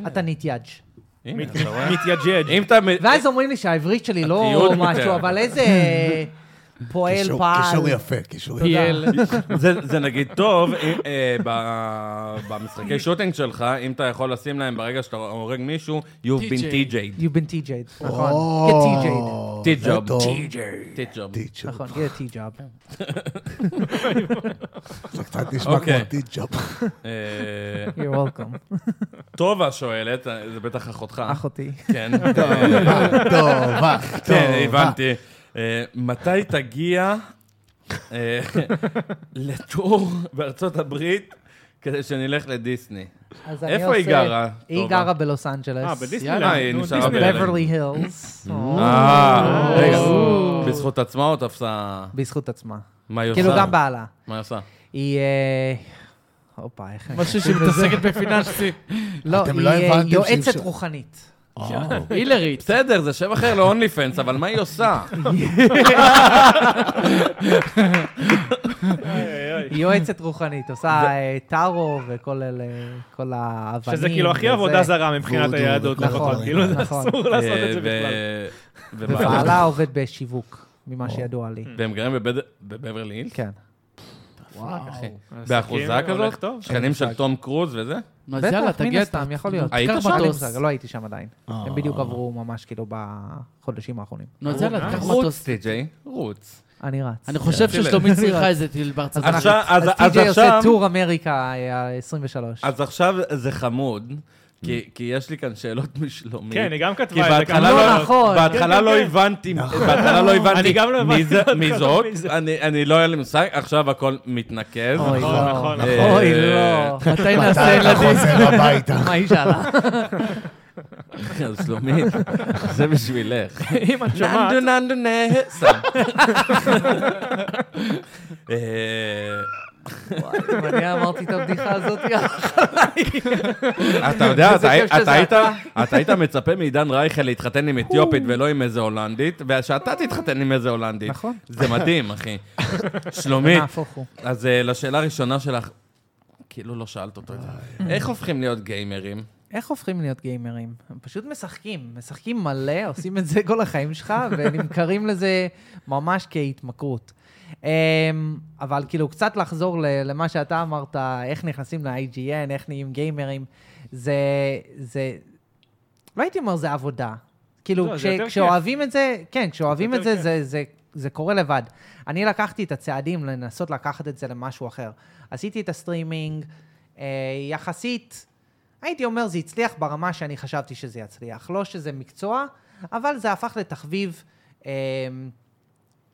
A: אתה נתייג'.
B: הנה,
D: מת-
B: אתה רואה?
D: מתייג'ג'.
B: אם אתה... מ-
A: ואז אומרים לי שהעברית שלי לא
B: התיוג
A: משהו,
B: יותר.
A: אבל איזה פועל
C: קישור-
A: פעל.
C: קישור יפה, קישור יפה.
E: פייל.
B: זה, זה נגיד טוב, אם, אה, ב- במשחקי שוטינג שלך, אם אתה יכול לשים להם ברגע שאתה הורג מישהו, you've been
E: TJ.
B: TJ.
A: You've been TJ'd, נכון.
C: או,
A: כ-TJ'd.
C: זה
B: T-job.
C: טוב.
B: T-job.
C: T-job.
A: נכון, get a T-job.
C: זה קצת נשמע
B: אוקיי.
C: כמו טיג'אפ.
B: אה,
A: You're welcome.
B: טובה שואלת, אה, זה בטח אחותך.
A: אחותי.
B: כן. אה,
C: טוב, אח, אה, טוב.
B: כן, הבנתי. אה, מתי תגיע אה, לטור בארצות הברית כדי שנלך לדיסני?
A: אז אני
B: איפה היא
A: עושה-
B: גרה,
A: היא
B: טובה?
A: גרה בלוס אנג'לס.
D: אה,
B: יאללה,
D: בדיסנילנד.
B: היא
D: נו,
B: נשארה
D: דיסנילנד.
B: בלב.
A: בברלי הילס.
B: אה, רגע,
E: או.
B: בזכות עצמה או תפסה?
A: בזכות עצמה.
B: מה היא עושה?
A: כאילו גם בעלה.
B: מה היא עושה?
A: היא... אה, הופה, איך... אני-
E: משהו שמתעסקת בפיננסי.
A: לא,
C: אתם
A: היא
C: לא
A: אה,
C: הבנתם
A: יועצת
C: שאי אפשר-
A: רוחנית.
C: או,
E: הילרית.
B: בסדר, זה שם אחר ל-only fans, אבל מה היא עושה?
D: אוי, אוי.
A: היא יועצת רוחנית, עושה אה, טארו וכל אלה, כל האבנים.
D: שזה כאילו הכי
A: וזה.
D: עבודה זרה מבחינת
C: וודו
D: היהדות
C: וכל
D: לפחות.
C: הדברים
D: כאילו,
A: האלה. נכון.
D: אסור לעשות את זה בכלל.
B: אה, ו- ובעלה-
A: ובעלה עובד בשיווק, ממה שידוע לי.
B: והם גרים בבד- בבברלי
D: אה.
B: הילס?
A: כן.
B: באחוזה
D: עסקים, הולך
B: כזאת?
D: טוב.
B: שכנים
A: אה,
B: של תום קרוז וזה?
E: אז
A: בטח,
E: יאללה,
A: מן
E: תגיע.
A: הסתם, יכול להיות.
B: היית
E: תיקח
B: שם?
E: מטוס.
A: אין לי מושג, לא הייתי שם עדיין.
C: אה.
A: הם בדיוק עברו ממש כאילו בחודשים האחרונים.
E: נו, אז
A: אה,
E: יאללה, תיקח
B: רוץ,
E: מטוס.
B: טי.ג'יי, רוץ.
A: אני רץ.
E: אני חושב
B: תראה.
E: ששלומית צריכה איזה טיל
B: אז
E: בארצות הברית.
B: עכשיו-
A: אז
B: אז- אז
A: טי.ג'יי עושה
B: עכשיו-
A: טור אמריקה אה, 23.
B: אז עכשיו זה חמוד,
A: Mm.
B: כי כי יש לי כאן שאלות משלומית.
D: כן, היא גם
B: כי
D: כתבה את זה
B: בהתחלה
D: כמה...
A: לא
B: לא,
A: נכון.
B: בהתחלה
D: כן,
B: לא
D: כן.
B: הבנתי, בהתחלה לא הבנתי,
D: אני גם לא
B: מי
D: הבנתי
B: זה-
D: בהתחלה
B: מי
D: מי
B: זאת,
D: זאת.
B: אני אני לא היה לי מושג, עכשיו הכל מתנקז.
A: אוי
D: נכון,
A: לא.
D: נכון,
B: נכון.
A: אוי
B: אה,
A: לא.
E: מתי
C: מתי
E: נעשה
C: אתה
E: ילדים?
C: חוזר הביתה?
A: מה היא שאלה?
B: אז שלומית, זה בשבילך.
D: אם את שומעת...
B: ננדו ננדו נסה. אה,
A: אם אני אמרתי את הבדיחה הזאת,
B: אתה יודע,
A: איזה
B: אתה
A: כיף שזה
B: אתה היית- אתה היית מצפה מעידן רייכל להתחתן עם אתיופית ולא עם איזה הולנדית, ושאתה תתחתן עם איזה הולנדית.
A: נכון.
B: זה מדהים, אחי. שלומית,
A: נהפוך הוא.
B: אז אה, לשאלה הראשונה שלך, כאילו לא שאלת אותו את זה.
A: אה.
B: איך הופכים להיות גיימרים?
A: איך הופכים להיות גיימרים? הם פשוט משחקים, משחקים מלא, עושים את זה כל החיים שלך, ונמכרים לזה ממש כהתמכרות. אמ, אבל כאילו, קצת לחזור ל- למה שאתה אמרת, איך נכנסים ל-IGN, איך נהיים גיימרים, זה... זה... לא הייתי אומר זה עבודה. כאילו,
D: לא, זה
A: כש-
D: יותר כיף.
A: כשאוהבים את זה, כן, כשאוהבים את
D: יותר
A: זה,
D: כיף.
A: זה, זה זה קורה לבד. אני לקחתי את הצעדים לנסות לקחת את זה למשהו אחר. עשיתי את הסטרימינג, אה, יחסית, הייתי אומר, זה הצליח ברמה שאני חשבתי שזה יצליח. לא שזה מקצוע, אבל זה הפך לתחביב אה,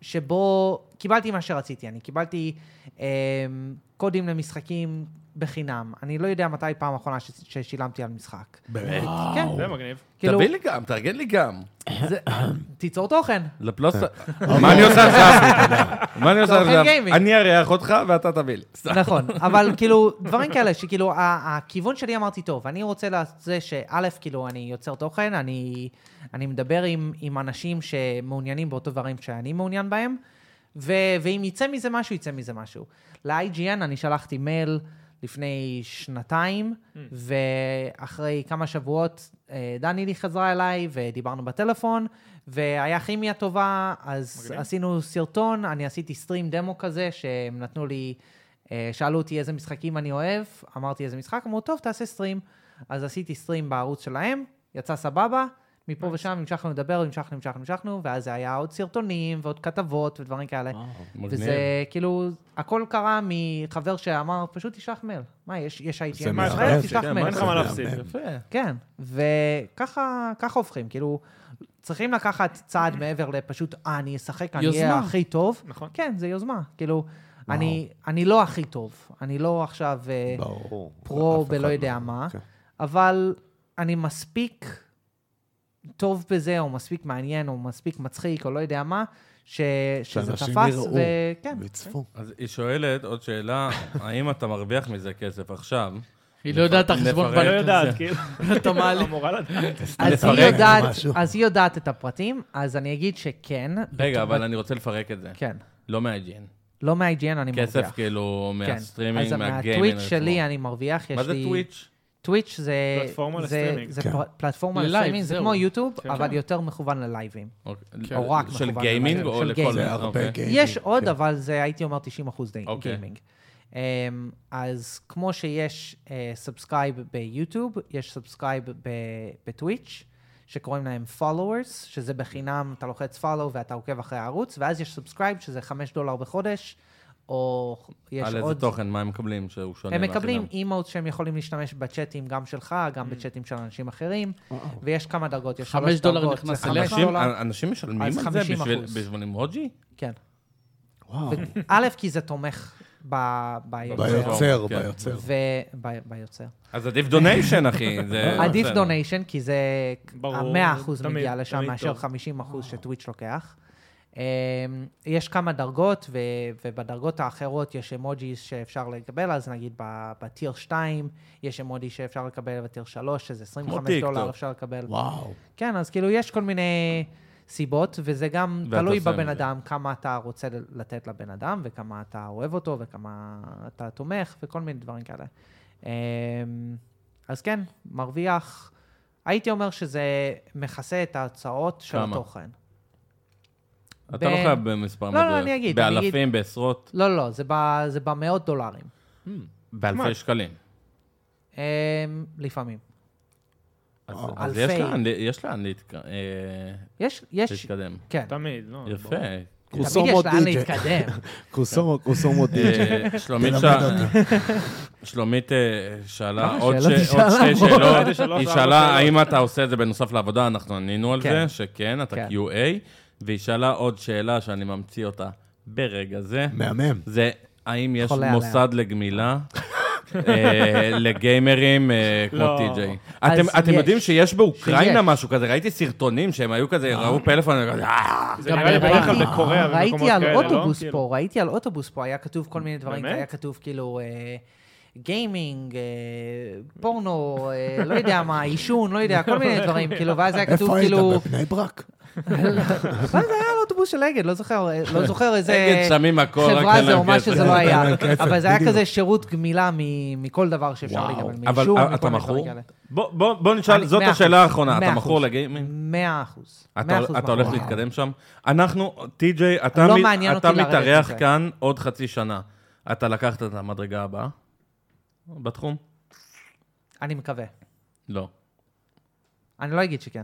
A: שבו קיבלתי מה שרציתי. אני קיבלתי אה, קודים למשחקים בחינם. אני לא יודע מתי פעם אחרונה ש- ששילמתי על משחק.
C: באמת.
A: כן,
D: זה מגניב.
A: כאילו,
B: אה, תביא לי גם, תארגן לי גם.
A: זה- תיצור תוכן.
B: לפלוסטר. מה אני עושה עכשיו? מה אני עושה
A: תוכן
B: עכשיו?
A: גיימינג.
B: אני אארח אותך ואתה תביא לי. סתם.
A: נכון, אבל כאילו, דברים כאלה שכאילו, ה- הכיוון שלי אמרתי, טוב, אני רוצה לזה שא', כאילו, אני יוצר תוכן, אני, אני מדבר עם, עם אנשים שמעוניינים באותו דברים שאני מעוניין בהם, ו, ואם יצא מזה משהו, יצא מזה משהו. ל-IGN אני שלחתי מייל לפני שנתיים, ואחרי כמה שבועות אה, דנילי חזרה אליי, ודיברנו בטלפון, והיה כימיה טובה, אז
D: מגניב.
A: עשינו סרטון, אני עשיתי סטרים דמו כזה, שהם נתנו לי... אה, שאלו אותי איזה משחקים אני אוהב, אמרתי איזה משחק, אמרו, טוב, תעשה סטרים. אז עשיתי סטרים בערוץ שלהם, יצא סבבה, מפה ושם המשכנו לדבר, המשכנו, המשכנו, המשכנו, ואז זה היה עוד סרטונים ועוד כתבות ודברים כאלה. וזה כאילו, הכל קרה מחבר שאמר, פשוט תשלח מייל. מה, יש יש IGN
C: מה,
A: בישראל?
C: יש-
A: תשלח
D: כן, מה
A: מייל.
D: אין לך מה להפסיד.
B: יפה.
A: כן, וככה ככה הופכים, כאילו, צריכים לקחת צעד מעבר לפשוט, אה, אני אשחק, אני אהיה
E: יוזמה.
A: הכי טוב.
D: נכון.
A: כן, זה יוזמה. כאילו, אני, אני לא הכי טוב, אני לא עכשיו אה,
C: ברור.
A: פרו
C: אף אחד
A: בלא
C: לא.
A: יודע מה,
C: כן.
A: אבל אני מספיק טוב בזה, או מספיק מעניין, או מספיק מצחיק, או לא יודע מה, ש, שזה
C: שאנשים
A: תפס, כן.
C: יראו.
A: וכן.
C: ויצפו.
B: אז היא שואלת עוד שאלה, האם אתה מרוויח מזה כסף עכשיו?
E: היא לא יודעת את החשבון
B: נפרט.
D: אבל לא
E: בנק
D: יודעת,
E: הזה.
D: כאילו.
E: אתה מעלה.
D: אמורה לדעת.
A: אז היא,
B: לפרק
A: יודעת,
C: משהו.
A: אז היא יודעת את הפרטים, אז אני אגיד שכן.
B: רגע, אבל אני רוצה לפרק את זה.
A: כן.
B: לא מה-IGN.
A: לא מה-IGN אני מרוויח.
B: כסף כאילו
A: כן.
B: מהסטרימינג,
A: אז
B: מהגיימינג.
A: מהטוויץ' שלי אני מרוויח, יש
B: מה זה
A: לי...
B: טוויץ'?
A: טוויץ' זה...
D: פלטפורמה
A: זה-
D: לסטרימינג.
A: זה
C: כן.
A: פר- פלטפורמה
E: ללייב,
A: לסטרימינג, זה
E: זהו.
A: כמו יוטיוב,
D: כן,
A: אבל
D: כן.
A: יותר מכוון ללייבים.
B: אוקיי.
A: או רק
B: של
A: מכוון
B: גיימינג
A: לזה,
B: או
A: של
B: לכל...
A: גיימינג.
C: זה
B: אוקיי.
C: הרבה גיימינג.
A: יש עוד,
C: כן.
A: אבל זה הייתי אומר 90% די-
B: אוקיי.
A: גיימינג. אמ, אז כמו שיש סאבסקרייב ביוטיוב, יש סאבסקרייב בטוויץ', שקוראים להם followers, שזה בחינם, אתה לוחץ follow ואתה עוקב אחרי הערוץ, ואז יש סאבסקרייב שזה 5 דולר בחודש, או יש
B: על איזה
A: עוד...
B: תוכן, מה הם מקבלים שהוא שונה
A: הם
B: מהחינם?
A: מקבלים אימוט שהם יכולים להשתמש בצ'אטים גם שלך, גם בצ'אטים של אנשים אחרים, ויש כמה דרגות, יש
E: חמש
A: שלוש
E: דולר
A: דרגות,
E: נכנס
A: זה
E: אליך?
A: חמש
B: אנשים-
A: דולר,
B: אנשים משלמים על
A: אז
B: זה
A: 50%.
B: בשביל- בשביל אימוג'י?
A: כן.
C: וואו.
A: ו- א', כי זה תומך ב- ביוצר,
C: ביוצר,
B: כן.
C: ביוצר.
A: ו- ב- ביוצר.
B: אז עדיף דוניישן, אחי. זה-
A: עדיף
B: אה, בסדר.
A: דוניישן, כי זה...
D: ברור,
A: המאה אחוז
D: תמיד,
A: מגיע לשם
D: תמיד
A: מאשר
D: טוב.
A: 50 אחוז שטוויץ' לוקח. אמ, יש כמה דרגות, ו- ובדרגות האחרות יש אמוג'י שאפשר לקבל, אז נגיד ב- בטיר 2, יש אמוג'י שאפשר לקבל בטיר 3, שזה 25
B: טיקטוק.
A: דולר אפשר לקבל.
C: וואו.
A: כן, אז כאילו יש כל מיני סיבות, וזה גם
B: ואתה
A: תלוי
B: עושה
A: בבן
B: מזה.
A: אדם, כמה אתה רוצה ל- לתת לבן אדם, וכמה אתה אוהב אותו, וכמה אתה תומך, וכל מיני דברים כאלה. אמ, אז כן, מרוויח. הייתי אומר שזה מכסה את ההוצאות של
B: כמה?
A: התוכן.
B: אתה לא
A: בין-
B: חייב במספר
A: לא, לא,
B: מדויק.
A: אני אגיד, אני
B: באלפים, בעשרות,
A: לא, לא, זה, ב, זה במאות דולרים.
B: באלפי שקלים.
A: אמ, לפעמים.
B: אז
C: וואו.
B: אז יש
A: אלפי.
B: לאן- יש לאן להתק- אה,
A: יש, יש,
B: להתקדם.
A: כן.
D: תמיד, לא.
B: יפה.
D: ברור.
A: תמיד
C: קוסומו
A: יש לאן
C: דיג'יי.
A: להתקדם.
C: קוסומו, קוסומו דיג'י.
B: אה, שלומית
C: תלמד
B: ש- שלומית אה, שאלה
A: כמה
B: עוד ש-
A: שאלות היא
B: עוד שתי
A: שאלה?
B: שאלות.
D: אמרתי שלוש,
B: היא שאלה
D: ארבע שאלות.
B: האם אתה עושה את זה בנוסף לעבודה, אנחנו ענינו על
A: כן.
B: זה, שכן, אתה
A: כן.
B: QA, והיא שאלה עוד שאלה שאני ממציא אותה ברגע זה,
C: מהמם.
B: זה האם יש
A: חולה עליה.
B: מוסד לגמילה? אה, לגיימרים אה, כמו
D: לא.
B: טי.ג'יי.
A: אז
B: אתם- אתם
A: יש.
B: יודעים שיש באוקראינה
A: שיש.
B: משהו כזה, ראיתי סרטונים שהם היו כזה, ראו פלאפון, וכזה, "אה,
D: זה
E: גם
D: נראה לי
E: ראיתי-
D: בדרך כלל בקוריאה ובמקומות
A: ראיתי על
D: כאלה, לא?
A: אוטובוס
D: כאילו.
A: פה, ראיתי על אוטובוס פה, היה כתוב כל מיני דברים,
D: באמת?
A: היה כתוב כאילו אה, גיימינג, אה, פורנו, אה, לא יודע מה, עישון, לא יודע, כל מיני דברים, כאילו, ואז היה כתוב
C: איפה היית?
A: כאילו,
C: בבני ברק?
A: מה זה היה על אוטובוס של אגד, לא זוכר, אה, לא זוכר איזה
B: נגד שמים הכל, רק
A: חברה
B: תן
A: זה או
B: להם
A: מה
B: כסף.
A: שזה לא היה,
C: להם כסף,
A: אבל זה היה
C: בדיוק.
A: כזה שירות גמילה מ- מכל דבר שאפשר
C: וואו.
A: לגמרי,
B: אבל
A: מעישון, מכל
B: אתה
A: מיני דברים
B: מכור?
A: כאלה.
B: בוא- בוא בוא נשאל,
A: אני-
B: זאת
A: מאה
B: השאלה
A: אחוז,
B: האחרונה, אתה
A: מאה
B: מכור
A: אחוז.
B: לגיימינג?
A: מאה אחוז, מאה
B: אתה
A: אחוז
B: אתה הולך
A: מכור.
B: להתקדם שם? אנחנו, טי.ג'יי, אתה
A: לא
B: מת-
A: מעניין
B: אתה
A: אותי לרדת
B: מתארח
A: מזה.
B: כאן עוד חצי שנה. אתה לקחת את המדרגה הבאה בתחום?
A: אני מקווה,
B: לא.
A: אני לא אגיד שכן,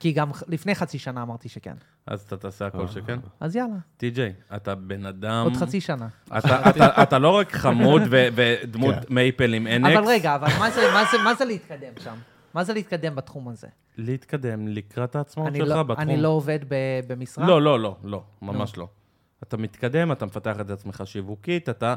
A: כי גם לפני חצי שנה אמרתי שכן.
B: אז אתה תעשה הכל שכן.
A: אז יאללה,
B: טי.ג'יי, אתה בן אדם...
A: עוד חצי שנה.
B: אתה- אתה- אתה לא רק חמוד ו- ודמות
C: כן.
B: מייפל עם NX.
A: אבל רגע, אבל מה זה- מה זה- מה זה להתקדם שם? מה זה להתקדם בתחום הזה?
B: להתקדם לקראת העצמאות
A: אני
B: שלך
A: לא-
B: אמ, בתחום.
A: אני לא עובד ב- במשרה?
B: לא, לא, לא, לא, ממש לא. אתה מתקדם, אתה מפתח את עצמך שיווקית, אתה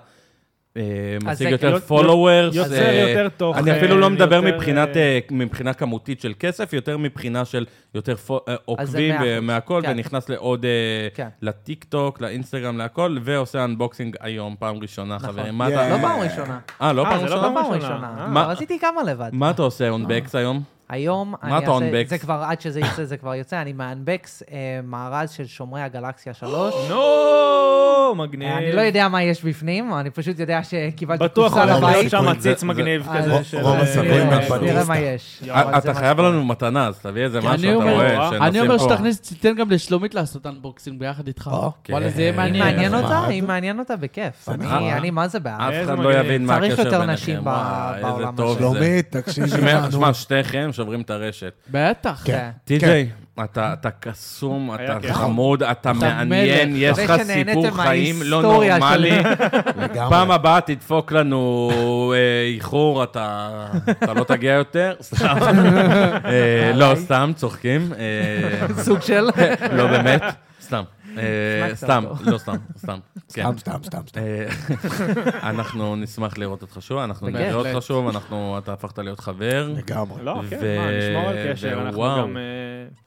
B: אה,
A: אז
B: משיג
A: זה-
B: יותר
D: יוצ-
B: followers.
D: יוצר
B: אה,
D: יותר תוכן,
B: אני אפילו לא מדבר
D: יותר,
B: מבחינת,
D: אה,
B: אה, מבחינה כמותית של כסף, יותר מבחינה של יותר פו- אה,
A: אז זה
B: עוקבים
A: מאה אחוז,
B: מהכל,
A: כן.
B: ונכנס לעוד, אה,
A: כן.
B: לטיקטוק, לאינסטגרם, להכל, ועושה אנבוקסינג היום, פעם ראשונה,
A: נכון.
B: חברים. מה
C: Yeah.
A: לא
B: אתה-
A: פעם ראשונה.
B: אה, לא פעם
D: זה לא
B: ראשונה?
A: לא פעם ראשונה.
D: אה.
A: מה? רציתי כמה לבד.
B: מה אתה עושה אונבקס היום?
A: היום אני
B: אתה unbacks?
A: זה כבר, עד שזה יצא, זה כבר יוצא, אני מאנבקס אה, מארז של שומרי הגלקסיה 3.
D: נו,
B: אה,
D: מגניב.
A: אני לא יודע מה יש בפנים, אני פשוט יודע שקיבלתי
D: בטוח
A: קופסה
D: הולך להיות
B: לא
A: לבית.
D: שם
B: זה-
D: עציץ
B: זה-
D: מגניב
A: אז-
D: כזה. של-
C: רוב
A: אז
C: הסיכויים
A: נראה-
C: מהפניסטה.
A: נראה מה יש. לא, אבל זה
B: אה, אתה
A: מה
B: חייב
A: שיש.
B: לנו מתנה, אז תביא איזה
E: כן, אני
B: משהו, אתה
E: אומר-
B: רואה, שנוסעים פה.
E: אני אומר שתכניס, תיתן גם לשלומית לעשות אנבוקסינג ביחד
A: אה.
E: איתך.
C: או,
E: וואלה, זה יהיה
B: כן.
A: אם
E: מעניין.
A: מעניין
C: נחמד.
A: אותה, אם מעניין אותה, בכיף. אני-
B: סבבה.
A: אני מה אה, זה נכון. אה, בעד.
B: אף
D: איזה
B: אחד לא
D: מגניב.
B: יבין מה
A: צריך
B: הקשר ביניכם.
A: יותר נשים ב-
B: וואי, איזה
A: בעולם
B: טוב
A: הזה.
B: זה.
C: שלומית, תקשיבי.
B: שמע,
C: נו.
B: שמע, שתיכם שוברים את הרשת.
E: בטח.
A: כן.
B: טי.ג'יי, אתה אתה קסום,
D: היה
B: אתה
D: כיף.
B: חמוד, אתה מעניין,
E: מלך.
B: יש לך
A: אחרי
B: סיפור
A: שנהניתם
B: חיים לא
A: מההיסטוריה
B: נורמלי.
C: לגמרי.
B: פעם הבאה תדפוק לנו אה, איחור, אתה אתה לא תגיע יותר. סתם. אה, לא, סתם, צוחקים. אה,
A: סוג של...
B: לא באמת, סתם. אה,
A: נשמע קצת
B: סתם,
A: טוב.
B: לא סתם, סתם. כן.
C: סתם, סתם, סתם. סתם.
B: אה, אנחנו נשמח לראות אותך שוב, אנחנו
A: בכיף.
B: נראה אותך
E: בהחלט.
B: שוב, אנחנו, אתה הפכת להיות חבר.
C: לגמרי.
D: לא, כן,
B: ו-
D: מה, נשמור על קשר, אנחנו
B: ווואו.
D: גם... אה,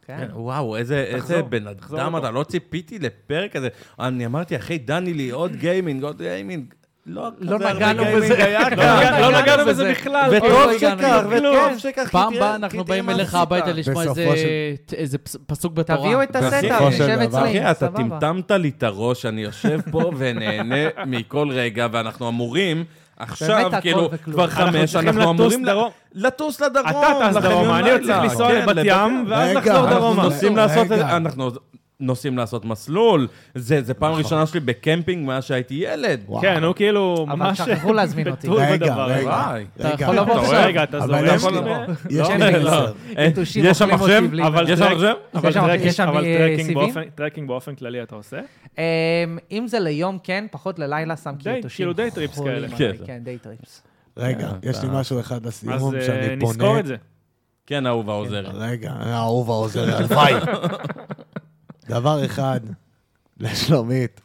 A: כן.
B: וואו, איזה,
D: תחזור,
B: איזה בן
D: תחזור
B: אדם אתה,
D: לפה.
B: לא ציפיתי לפרק הזה. אני אמרתי, אחי, דני לי, עוד גיימינג, עוד גיימינג. לא,
A: לא
B: כזה הרבה
A: נגענו
B: גיימינג
A: בזה.
B: היה כאן.
D: לא נגע- לא נגענו בזה
A: בזה.
D: בכלל.
A: עוד
B: וטוב
A: לא הגענו
B: שכך,
A: לזה.
B: וטוב שכך. כי
E: פעם
B: תראה-
E: הבאה
B: כי
E: אנחנו
B: תראה
E: באים
B: מה
E: אליך
B: עשית.
E: הביתה לשמוע
C: בסופו
E: איזה איזה פס- פסוק בתורה.
A: תביאו את הסטאפ,
C: בסופו
A: נשב
C: של דבר.
A: אצלי,
B: אחי, אתה
A: סבבה.
B: טמטמת לי את הראש, אני יושב פה ונהנה מכל רגע, ואנחנו אמורים עכשיו,
A: באמת הכל
B: כאילו,
A: וכלום.
B: כבר
D: אנחנו
B: חמש,
D: צריכים
B: אנחנו
D: לטוס
B: אמורים ל-
D: דרום.
B: לטוס לדרום.
D: אתה טס
B: לחניון
D: דרומה, אני עוד צריך
B: לילה.
D: לנסוע
B: כן,
D: לבת ים, ואז
C: רגע,
D: לחזור
C: אנחנו
D: דרומה.
B: אנחנו נוסעים
C: רגע.
B: לעשות,
C: רגע.
B: אנחנו נוסעים לעשות מסלול. זה זה פעם ראשונה שלי בקמפינג מאז שהייתי ילד.
C: וואו.
D: כן, הוא כאילו
A: אבל
D: ממש...
A: שכחו להזמין אותי.
D: בול
C: רגע,
D: בדבר.
C: רגע.
B: וואי.
E: אתה
C: רגע.
E: יכול לבוא
B: אתה
E: עכשיו.
B: רואה?
D: רגע, אתה
C: אבל
D: זורם.
C: יש לי- יש לי
A: לא, לא.
C: מסר.
B: יש יש שם
A: אוכלים
B: מחשב?
A: אותי בלי
B: אבל
A: בעיה.
B: יש שם מחשב?
D: אבל
A: יש שם-
D: טרק-
A: יש שם,
D: אבל
A: אה,
D: טרקינג
A: סיבים?
D: באופן- טרקינג באופן כללי אתה עושה?
A: אמ, אם זה ליום, כן, פחות ללילה שם
D: די, כאילו די טריפס
A: חולים
D: כאלה.
A: עליי,
B: כן.
A: כן, די טריפס.
C: רגע, יש לי משהו אחד
D: אז
C: לסיום
D: אה,
C: שאני פונה.
D: נזכור את זה.
B: כן, אהוב העוזר.
C: רגע, אהוב העוזר, הלוואי. דבר אחד, לשלומית,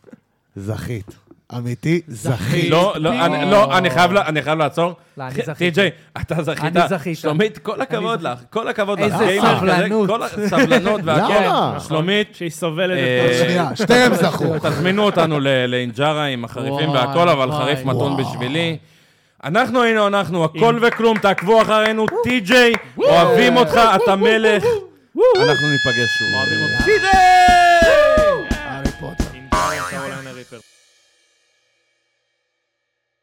C: זכית. אמיתי, זכית.
B: לא, לא, אני- לא, אני חייב לה- אני חייב לעצור.
A: כאילו. לא, אני זכיתי.
B: טי.ג'יי, אתה זכית.
A: אני זכיתי.
B: שלומית, כל הכבוד לך. כל הכבוד לך.
A: איזה
B: גיימר כזה,
A: סבלנות.
B: כל הסבלנות והכל.
C: למה?
B: שלומית,
D: שהיא סובלת
B: אה,
D: את כל זה.
C: שנייה, שתיהם זכו.
B: תזמינו אותנו ל- לאינג'רה עם החריפים
E: וואי,
B: והכל, אבל
E: וואי.
B: חריף מתון
C: וואו.
B: בשבילי. אנחנו היינו אנחנו, הכל וכלום, תעקבו אחרינו, טי.ג'יי, אוהבים אותך, אתה מלך. אנחנו ניפגש שוב.
D: אוהבים אותך.
B: טי.ג'יי!
C: הארי פוטר.
D: עם קארן קרוליינה ריפר.